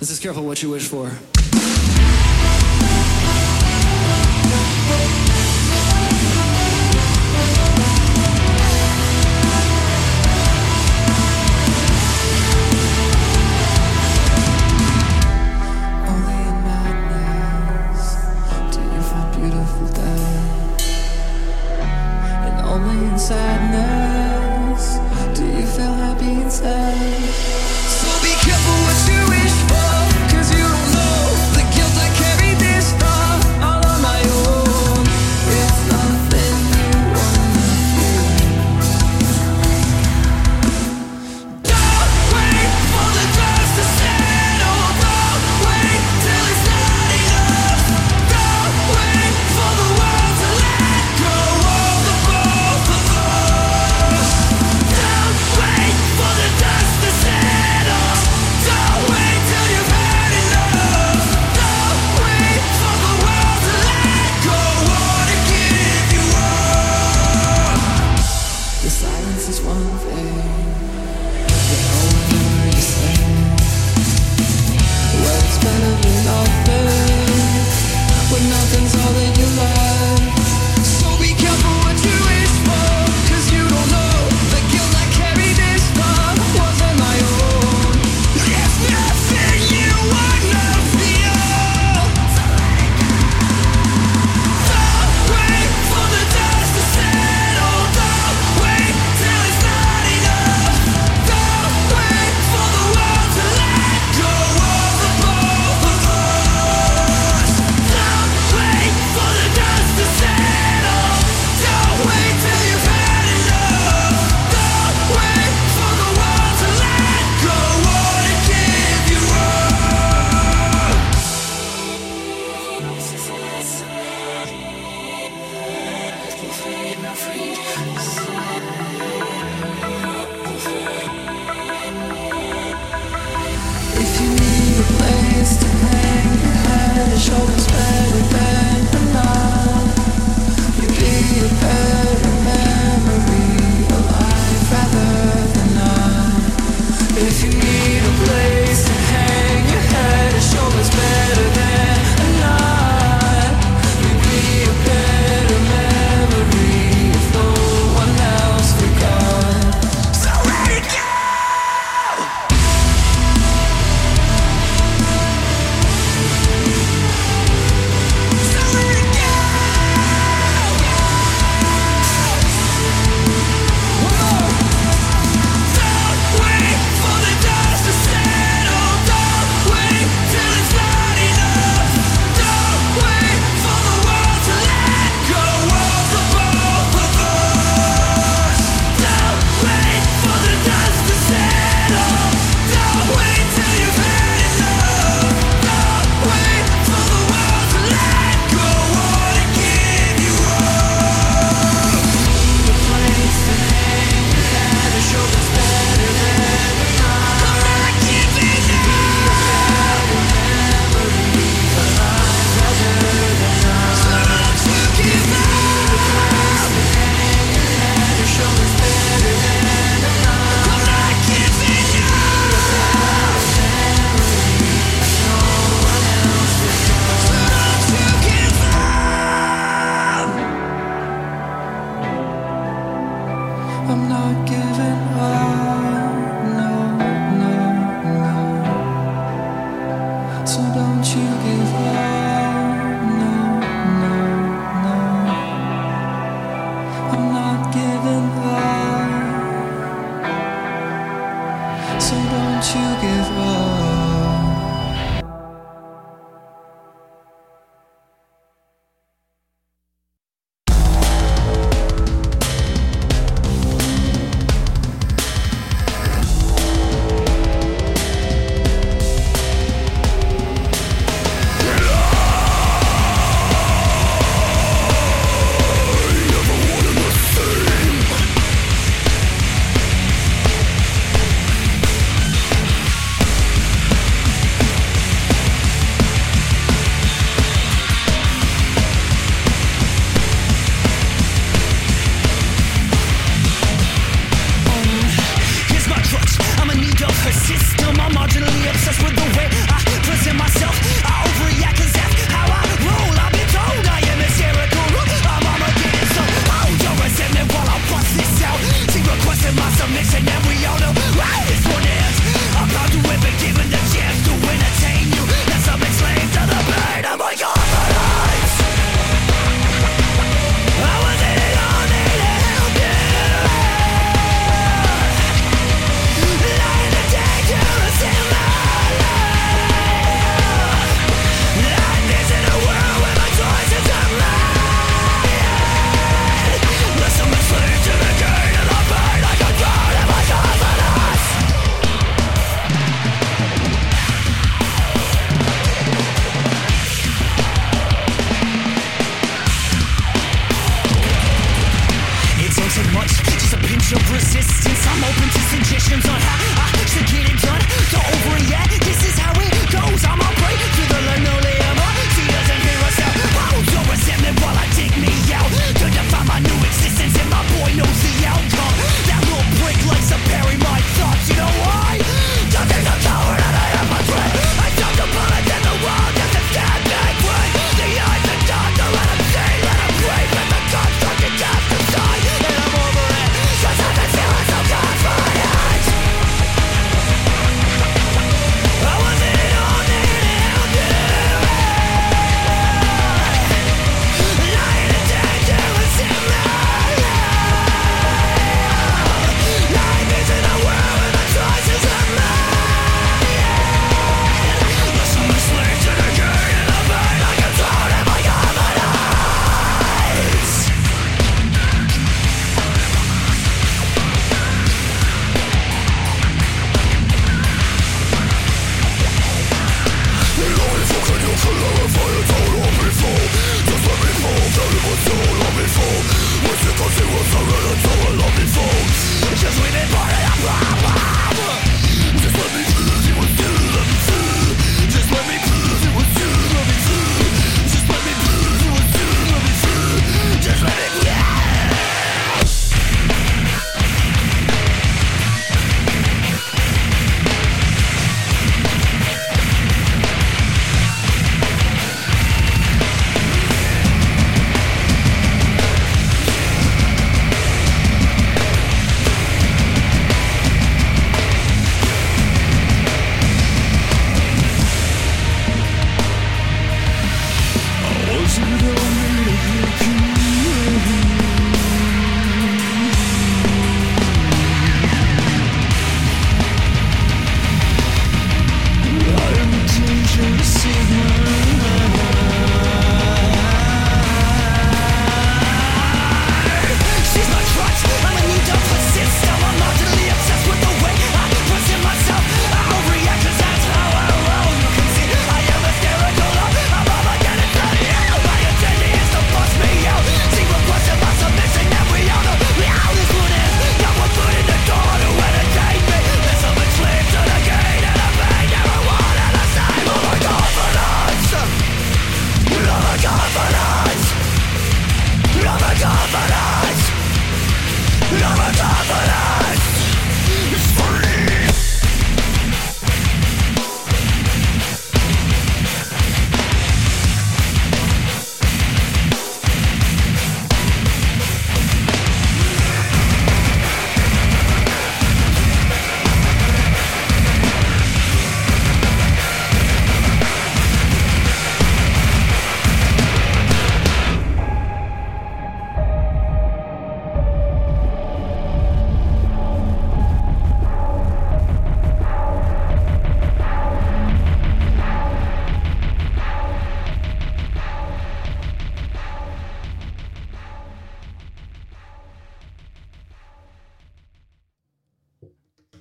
[SPEAKER 14] is careful what you wish for.
[SPEAKER 8] Only in madness do you find beautiful things, and only in sadness do you feel happy and sad. So be careful what you wish for, 'cause you don't know the guilt I carry this far all on my own. It's nothing you wanna feel. Don't wait for the dust to settle. Don't wait till it's not enough. Don't wait for the world to let go of the both of us. Don't wait for the dust to settle. Don't wait till you've had enough. Don't wait for the world to let go or to give you up. The silence is one thing. Words better than nothing. When nothing's all that you love. So be careful what you wish for, 'cause you don't know the guilt I carry this far wasn't my own. It's nothing you wanna feel. Don't wait for the dust to settle. Don't wait till it's not enough. Don't wait for the world to let go of the both of us. Don't wait for the dust to settle. Don't wait till you've had enough. Don't wait for the world to let go or to give you up. If you need a place to hang your head, a shoulder's better than a knife. You'd be a better memory alive rather than not. If you need a place to hang your head, a shoulder's better than a knife. You'd be a better memory if no one else forgot. So let it go. I'm not giving up. No, no, no. So don't you give up. No, no, no. I'm not giving up. So don't you give up. Get up!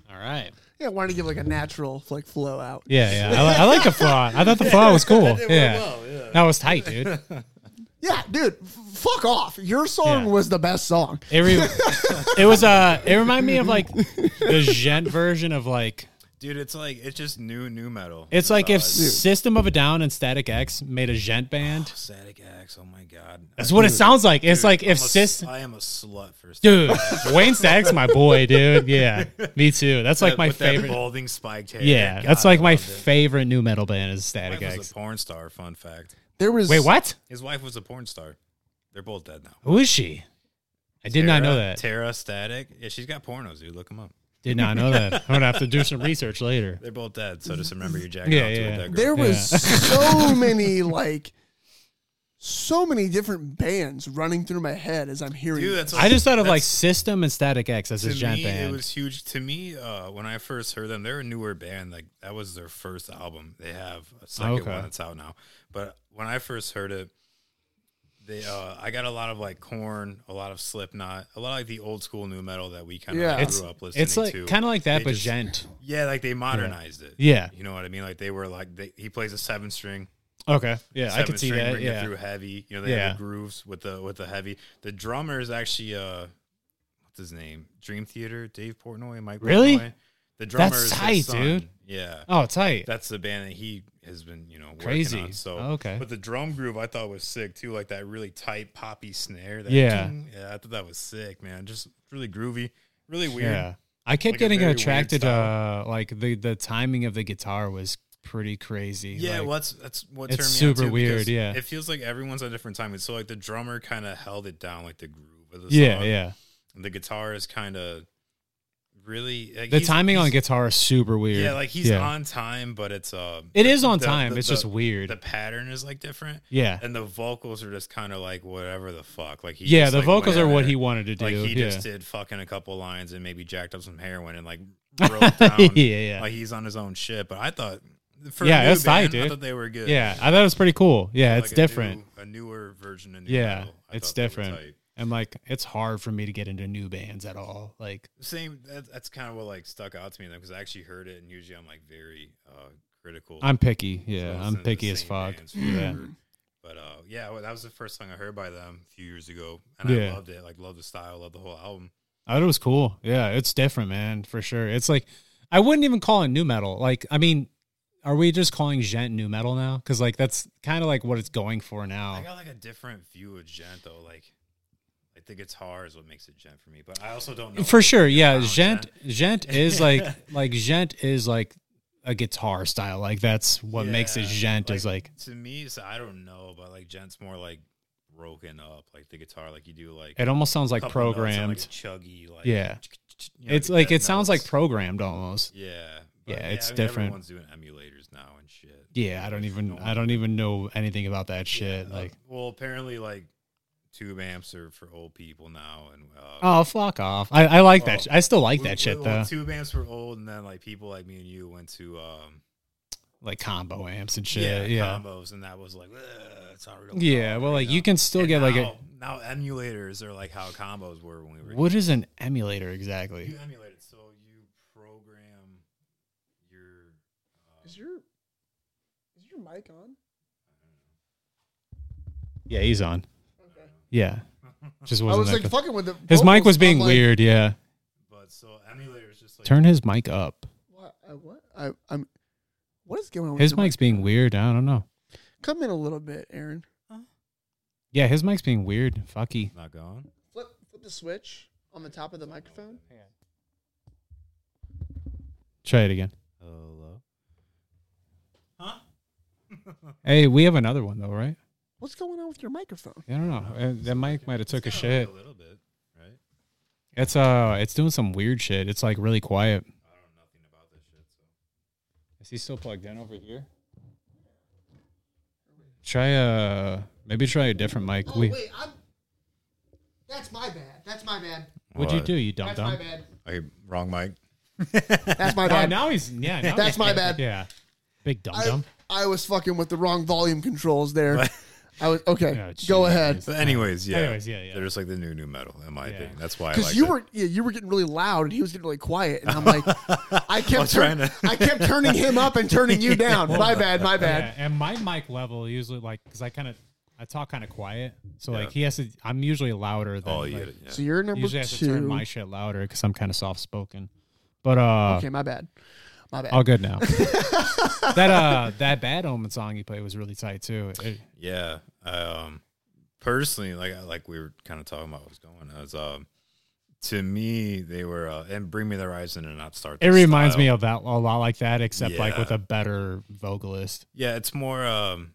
[SPEAKER 4] All right.
[SPEAKER 5] Yeah, I wanted to give like a natural like flow out.
[SPEAKER 4] Yeah, yeah. I, li- I like the flaw. I thought the flaw was cool. Yeah. That was tight, dude.
[SPEAKER 5] Yeah, dude, f- fuck off. Your song was the best song.
[SPEAKER 4] It, re- it was uh it reminded me of like the gent version of like
[SPEAKER 6] Dude, it's like it's just new new metal. Oh,
[SPEAKER 4] it's like if
[SPEAKER 6] That's all I-
[SPEAKER 4] System of a Down and Static X made a gent band.
[SPEAKER 6] Static X, oh my god.
[SPEAKER 4] That's what it sounds like. It's like if
[SPEAKER 6] I'm a s-
[SPEAKER 4] Sys-
[SPEAKER 6] I am a slut for
[SPEAKER 4] Dude,
[SPEAKER 6] Static X.
[SPEAKER 4] Wayne Static's my boy, dude. Yeah. Me too. That's like
[SPEAKER 6] That-
[SPEAKER 4] my
[SPEAKER 6] with
[SPEAKER 4] favorite.
[SPEAKER 6] That balding spiked hair.
[SPEAKER 4] yeah,
[SPEAKER 6] God,
[SPEAKER 4] that's like
[SPEAKER 6] I
[SPEAKER 4] my
[SPEAKER 6] loved it.
[SPEAKER 4] favorite new metal band is
[SPEAKER 6] His
[SPEAKER 4] Static
[SPEAKER 6] wife
[SPEAKER 4] X.
[SPEAKER 6] was a porn star. Fun fact.
[SPEAKER 5] There was
[SPEAKER 4] Wait, what?
[SPEAKER 6] His wife was a porn star. They're both dead now.
[SPEAKER 4] Who is she? I did not know
[SPEAKER 6] Tara-
[SPEAKER 4] that.
[SPEAKER 6] Tara Static. Yeah, she's got pornos, dude. Look them up.
[SPEAKER 4] Did not know that. I'm gonna have to do some research later.
[SPEAKER 6] They're both dead. So just remember your jacket.
[SPEAKER 4] Yeah,
[SPEAKER 6] off to
[SPEAKER 4] yeah.
[SPEAKER 6] with that girl.
[SPEAKER 5] There was
[SPEAKER 4] Yeah.
[SPEAKER 5] so many like so many different bands running through my head as I'm hearing.
[SPEAKER 6] Dude,
[SPEAKER 5] this.
[SPEAKER 6] that's
[SPEAKER 4] I just thought of like
[SPEAKER 6] that's-
[SPEAKER 4] System and Static X as
[SPEAKER 6] to
[SPEAKER 4] his gent
[SPEAKER 6] me,
[SPEAKER 4] band.
[SPEAKER 6] It was huge to me uh, when I first heard them. They're a newer band. Like that was their first album. They have a second
[SPEAKER 4] Okay.
[SPEAKER 6] one that's out now. But when I first heard it, they uh, I got a lot of like Corn, a lot of Slipknot, a lot of like the old school new metal that we kind of
[SPEAKER 5] Yeah.
[SPEAKER 4] it's
[SPEAKER 6] grew up listening
[SPEAKER 4] it's like
[SPEAKER 6] to.
[SPEAKER 4] kind of like that,
[SPEAKER 6] They
[SPEAKER 4] but
[SPEAKER 6] just-
[SPEAKER 4] gent.
[SPEAKER 6] Yeah, like they modernized it.
[SPEAKER 4] Yeah.
[SPEAKER 6] you know what I mean. Like they were like they, he plays a seven string.
[SPEAKER 4] Okay, yeah, I
[SPEAKER 6] seven
[SPEAKER 4] could see
[SPEAKER 6] string,
[SPEAKER 4] that.
[SPEAKER 6] bring it
[SPEAKER 4] Yeah,
[SPEAKER 6] through heavy. You know, they
[SPEAKER 4] Yeah.
[SPEAKER 6] have the grooves with the with the heavy. The drummer is actually uh, what's his name? Dream Theater, Dave Portnoy, Mike.
[SPEAKER 4] Really?
[SPEAKER 6] Portnoy. The drummer
[SPEAKER 4] That's
[SPEAKER 6] is his
[SPEAKER 4] tight,
[SPEAKER 6] son.
[SPEAKER 4] dude.
[SPEAKER 6] Yeah.
[SPEAKER 4] oh, tight.
[SPEAKER 6] That's the band that he has been, you know, working
[SPEAKER 4] Crazy.
[SPEAKER 6] On. So
[SPEAKER 4] Oh, okay.
[SPEAKER 6] but the drum groove I thought was sick too, like that really tight poppy snare. That
[SPEAKER 4] Yeah.
[SPEAKER 6] ding. yeah, I thought that was sick, man. Just really groovy, really weird.
[SPEAKER 4] yeah, I kept
[SPEAKER 6] Like a
[SPEAKER 4] getting
[SPEAKER 6] very weird
[SPEAKER 4] attracted.
[SPEAKER 6] style.
[SPEAKER 4] Uh, like the the timing of the guitar was pretty crazy.
[SPEAKER 6] Yeah,
[SPEAKER 4] like,
[SPEAKER 6] well, that's that's what
[SPEAKER 4] it's
[SPEAKER 6] turned me
[SPEAKER 4] super
[SPEAKER 6] on too,
[SPEAKER 4] weird,
[SPEAKER 6] because
[SPEAKER 4] yeah.
[SPEAKER 6] it feels like everyone's on a different time. So like the drummer kind of held it down, like the groove of the
[SPEAKER 4] yeah,
[SPEAKER 6] song.
[SPEAKER 4] yeah.
[SPEAKER 6] And the guitar is kind of really like,
[SPEAKER 4] The
[SPEAKER 6] he's-
[SPEAKER 4] timing on
[SPEAKER 6] he's-
[SPEAKER 4] guitar is super weird.
[SPEAKER 6] Yeah, like he's on time, but it's uh,
[SPEAKER 4] It is on time, it's just
[SPEAKER 6] the-
[SPEAKER 4] weird.
[SPEAKER 6] The pattern is like different.
[SPEAKER 4] Yeah.
[SPEAKER 6] and the vocals are just kind of like whatever the fuck. Like he
[SPEAKER 4] Yeah,
[SPEAKER 6] just,
[SPEAKER 4] the
[SPEAKER 6] like, went
[SPEAKER 4] vocals are
[SPEAKER 6] at
[SPEAKER 4] what
[SPEAKER 6] it.
[SPEAKER 4] he wanted to
[SPEAKER 6] Like
[SPEAKER 4] do,
[SPEAKER 6] he just
[SPEAKER 4] yeah.
[SPEAKER 6] did fucking a couple lines and maybe jacked up some heroin and like broke down.
[SPEAKER 4] Yeah, yeah.
[SPEAKER 6] Like he's on his own shit. But I thought for
[SPEAKER 4] Yeah,
[SPEAKER 6] a new
[SPEAKER 4] that's tight,
[SPEAKER 6] band, I
[SPEAKER 4] dude.
[SPEAKER 6] thought they were good.
[SPEAKER 4] Yeah, I thought it was pretty cool. Yeah,
[SPEAKER 6] Like
[SPEAKER 4] it's
[SPEAKER 6] a
[SPEAKER 4] different.
[SPEAKER 6] new- a newer version of new
[SPEAKER 4] yeah,
[SPEAKER 6] metal. I
[SPEAKER 4] it's
[SPEAKER 6] thought they were
[SPEAKER 4] different.
[SPEAKER 6] tight.
[SPEAKER 4] And like, it's hard for me to get into new bands at all. Like,
[SPEAKER 6] Same. That, that's kind of what like stuck out to me though, because I actually heard it, and usually I'm like very uh, critical.
[SPEAKER 4] I'm picky.
[SPEAKER 6] So I
[SPEAKER 4] Yeah, I'm
[SPEAKER 6] listen to the
[SPEAKER 4] picky as
[SPEAKER 6] same
[SPEAKER 4] fuck.
[SPEAKER 6] bands
[SPEAKER 4] Yeah.
[SPEAKER 6] forever. But uh, yeah, well, that was the first song I heard by them a few years ago, and
[SPEAKER 4] Yeah.
[SPEAKER 6] I loved it. Like, loved the style, loved the whole album.
[SPEAKER 4] I thought it was cool. Yeah, it's different, man, for sure. It's like I wouldn't even call it new metal. Like, I mean, are we just calling gent new metal now? Because like that's kind of like what it's going for
[SPEAKER 6] I
[SPEAKER 4] now.
[SPEAKER 6] got like a different view of gent though. Like, like the guitar is what makes it gent for me, but I also don't know
[SPEAKER 4] For sure,
[SPEAKER 6] anything
[SPEAKER 4] yeah.
[SPEAKER 6] about
[SPEAKER 4] Gent, gent is like like gent is like a guitar style. Like that's what makes it
[SPEAKER 6] Yeah,
[SPEAKER 4] gent is like
[SPEAKER 6] to me. So I don't know, but like gent's more like broken up, like the guitar, like you do like
[SPEAKER 4] It almost sounds
[SPEAKER 6] a
[SPEAKER 4] like
[SPEAKER 6] couple notes on, like,
[SPEAKER 4] programmed.
[SPEAKER 6] a chuggy, like
[SPEAKER 4] yeah.
[SPEAKER 6] you know,
[SPEAKER 4] it's
[SPEAKER 6] the
[SPEAKER 4] like
[SPEAKER 6] death
[SPEAKER 4] it sounds like
[SPEAKER 6] notes.
[SPEAKER 4] programmed almost.
[SPEAKER 6] Yeah, but
[SPEAKER 4] yeah, it's
[SPEAKER 6] I mean,
[SPEAKER 4] different.
[SPEAKER 6] Everyone's doing emulators now and shit.
[SPEAKER 4] Yeah, I don't even I don't even know anything about that shit. Like,
[SPEAKER 6] Well, apparently, like tube amps are for old people now, and uh,
[SPEAKER 4] oh fuck off! I, I like
[SPEAKER 6] well,
[SPEAKER 4] that. sh- I still like
[SPEAKER 6] Oh, we-
[SPEAKER 4] that
[SPEAKER 6] we-
[SPEAKER 4] shit
[SPEAKER 6] well,
[SPEAKER 4] though.
[SPEAKER 6] Tube amps were old, and then like people like me and you went to um,
[SPEAKER 4] Like combo amps and shit. Yeah,
[SPEAKER 6] combos, and that was like "Ugh, it's not real.
[SPEAKER 4] yeah.
[SPEAKER 6] combo,"
[SPEAKER 4] Well, like you
[SPEAKER 6] know?
[SPEAKER 4] can still
[SPEAKER 6] And
[SPEAKER 4] get like a
[SPEAKER 6] now- now emulators are like how combos were when we were.
[SPEAKER 4] what
[SPEAKER 6] kids.
[SPEAKER 4] is an emulator exactly?
[SPEAKER 6] you emulate it? So you program your.
[SPEAKER 5] Is your is your mic on?
[SPEAKER 4] Yeah, he's on. Yeah, just
[SPEAKER 5] I
[SPEAKER 4] wasn't.
[SPEAKER 5] was
[SPEAKER 4] that
[SPEAKER 5] like
[SPEAKER 4] good.
[SPEAKER 5] fucking with the
[SPEAKER 4] his mic
[SPEAKER 5] vocals.
[SPEAKER 4] was being
[SPEAKER 5] I'm like,
[SPEAKER 4] weird. Yeah,
[SPEAKER 6] But so emulators just like
[SPEAKER 4] turn his mic up.
[SPEAKER 5] What? I, what? I, I'm. What is going on? with
[SPEAKER 4] His
[SPEAKER 5] your mic?
[SPEAKER 4] mic's being weird. I don't know.
[SPEAKER 5] Come in a little bit, Aaron.
[SPEAKER 4] Yeah, his mic's being weird. Fucky.
[SPEAKER 6] not gone.
[SPEAKER 5] Flip flip the switch on the top of the microphone.
[SPEAKER 4] Try it again.
[SPEAKER 6] Hello.
[SPEAKER 4] Hey, we have another one though, right?
[SPEAKER 5] What's going on with your microphone?
[SPEAKER 4] I don't know. Uh, That mic might have took a shit.
[SPEAKER 6] A little bit, right?
[SPEAKER 4] It's uh, it's doing some weird shit. It's like really quiet. Is he still plugged in over here? Try uh, maybe try a different mic.
[SPEAKER 5] Oh
[SPEAKER 4] we,
[SPEAKER 5] wait, I'm. That's my bad. That's my bad.
[SPEAKER 4] what'd you do? You dumb
[SPEAKER 5] That's
[SPEAKER 4] dumb.
[SPEAKER 5] my bad.
[SPEAKER 6] Okay, wrong mic.
[SPEAKER 5] That's my
[SPEAKER 4] Oh,
[SPEAKER 5] bad.
[SPEAKER 4] now he's yeah. Now
[SPEAKER 5] That's
[SPEAKER 4] he's-
[SPEAKER 5] my bad.
[SPEAKER 4] Yeah, big dumb
[SPEAKER 5] I,
[SPEAKER 4] dumb.
[SPEAKER 5] I was fucking with the wrong volume controls there. I was okay. go ahead.
[SPEAKER 6] But anyways, yeah.
[SPEAKER 4] Anyways, yeah, yeah.
[SPEAKER 6] They're just like the new new metal in my opinion. That's why I
[SPEAKER 5] Because
[SPEAKER 6] like
[SPEAKER 5] you
[SPEAKER 6] it.
[SPEAKER 5] were yeah, you were getting really loud and he was getting really quiet and I'm like I kept
[SPEAKER 6] was
[SPEAKER 5] turn-
[SPEAKER 6] trying to-
[SPEAKER 5] I kept turning him up and turning you down. My bad, my
[SPEAKER 4] Yeah,
[SPEAKER 5] bad.
[SPEAKER 4] and my mic level usually like because I kind of I talk kind of quiet, so like
[SPEAKER 6] Yeah.
[SPEAKER 4] he has to. I'm usually louder than.
[SPEAKER 6] Oh,
[SPEAKER 4] like,
[SPEAKER 6] you get it, yeah.
[SPEAKER 5] So you're number
[SPEAKER 4] usually I have to turn
[SPEAKER 5] two.
[SPEAKER 4] my shit louder because I'm kind of soft spoken. But uh,
[SPEAKER 5] Okay, my bad. My bad.
[SPEAKER 4] all good now. that uh, that Bad Omen song you played was really tight too. It-
[SPEAKER 6] Yeah. Um, personally, like like we were kind of talking about what was going. on, was um, to me they were uh, and Bring Me the Horizon and not start.
[SPEAKER 4] it reminds me of that a lot like that, except like
[SPEAKER 6] Yeah.
[SPEAKER 4] with a better vocalist.
[SPEAKER 6] Yeah, it's more. Um,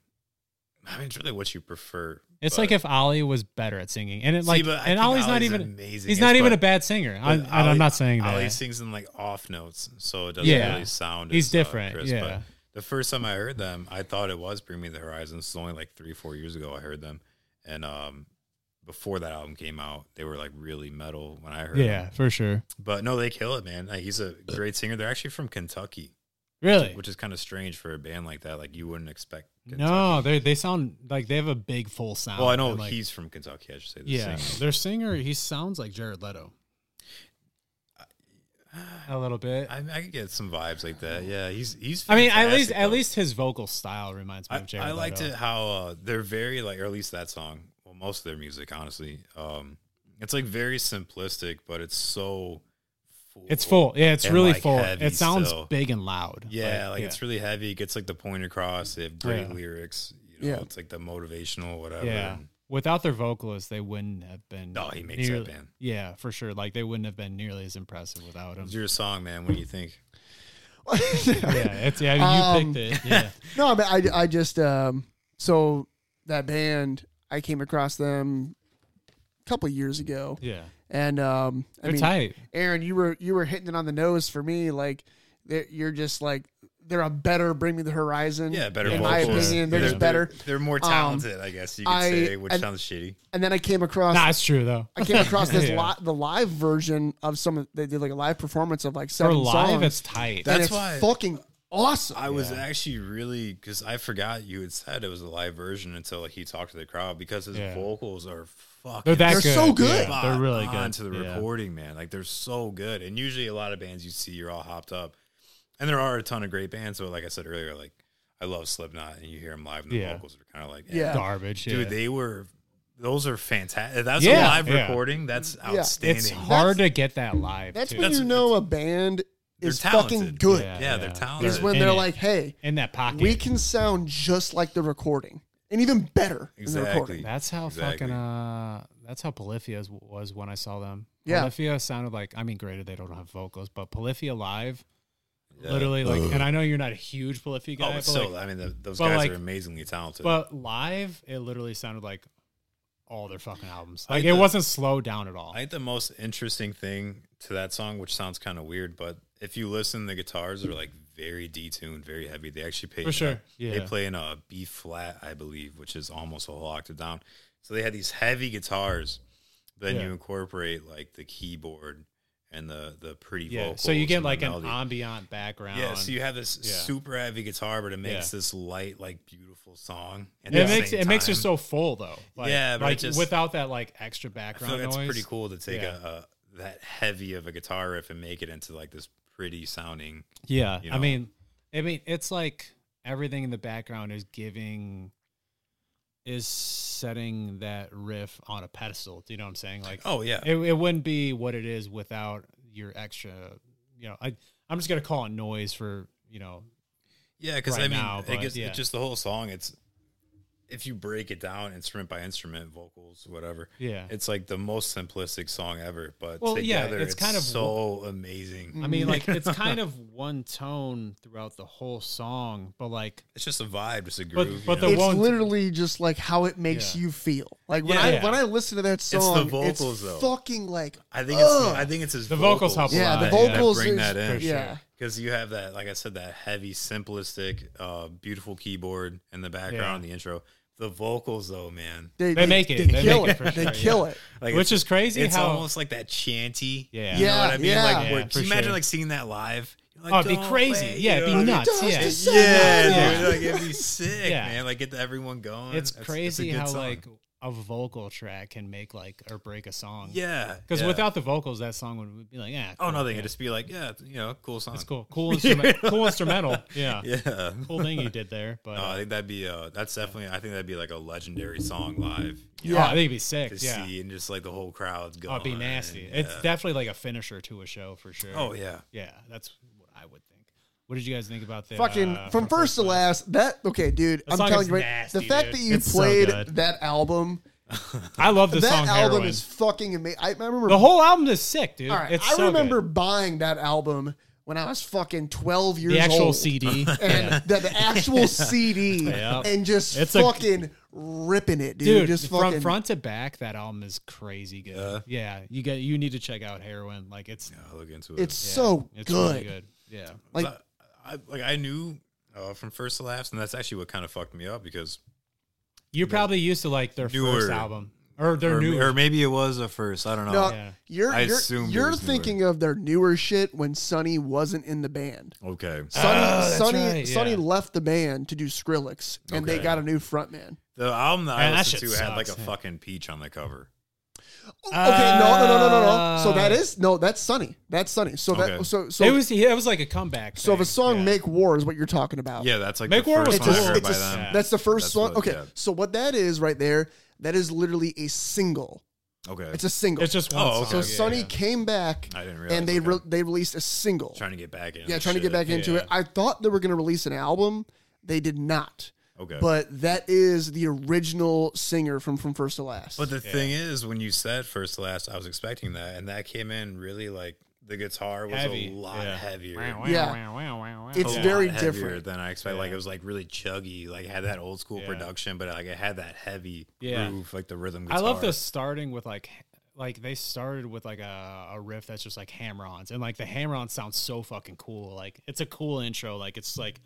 [SPEAKER 6] I mean, it's really what you prefer.
[SPEAKER 4] It's
[SPEAKER 6] but-
[SPEAKER 4] like if Ollie was better at singing, and it
[SPEAKER 6] See,
[SPEAKER 4] like,
[SPEAKER 6] but I
[SPEAKER 4] and
[SPEAKER 6] think
[SPEAKER 4] Ollie's not
[SPEAKER 6] Ollie's
[SPEAKER 4] even
[SPEAKER 6] amazing
[SPEAKER 4] He's
[SPEAKER 6] at-
[SPEAKER 4] not even
[SPEAKER 6] but-
[SPEAKER 4] a bad singer. I,
[SPEAKER 6] but
[SPEAKER 4] and I'm
[SPEAKER 6] Ollie-
[SPEAKER 4] not saying that.
[SPEAKER 6] Ollie sings in like off notes, so it doesn't
[SPEAKER 4] Yeah.
[SPEAKER 6] really sound.
[SPEAKER 4] He's
[SPEAKER 6] as, uh,
[SPEAKER 4] different,
[SPEAKER 6] crisp,
[SPEAKER 4] yeah.
[SPEAKER 6] but the first time I heard them, I thought it was "Bring Me the Horizon." This is only like three, four years ago. I heard them, and um, before that album came out, they were like really metal when I heard. them.
[SPEAKER 4] yeah, for sure.
[SPEAKER 6] But no, they kill it, man. Like, he's a great singer. They're actually from Kentucky,
[SPEAKER 4] Really,
[SPEAKER 6] which is kind of strange for a band like that. Like you wouldn't expect.
[SPEAKER 4] no, they they sound like they have a big full sound.
[SPEAKER 6] Well, I know
[SPEAKER 4] and, like,
[SPEAKER 6] he's from Kentucky. I should say. The
[SPEAKER 4] yeah,
[SPEAKER 6] singer.
[SPEAKER 4] their singer. He sounds like Jared Leto. A little bit. I,
[SPEAKER 6] I, I could get some vibes like that. Yeah, he's he's.
[SPEAKER 4] mean, at least
[SPEAKER 6] fantastic,
[SPEAKER 4] at
[SPEAKER 6] though.
[SPEAKER 4] least his vocal style reminds me
[SPEAKER 6] I,
[SPEAKER 4] of Jared.
[SPEAKER 6] I liked
[SPEAKER 4] Leto.
[SPEAKER 6] it how uh, they're very like, or at least that song. Well, most of their music, honestly, um, it's like very simplistic, but it's so. Full.
[SPEAKER 4] It's full. Yeah, it's
[SPEAKER 6] and,
[SPEAKER 4] really
[SPEAKER 6] like,
[SPEAKER 4] full.
[SPEAKER 6] heavy
[SPEAKER 4] It sounds
[SPEAKER 6] still.
[SPEAKER 4] big and loud.
[SPEAKER 6] Yeah, like, it's
[SPEAKER 4] yeah.
[SPEAKER 6] really heavy. It gets like the point across. They have great
[SPEAKER 4] Yeah.
[SPEAKER 6] lyrics. You know,
[SPEAKER 5] Yeah.
[SPEAKER 6] it's like the motivational, whatever.
[SPEAKER 4] Yeah.
[SPEAKER 6] and-
[SPEAKER 4] Without their vocalist, they wouldn't have been.
[SPEAKER 6] No, he makes that
[SPEAKER 4] nearly-
[SPEAKER 6] band.
[SPEAKER 4] Yeah, for sure. Like they wouldn't have been nearly as impressive without him.
[SPEAKER 6] It's your song, man. What do you think?
[SPEAKER 4] yeah, it's yeah. I mean,
[SPEAKER 5] Um,
[SPEAKER 4] you picked it. Yeah,
[SPEAKER 5] No, but I I just um so that band I came across them a couple years ago
[SPEAKER 4] yeah.
[SPEAKER 5] and um I
[SPEAKER 4] They're
[SPEAKER 5] mean
[SPEAKER 4] tight.
[SPEAKER 5] Aaron, you were you were hitting it on the nose for me. Like they're- you're just like they're a better Bring Me the Horizon.
[SPEAKER 6] Yeah, better
[SPEAKER 5] in my
[SPEAKER 6] vocals.
[SPEAKER 5] opinion. They're just better. Um,
[SPEAKER 6] They're, more talented, I guess you could
[SPEAKER 5] I-
[SPEAKER 6] say, which
[SPEAKER 5] and-
[SPEAKER 6] sounds shitty.
[SPEAKER 5] And then I came across
[SPEAKER 4] Nah, it's true though.
[SPEAKER 5] I came across this
[SPEAKER 4] Yeah.
[SPEAKER 5] li- the live version of some of they did like a live performance of like
[SPEAKER 4] For
[SPEAKER 5] seven
[SPEAKER 4] live,
[SPEAKER 5] songs.
[SPEAKER 4] it's tight.
[SPEAKER 5] and
[SPEAKER 6] That's
[SPEAKER 5] it's
[SPEAKER 6] why-
[SPEAKER 5] fucking awesome.
[SPEAKER 6] I was actually really because I forgot you had said it was a live version until he talked to the crowd because his
[SPEAKER 4] Yeah.
[SPEAKER 6] vocals are fucking.
[SPEAKER 4] They're that
[SPEAKER 5] They're
[SPEAKER 4] good.
[SPEAKER 5] so good.
[SPEAKER 4] Yeah, they're really
[SPEAKER 6] spot on
[SPEAKER 4] good.
[SPEAKER 6] to the
[SPEAKER 4] Yeah.
[SPEAKER 6] recording, man. Like they're so good, and usually a lot of bands you see, you're all hopped up. And there are a ton of great bands. So, like I said earlier, like I love Slipknot, and you hear them live, and the
[SPEAKER 4] Yeah.
[SPEAKER 6] vocals are kind of like
[SPEAKER 4] Yeah. Garbage,
[SPEAKER 6] Dude,
[SPEAKER 4] yeah.
[SPEAKER 6] they were. Those are fantastic. That's
[SPEAKER 4] Yeah,
[SPEAKER 6] a live
[SPEAKER 4] yeah.
[SPEAKER 6] recording. That's
[SPEAKER 4] Yeah. It's
[SPEAKER 6] outstanding.
[SPEAKER 4] hard to get that live,
[SPEAKER 5] That's
[SPEAKER 4] too.
[SPEAKER 5] when
[SPEAKER 4] That's-
[SPEAKER 5] you know a band
[SPEAKER 6] They're
[SPEAKER 5] is
[SPEAKER 6] talented.
[SPEAKER 5] fucking good.
[SPEAKER 6] Yeah, Yeah, they're yeah. talented.
[SPEAKER 5] Is when
[SPEAKER 6] In
[SPEAKER 5] they're
[SPEAKER 6] it.
[SPEAKER 5] like, hey,
[SPEAKER 4] in that pocket,
[SPEAKER 5] we can sound just like the recording, and even better than the recording.
[SPEAKER 4] That's how
[SPEAKER 6] Exactly.
[SPEAKER 4] fucking uh that's how Polyphia was when I saw them.
[SPEAKER 5] Yeah.
[SPEAKER 4] Polyphia sounded like I mean granted they don't have vocals, but Polyphia live
[SPEAKER 6] Yeah.
[SPEAKER 4] literally like
[SPEAKER 6] Ugh.
[SPEAKER 4] and I know you're not a huge Polyphia guy,
[SPEAKER 6] Oh,
[SPEAKER 4] but
[SPEAKER 6] it's so.
[SPEAKER 4] like-
[SPEAKER 6] I mean, th those
[SPEAKER 4] but,
[SPEAKER 6] guys
[SPEAKER 4] like-
[SPEAKER 6] are amazingly talented.
[SPEAKER 4] But live it literally sounded like all their fucking albums.
[SPEAKER 6] I
[SPEAKER 4] Like
[SPEAKER 6] hate
[SPEAKER 4] it
[SPEAKER 6] the-
[SPEAKER 4] wasn't slowed down at all.
[SPEAKER 6] I think the most interesting thing to that song, which sounds kind of weird, but if you listen, the guitars are like very detuned, very heavy. They actually play
[SPEAKER 4] For sure,
[SPEAKER 6] They
[SPEAKER 4] yeah.
[SPEAKER 6] play in a B flat, I believe, which is almost a whole octave down. So they had these heavy guitars. Then
[SPEAKER 4] Yeah.
[SPEAKER 6] you incorporate like the keyboard and the the pretty
[SPEAKER 4] Yeah.
[SPEAKER 6] vocals.
[SPEAKER 4] So you get
[SPEAKER 6] and the
[SPEAKER 4] like an
[SPEAKER 6] melody.
[SPEAKER 4] ambient background.
[SPEAKER 6] Yeah, so you have this
[SPEAKER 4] Yeah.
[SPEAKER 6] super heavy guitar, but it makes
[SPEAKER 4] Yeah.
[SPEAKER 6] this light, like beautiful song. at
[SPEAKER 4] it
[SPEAKER 6] the
[SPEAKER 4] makes
[SPEAKER 6] same
[SPEAKER 4] it makes you
[SPEAKER 6] time.
[SPEAKER 4] so full though. Like,
[SPEAKER 6] Yeah, but it
[SPEAKER 4] like
[SPEAKER 6] just-
[SPEAKER 4] without that like extra
[SPEAKER 6] I feel
[SPEAKER 4] background
[SPEAKER 6] like it's
[SPEAKER 4] noise.
[SPEAKER 6] pretty cool to take
[SPEAKER 4] Yeah.
[SPEAKER 6] a, a that heavy of a guitar riff and make it into like this pretty sounding.
[SPEAKER 4] Yeah,
[SPEAKER 6] you
[SPEAKER 4] I
[SPEAKER 6] know?
[SPEAKER 4] mean, I mean, it's like everything in the background is giving, is setting that riff on a pedestal. Do you know what I'm saying? Like,
[SPEAKER 6] Oh, yeah.
[SPEAKER 4] it, it wouldn't be what it is without your extra. You know, I I'm just gonna call it noise for you know.
[SPEAKER 6] yeah, because
[SPEAKER 4] right
[SPEAKER 6] I mean,
[SPEAKER 4] now,
[SPEAKER 6] it
[SPEAKER 4] but
[SPEAKER 6] gets,
[SPEAKER 4] yeah.
[SPEAKER 6] it's just the whole song. It's if you break it down instrument by instrument, vocals, whatever.
[SPEAKER 4] Yeah.
[SPEAKER 6] it's like the most simplistic song ever, but
[SPEAKER 4] Well, yeah,
[SPEAKER 6] together
[SPEAKER 4] it's
[SPEAKER 6] it's,
[SPEAKER 4] kind of-
[SPEAKER 6] so amazing.
[SPEAKER 4] I mean, like it's kind of one tone throughout the whole song, but like
[SPEAKER 6] it's just a vibe, just a
[SPEAKER 4] But-
[SPEAKER 6] groove.
[SPEAKER 4] but
[SPEAKER 6] you know?
[SPEAKER 5] it's literally just like how it makes you feel. Like when
[SPEAKER 6] Yeah.
[SPEAKER 5] I
[SPEAKER 6] Yeah.
[SPEAKER 5] when I listen to that
[SPEAKER 6] the
[SPEAKER 5] song, it's,
[SPEAKER 6] vocals, though.
[SPEAKER 5] fucking like
[SPEAKER 6] I think it's
[SPEAKER 5] ugh.
[SPEAKER 6] I think it's his
[SPEAKER 4] The vocals help a
[SPEAKER 5] Yeah,
[SPEAKER 4] lot.
[SPEAKER 5] the
[SPEAKER 6] that-
[SPEAKER 5] vocals
[SPEAKER 6] that bring
[SPEAKER 5] is-
[SPEAKER 6] that in.
[SPEAKER 5] for yeah. sure.
[SPEAKER 6] because you have that like I said that heavy simplistic, uh, beautiful keyboard in the background, the intro. The vocals though, man,
[SPEAKER 5] They- They they- make it. they They kill make it it. for They sure, kill yeah. it.
[SPEAKER 4] Which is crazy
[SPEAKER 6] It's
[SPEAKER 4] how-
[SPEAKER 6] almost like that chanty.
[SPEAKER 4] Yeah.
[SPEAKER 6] you know what
[SPEAKER 4] Yeah,
[SPEAKER 6] I mean.
[SPEAKER 4] yeah.
[SPEAKER 6] Like,
[SPEAKER 4] Yeah,
[SPEAKER 6] where-
[SPEAKER 4] for
[SPEAKER 6] can you imagine
[SPEAKER 4] sure.
[SPEAKER 6] like seeing that live? You're
[SPEAKER 4] Oh, it'd be
[SPEAKER 6] "Don't
[SPEAKER 4] crazy.
[SPEAKER 6] wait,"
[SPEAKER 4] Yeah,
[SPEAKER 6] you
[SPEAKER 4] it'd be
[SPEAKER 6] know?
[SPEAKER 4] nuts,
[SPEAKER 6] Don't
[SPEAKER 4] yeah.
[SPEAKER 6] just say
[SPEAKER 4] Yeah.
[SPEAKER 6] that, dude.
[SPEAKER 4] Yeah.
[SPEAKER 6] Like it'd be sick,
[SPEAKER 4] Yeah.
[SPEAKER 6] man. Like get everyone going.
[SPEAKER 4] it's
[SPEAKER 6] That's- that's a
[SPEAKER 4] crazy
[SPEAKER 6] good
[SPEAKER 4] how
[SPEAKER 6] song.
[SPEAKER 4] like a vocal track can make like or break a song.
[SPEAKER 6] Yeah,
[SPEAKER 4] because
[SPEAKER 6] yeah.
[SPEAKER 4] without the vocals, that song would be like, yeah.
[SPEAKER 6] Oh no, they could just be like, yeah, you know, cool song.
[SPEAKER 4] It's cool. Cool instrument- cool instrumental. Yeah.
[SPEAKER 6] yeah. Oh,
[SPEAKER 4] Cool thing you did there, but,
[SPEAKER 6] no, I think that'd be uh, that's definitely I think that'd be like a legendary song live. you
[SPEAKER 4] Yeah. Oh, I think it'd be sick,
[SPEAKER 6] To
[SPEAKER 4] yeah.
[SPEAKER 6] see and just like the whole crowd's going.
[SPEAKER 4] Oh, it'd be nasty. It's
[SPEAKER 6] yeah.
[SPEAKER 4] definitely like a finisher to a show for sure.
[SPEAKER 6] Oh, yeah.
[SPEAKER 4] yeah. That's what I would think. What did you guys think about that?
[SPEAKER 5] fucking from first to last. That okay, dude.
[SPEAKER 4] uh, That
[SPEAKER 5] I'm
[SPEAKER 4] song
[SPEAKER 5] telling
[SPEAKER 4] is
[SPEAKER 5] you, right,
[SPEAKER 4] nasty,
[SPEAKER 5] the fact
[SPEAKER 4] dude.
[SPEAKER 5] that you
[SPEAKER 4] It's so
[SPEAKER 5] played
[SPEAKER 4] good.
[SPEAKER 5] that album.
[SPEAKER 4] I love the
[SPEAKER 5] that
[SPEAKER 4] song
[SPEAKER 5] album
[SPEAKER 4] Heroin.
[SPEAKER 5] is fucking amazing. I I remember
[SPEAKER 4] the whole album is sick, dude.
[SPEAKER 5] All right,
[SPEAKER 4] it's
[SPEAKER 5] I
[SPEAKER 4] so good.
[SPEAKER 5] remember buying that album when I was fucking 12 years old.
[SPEAKER 4] actual CD.
[SPEAKER 5] and
[SPEAKER 4] Yeah.
[SPEAKER 5] the, the actual CD,
[SPEAKER 4] Yeah.
[SPEAKER 5] and just
[SPEAKER 4] It's a-
[SPEAKER 5] fucking ripping it, dude.
[SPEAKER 4] dude.
[SPEAKER 5] just
[SPEAKER 4] from
[SPEAKER 5] fucking
[SPEAKER 4] front to back, that album is crazy good. Yeah. you get you need to check out Heroin. Like it's
[SPEAKER 6] I'll look into it.
[SPEAKER 5] It's so
[SPEAKER 4] it's
[SPEAKER 5] good.
[SPEAKER 4] Really good. Yeah,
[SPEAKER 5] Like-
[SPEAKER 6] I, I like I knew uh, from first to last, and that's actually what kind of fucked me up because
[SPEAKER 4] you're probably used to like their first
[SPEAKER 6] Newer.
[SPEAKER 4] album or their
[SPEAKER 6] or,
[SPEAKER 4] new
[SPEAKER 6] or maybe it was a first. I don't know.
[SPEAKER 5] No,
[SPEAKER 6] I
[SPEAKER 5] you're you're,
[SPEAKER 6] assumed it
[SPEAKER 5] you're
[SPEAKER 6] was newer.
[SPEAKER 5] thinking of their newer shit when Sonny wasn't in the band.
[SPEAKER 6] Okay.
[SPEAKER 5] Sonny
[SPEAKER 6] Ah, that's
[SPEAKER 5] Sonny,
[SPEAKER 6] right,
[SPEAKER 5] Sonny
[SPEAKER 6] yeah.
[SPEAKER 5] left the band to do Skrillex, and they
[SPEAKER 6] Okay.
[SPEAKER 5] got a new frontman.
[SPEAKER 6] The album that
[SPEAKER 4] Man,
[SPEAKER 6] I
[SPEAKER 4] that
[SPEAKER 6] listened
[SPEAKER 4] shit
[SPEAKER 6] to had like a
[SPEAKER 4] sucks, yeah.
[SPEAKER 6] fucking peach on the cover.
[SPEAKER 4] Ah.
[SPEAKER 5] Okay, no, no, no, no, no, no. So that
[SPEAKER 4] Uh,
[SPEAKER 5] is no, that's Sonny. That's Sonny. So
[SPEAKER 6] Okay.
[SPEAKER 5] that so so
[SPEAKER 4] it was yeah, it was like a comeback.
[SPEAKER 5] So if a song "Make War" is what you're talking about,
[SPEAKER 6] Yeah, that's like
[SPEAKER 4] Make
[SPEAKER 6] the
[SPEAKER 4] War was
[SPEAKER 6] first one I
[SPEAKER 4] cool.
[SPEAKER 6] heard
[SPEAKER 4] It's
[SPEAKER 6] by
[SPEAKER 4] a-
[SPEAKER 6] them.
[SPEAKER 5] that's the first
[SPEAKER 6] That's
[SPEAKER 5] song.
[SPEAKER 6] what-
[SPEAKER 5] okay,
[SPEAKER 6] yeah.
[SPEAKER 5] so what that is right there, that is literally a single.
[SPEAKER 6] Okay.
[SPEAKER 5] It's a single.
[SPEAKER 4] It's just one
[SPEAKER 6] Oh, okay.
[SPEAKER 5] So
[SPEAKER 6] song. Yeah,
[SPEAKER 5] Sonny
[SPEAKER 6] yeah.
[SPEAKER 5] came back,
[SPEAKER 6] I didn't realize,
[SPEAKER 5] and they
[SPEAKER 6] okay.
[SPEAKER 5] re- they released a single.
[SPEAKER 6] Trying to get back in.
[SPEAKER 5] yeah, trying to get back into
[SPEAKER 6] Yeah.
[SPEAKER 5] it. I thought they were going to release an album. They did not.
[SPEAKER 6] Okay.
[SPEAKER 5] But that is the original singer from from first to last.
[SPEAKER 6] But the thing is, when you said first to last, I was expecting that, and that came in really like the guitar was
[SPEAKER 4] Heavy,
[SPEAKER 6] a lot
[SPEAKER 4] yeah.
[SPEAKER 6] heavier.
[SPEAKER 5] Yeah. It's
[SPEAKER 6] A lot
[SPEAKER 5] very
[SPEAKER 6] heavier
[SPEAKER 5] different.
[SPEAKER 6] than I expected. Like it was like really chuggy, like had that old school production, but like it had that heavy
[SPEAKER 4] Yeah.
[SPEAKER 6] groove, like the rhythm.
[SPEAKER 4] I
[SPEAKER 6] Guitar.
[SPEAKER 4] love the starting with like like they started with like a, a riff that's just like hammer-ons and like the hammer-on sounds so fucking cool. Like it's a cool intro. Like it's like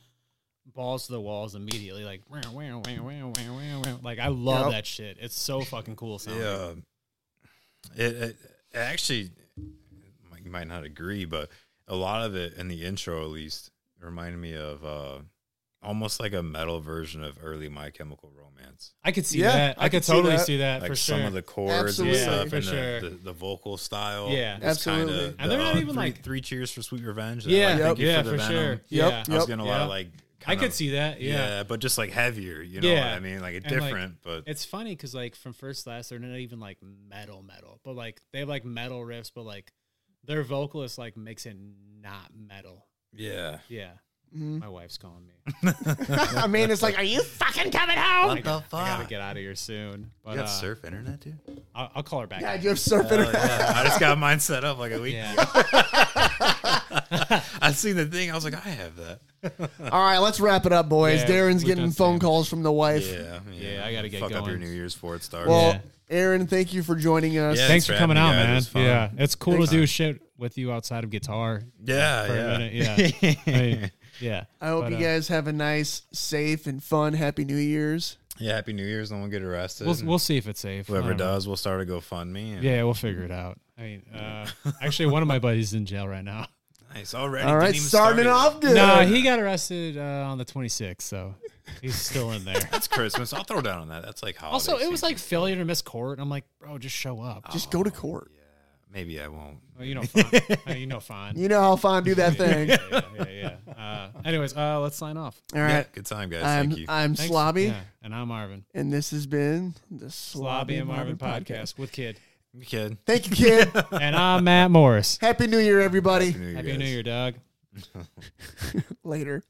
[SPEAKER 4] balls to the walls immediately. Like wow, wow, wow, wow, wow, wow, wow. like I love
[SPEAKER 6] Yep.
[SPEAKER 4] that shit. It's so fucking cool sounding.
[SPEAKER 6] Yeah, it, it it actually you might not agree, but a lot of it in the intro, at least, reminded me of uh, almost like a metal version of early My Chemical Romance.
[SPEAKER 4] I could see Yeah, that. I I could could see totally that. see that
[SPEAKER 6] Like
[SPEAKER 4] for
[SPEAKER 6] some
[SPEAKER 4] sure.
[SPEAKER 6] of the chords
[SPEAKER 4] Absolutely.
[SPEAKER 6] and stuff,
[SPEAKER 4] Yeah, for
[SPEAKER 6] and
[SPEAKER 4] sure.
[SPEAKER 6] the, the, the vocal style.
[SPEAKER 4] Yeah.
[SPEAKER 6] is kinda
[SPEAKER 4] Absolutely.
[SPEAKER 6] the,
[SPEAKER 4] And they're not
[SPEAKER 6] uh,
[SPEAKER 4] even,
[SPEAKER 6] three-
[SPEAKER 4] like-
[SPEAKER 6] three cheers for sweet revenge.
[SPEAKER 4] Yeah.
[SPEAKER 6] like,
[SPEAKER 4] Yep.
[SPEAKER 6] thank you
[SPEAKER 4] Yeah,
[SPEAKER 6] for,
[SPEAKER 4] for
[SPEAKER 6] the venom.
[SPEAKER 4] sure. Yep.
[SPEAKER 6] I was
[SPEAKER 4] Yep.
[SPEAKER 6] getting a lot
[SPEAKER 4] Yep.
[SPEAKER 6] of like.
[SPEAKER 4] I
[SPEAKER 6] kind
[SPEAKER 4] could
[SPEAKER 6] of-
[SPEAKER 4] see that, yeah.
[SPEAKER 6] but just like heavier. You know what I mean? Like a
[SPEAKER 4] And,
[SPEAKER 6] different, but
[SPEAKER 4] it's funny because like from first to last, they're not even like metal metal, but like they have like metal riffs, but like their vocalist like makes it not metal.
[SPEAKER 6] Yeah.
[SPEAKER 4] yeah.
[SPEAKER 5] Mhm.
[SPEAKER 4] My wife's calling me.
[SPEAKER 5] I mean, it's like, are you fucking coming
[SPEAKER 4] Oh
[SPEAKER 5] home?
[SPEAKER 4] I gotta- I
[SPEAKER 6] Ah.
[SPEAKER 4] gotta get out of here soon. But,
[SPEAKER 6] got
[SPEAKER 4] uh,
[SPEAKER 6] surf internet, dude?
[SPEAKER 4] I'll, I'll call her back.
[SPEAKER 5] Yeah, do you have surf Hell internet? yeah.
[SPEAKER 6] Oh, I just got mine set up like a week
[SPEAKER 4] Yeah.
[SPEAKER 6] ago. I seen the thing. I was like, I have that.
[SPEAKER 5] All right, let's wrap it up, boys.
[SPEAKER 6] Yeah,
[SPEAKER 5] Darren's
[SPEAKER 6] we've
[SPEAKER 5] getting
[SPEAKER 6] done
[SPEAKER 5] phone calls from the wife.
[SPEAKER 6] Yeah, yeah.
[SPEAKER 4] I gotta get
[SPEAKER 6] Fuck up your
[SPEAKER 4] going.
[SPEAKER 6] New Year's before it starts.
[SPEAKER 5] Well, Aaron, thank you for joining us.
[SPEAKER 6] Yeah,
[SPEAKER 4] Thanks
[SPEAKER 6] it's
[SPEAKER 4] for
[SPEAKER 6] for
[SPEAKER 4] coming out,
[SPEAKER 6] having me, guys. It
[SPEAKER 4] man.
[SPEAKER 6] was fun.
[SPEAKER 4] yeah, it's cool
[SPEAKER 6] Thanks.
[SPEAKER 4] to do shit with you outside of guitar.
[SPEAKER 6] Yeah,
[SPEAKER 4] for
[SPEAKER 6] yeah.
[SPEAKER 4] A minute. Yeah, I- yeah.
[SPEAKER 5] I hope
[SPEAKER 4] But,
[SPEAKER 5] you
[SPEAKER 4] uh,
[SPEAKER 5] guys have a nice, safe, and fun Happy New Year's.
[SPEAKER 6] Yeah, Happy New Year's. No one get arrested.
[SPEAKER 4] We'll- we'll see if it's safe. I
[SPEAKER 6] Whoever
[SPEAKER 4] don't know.
[SPEAKER 6] does, we'll start a GoFundMe. and-
[SPEAKER 4] Yeah, we'll figure it out. I mean, uh, actually, one of my buddies in jail right now.
[SPEAKER 6] Nice already.
[SPEAKER 5] All right,
[SPEAKER 6] Didn't even
[SPEAKER 5] starting
[SPEAKER 6] start it.
[SPEAKER 5] off good.
[SPEAKER 4] No, he got arrested uh, on the 26th, so he's still in there.
[SPEAKER 6] That's Christmas. I'll throw down on that. That's like holiday.
[SPEAKER 4] also, it was
[SPEAKER 6] season.
[SPEAKER 4] like failure to miss court. and I'm like, bro, just show up.
[SPEAKER 5] Just go to court.
[SPEAKER 6] maybe I won't.
[SPEAKER 4] Well, Oh, you know, fine. I mean, you know, fine.
[SPEAKER 5] You know how fine do that thing.
[SPEAKER 4] yeah, yeah, yeah. yeah. Uh, anyways, uh, let's sign off.
[SPEAKER 5] All right. I'm, I'm
[SPEAKER 4] Thanks.
[SPEAKER 5] Slobby.
[SPEAKER 4] Yeah, and I'm Marvin.
[SPEAKER 5] And this has been the
[SPEAKER 4] Slobby
[SPEAKER 5] Slobby,
[SPEAKER 4] and Marvin podcast with Kid.
[SPEAKER 6] Kid.
[SPEAKER 5] Thank you, kid.
[SPEAKER 4] and I'm Matt Morris.
[SPEAKER 5] Happy New Year, everybody.
[SPEAKER 4] Happy New Year, Doug.
[SPEAKER 5] Later.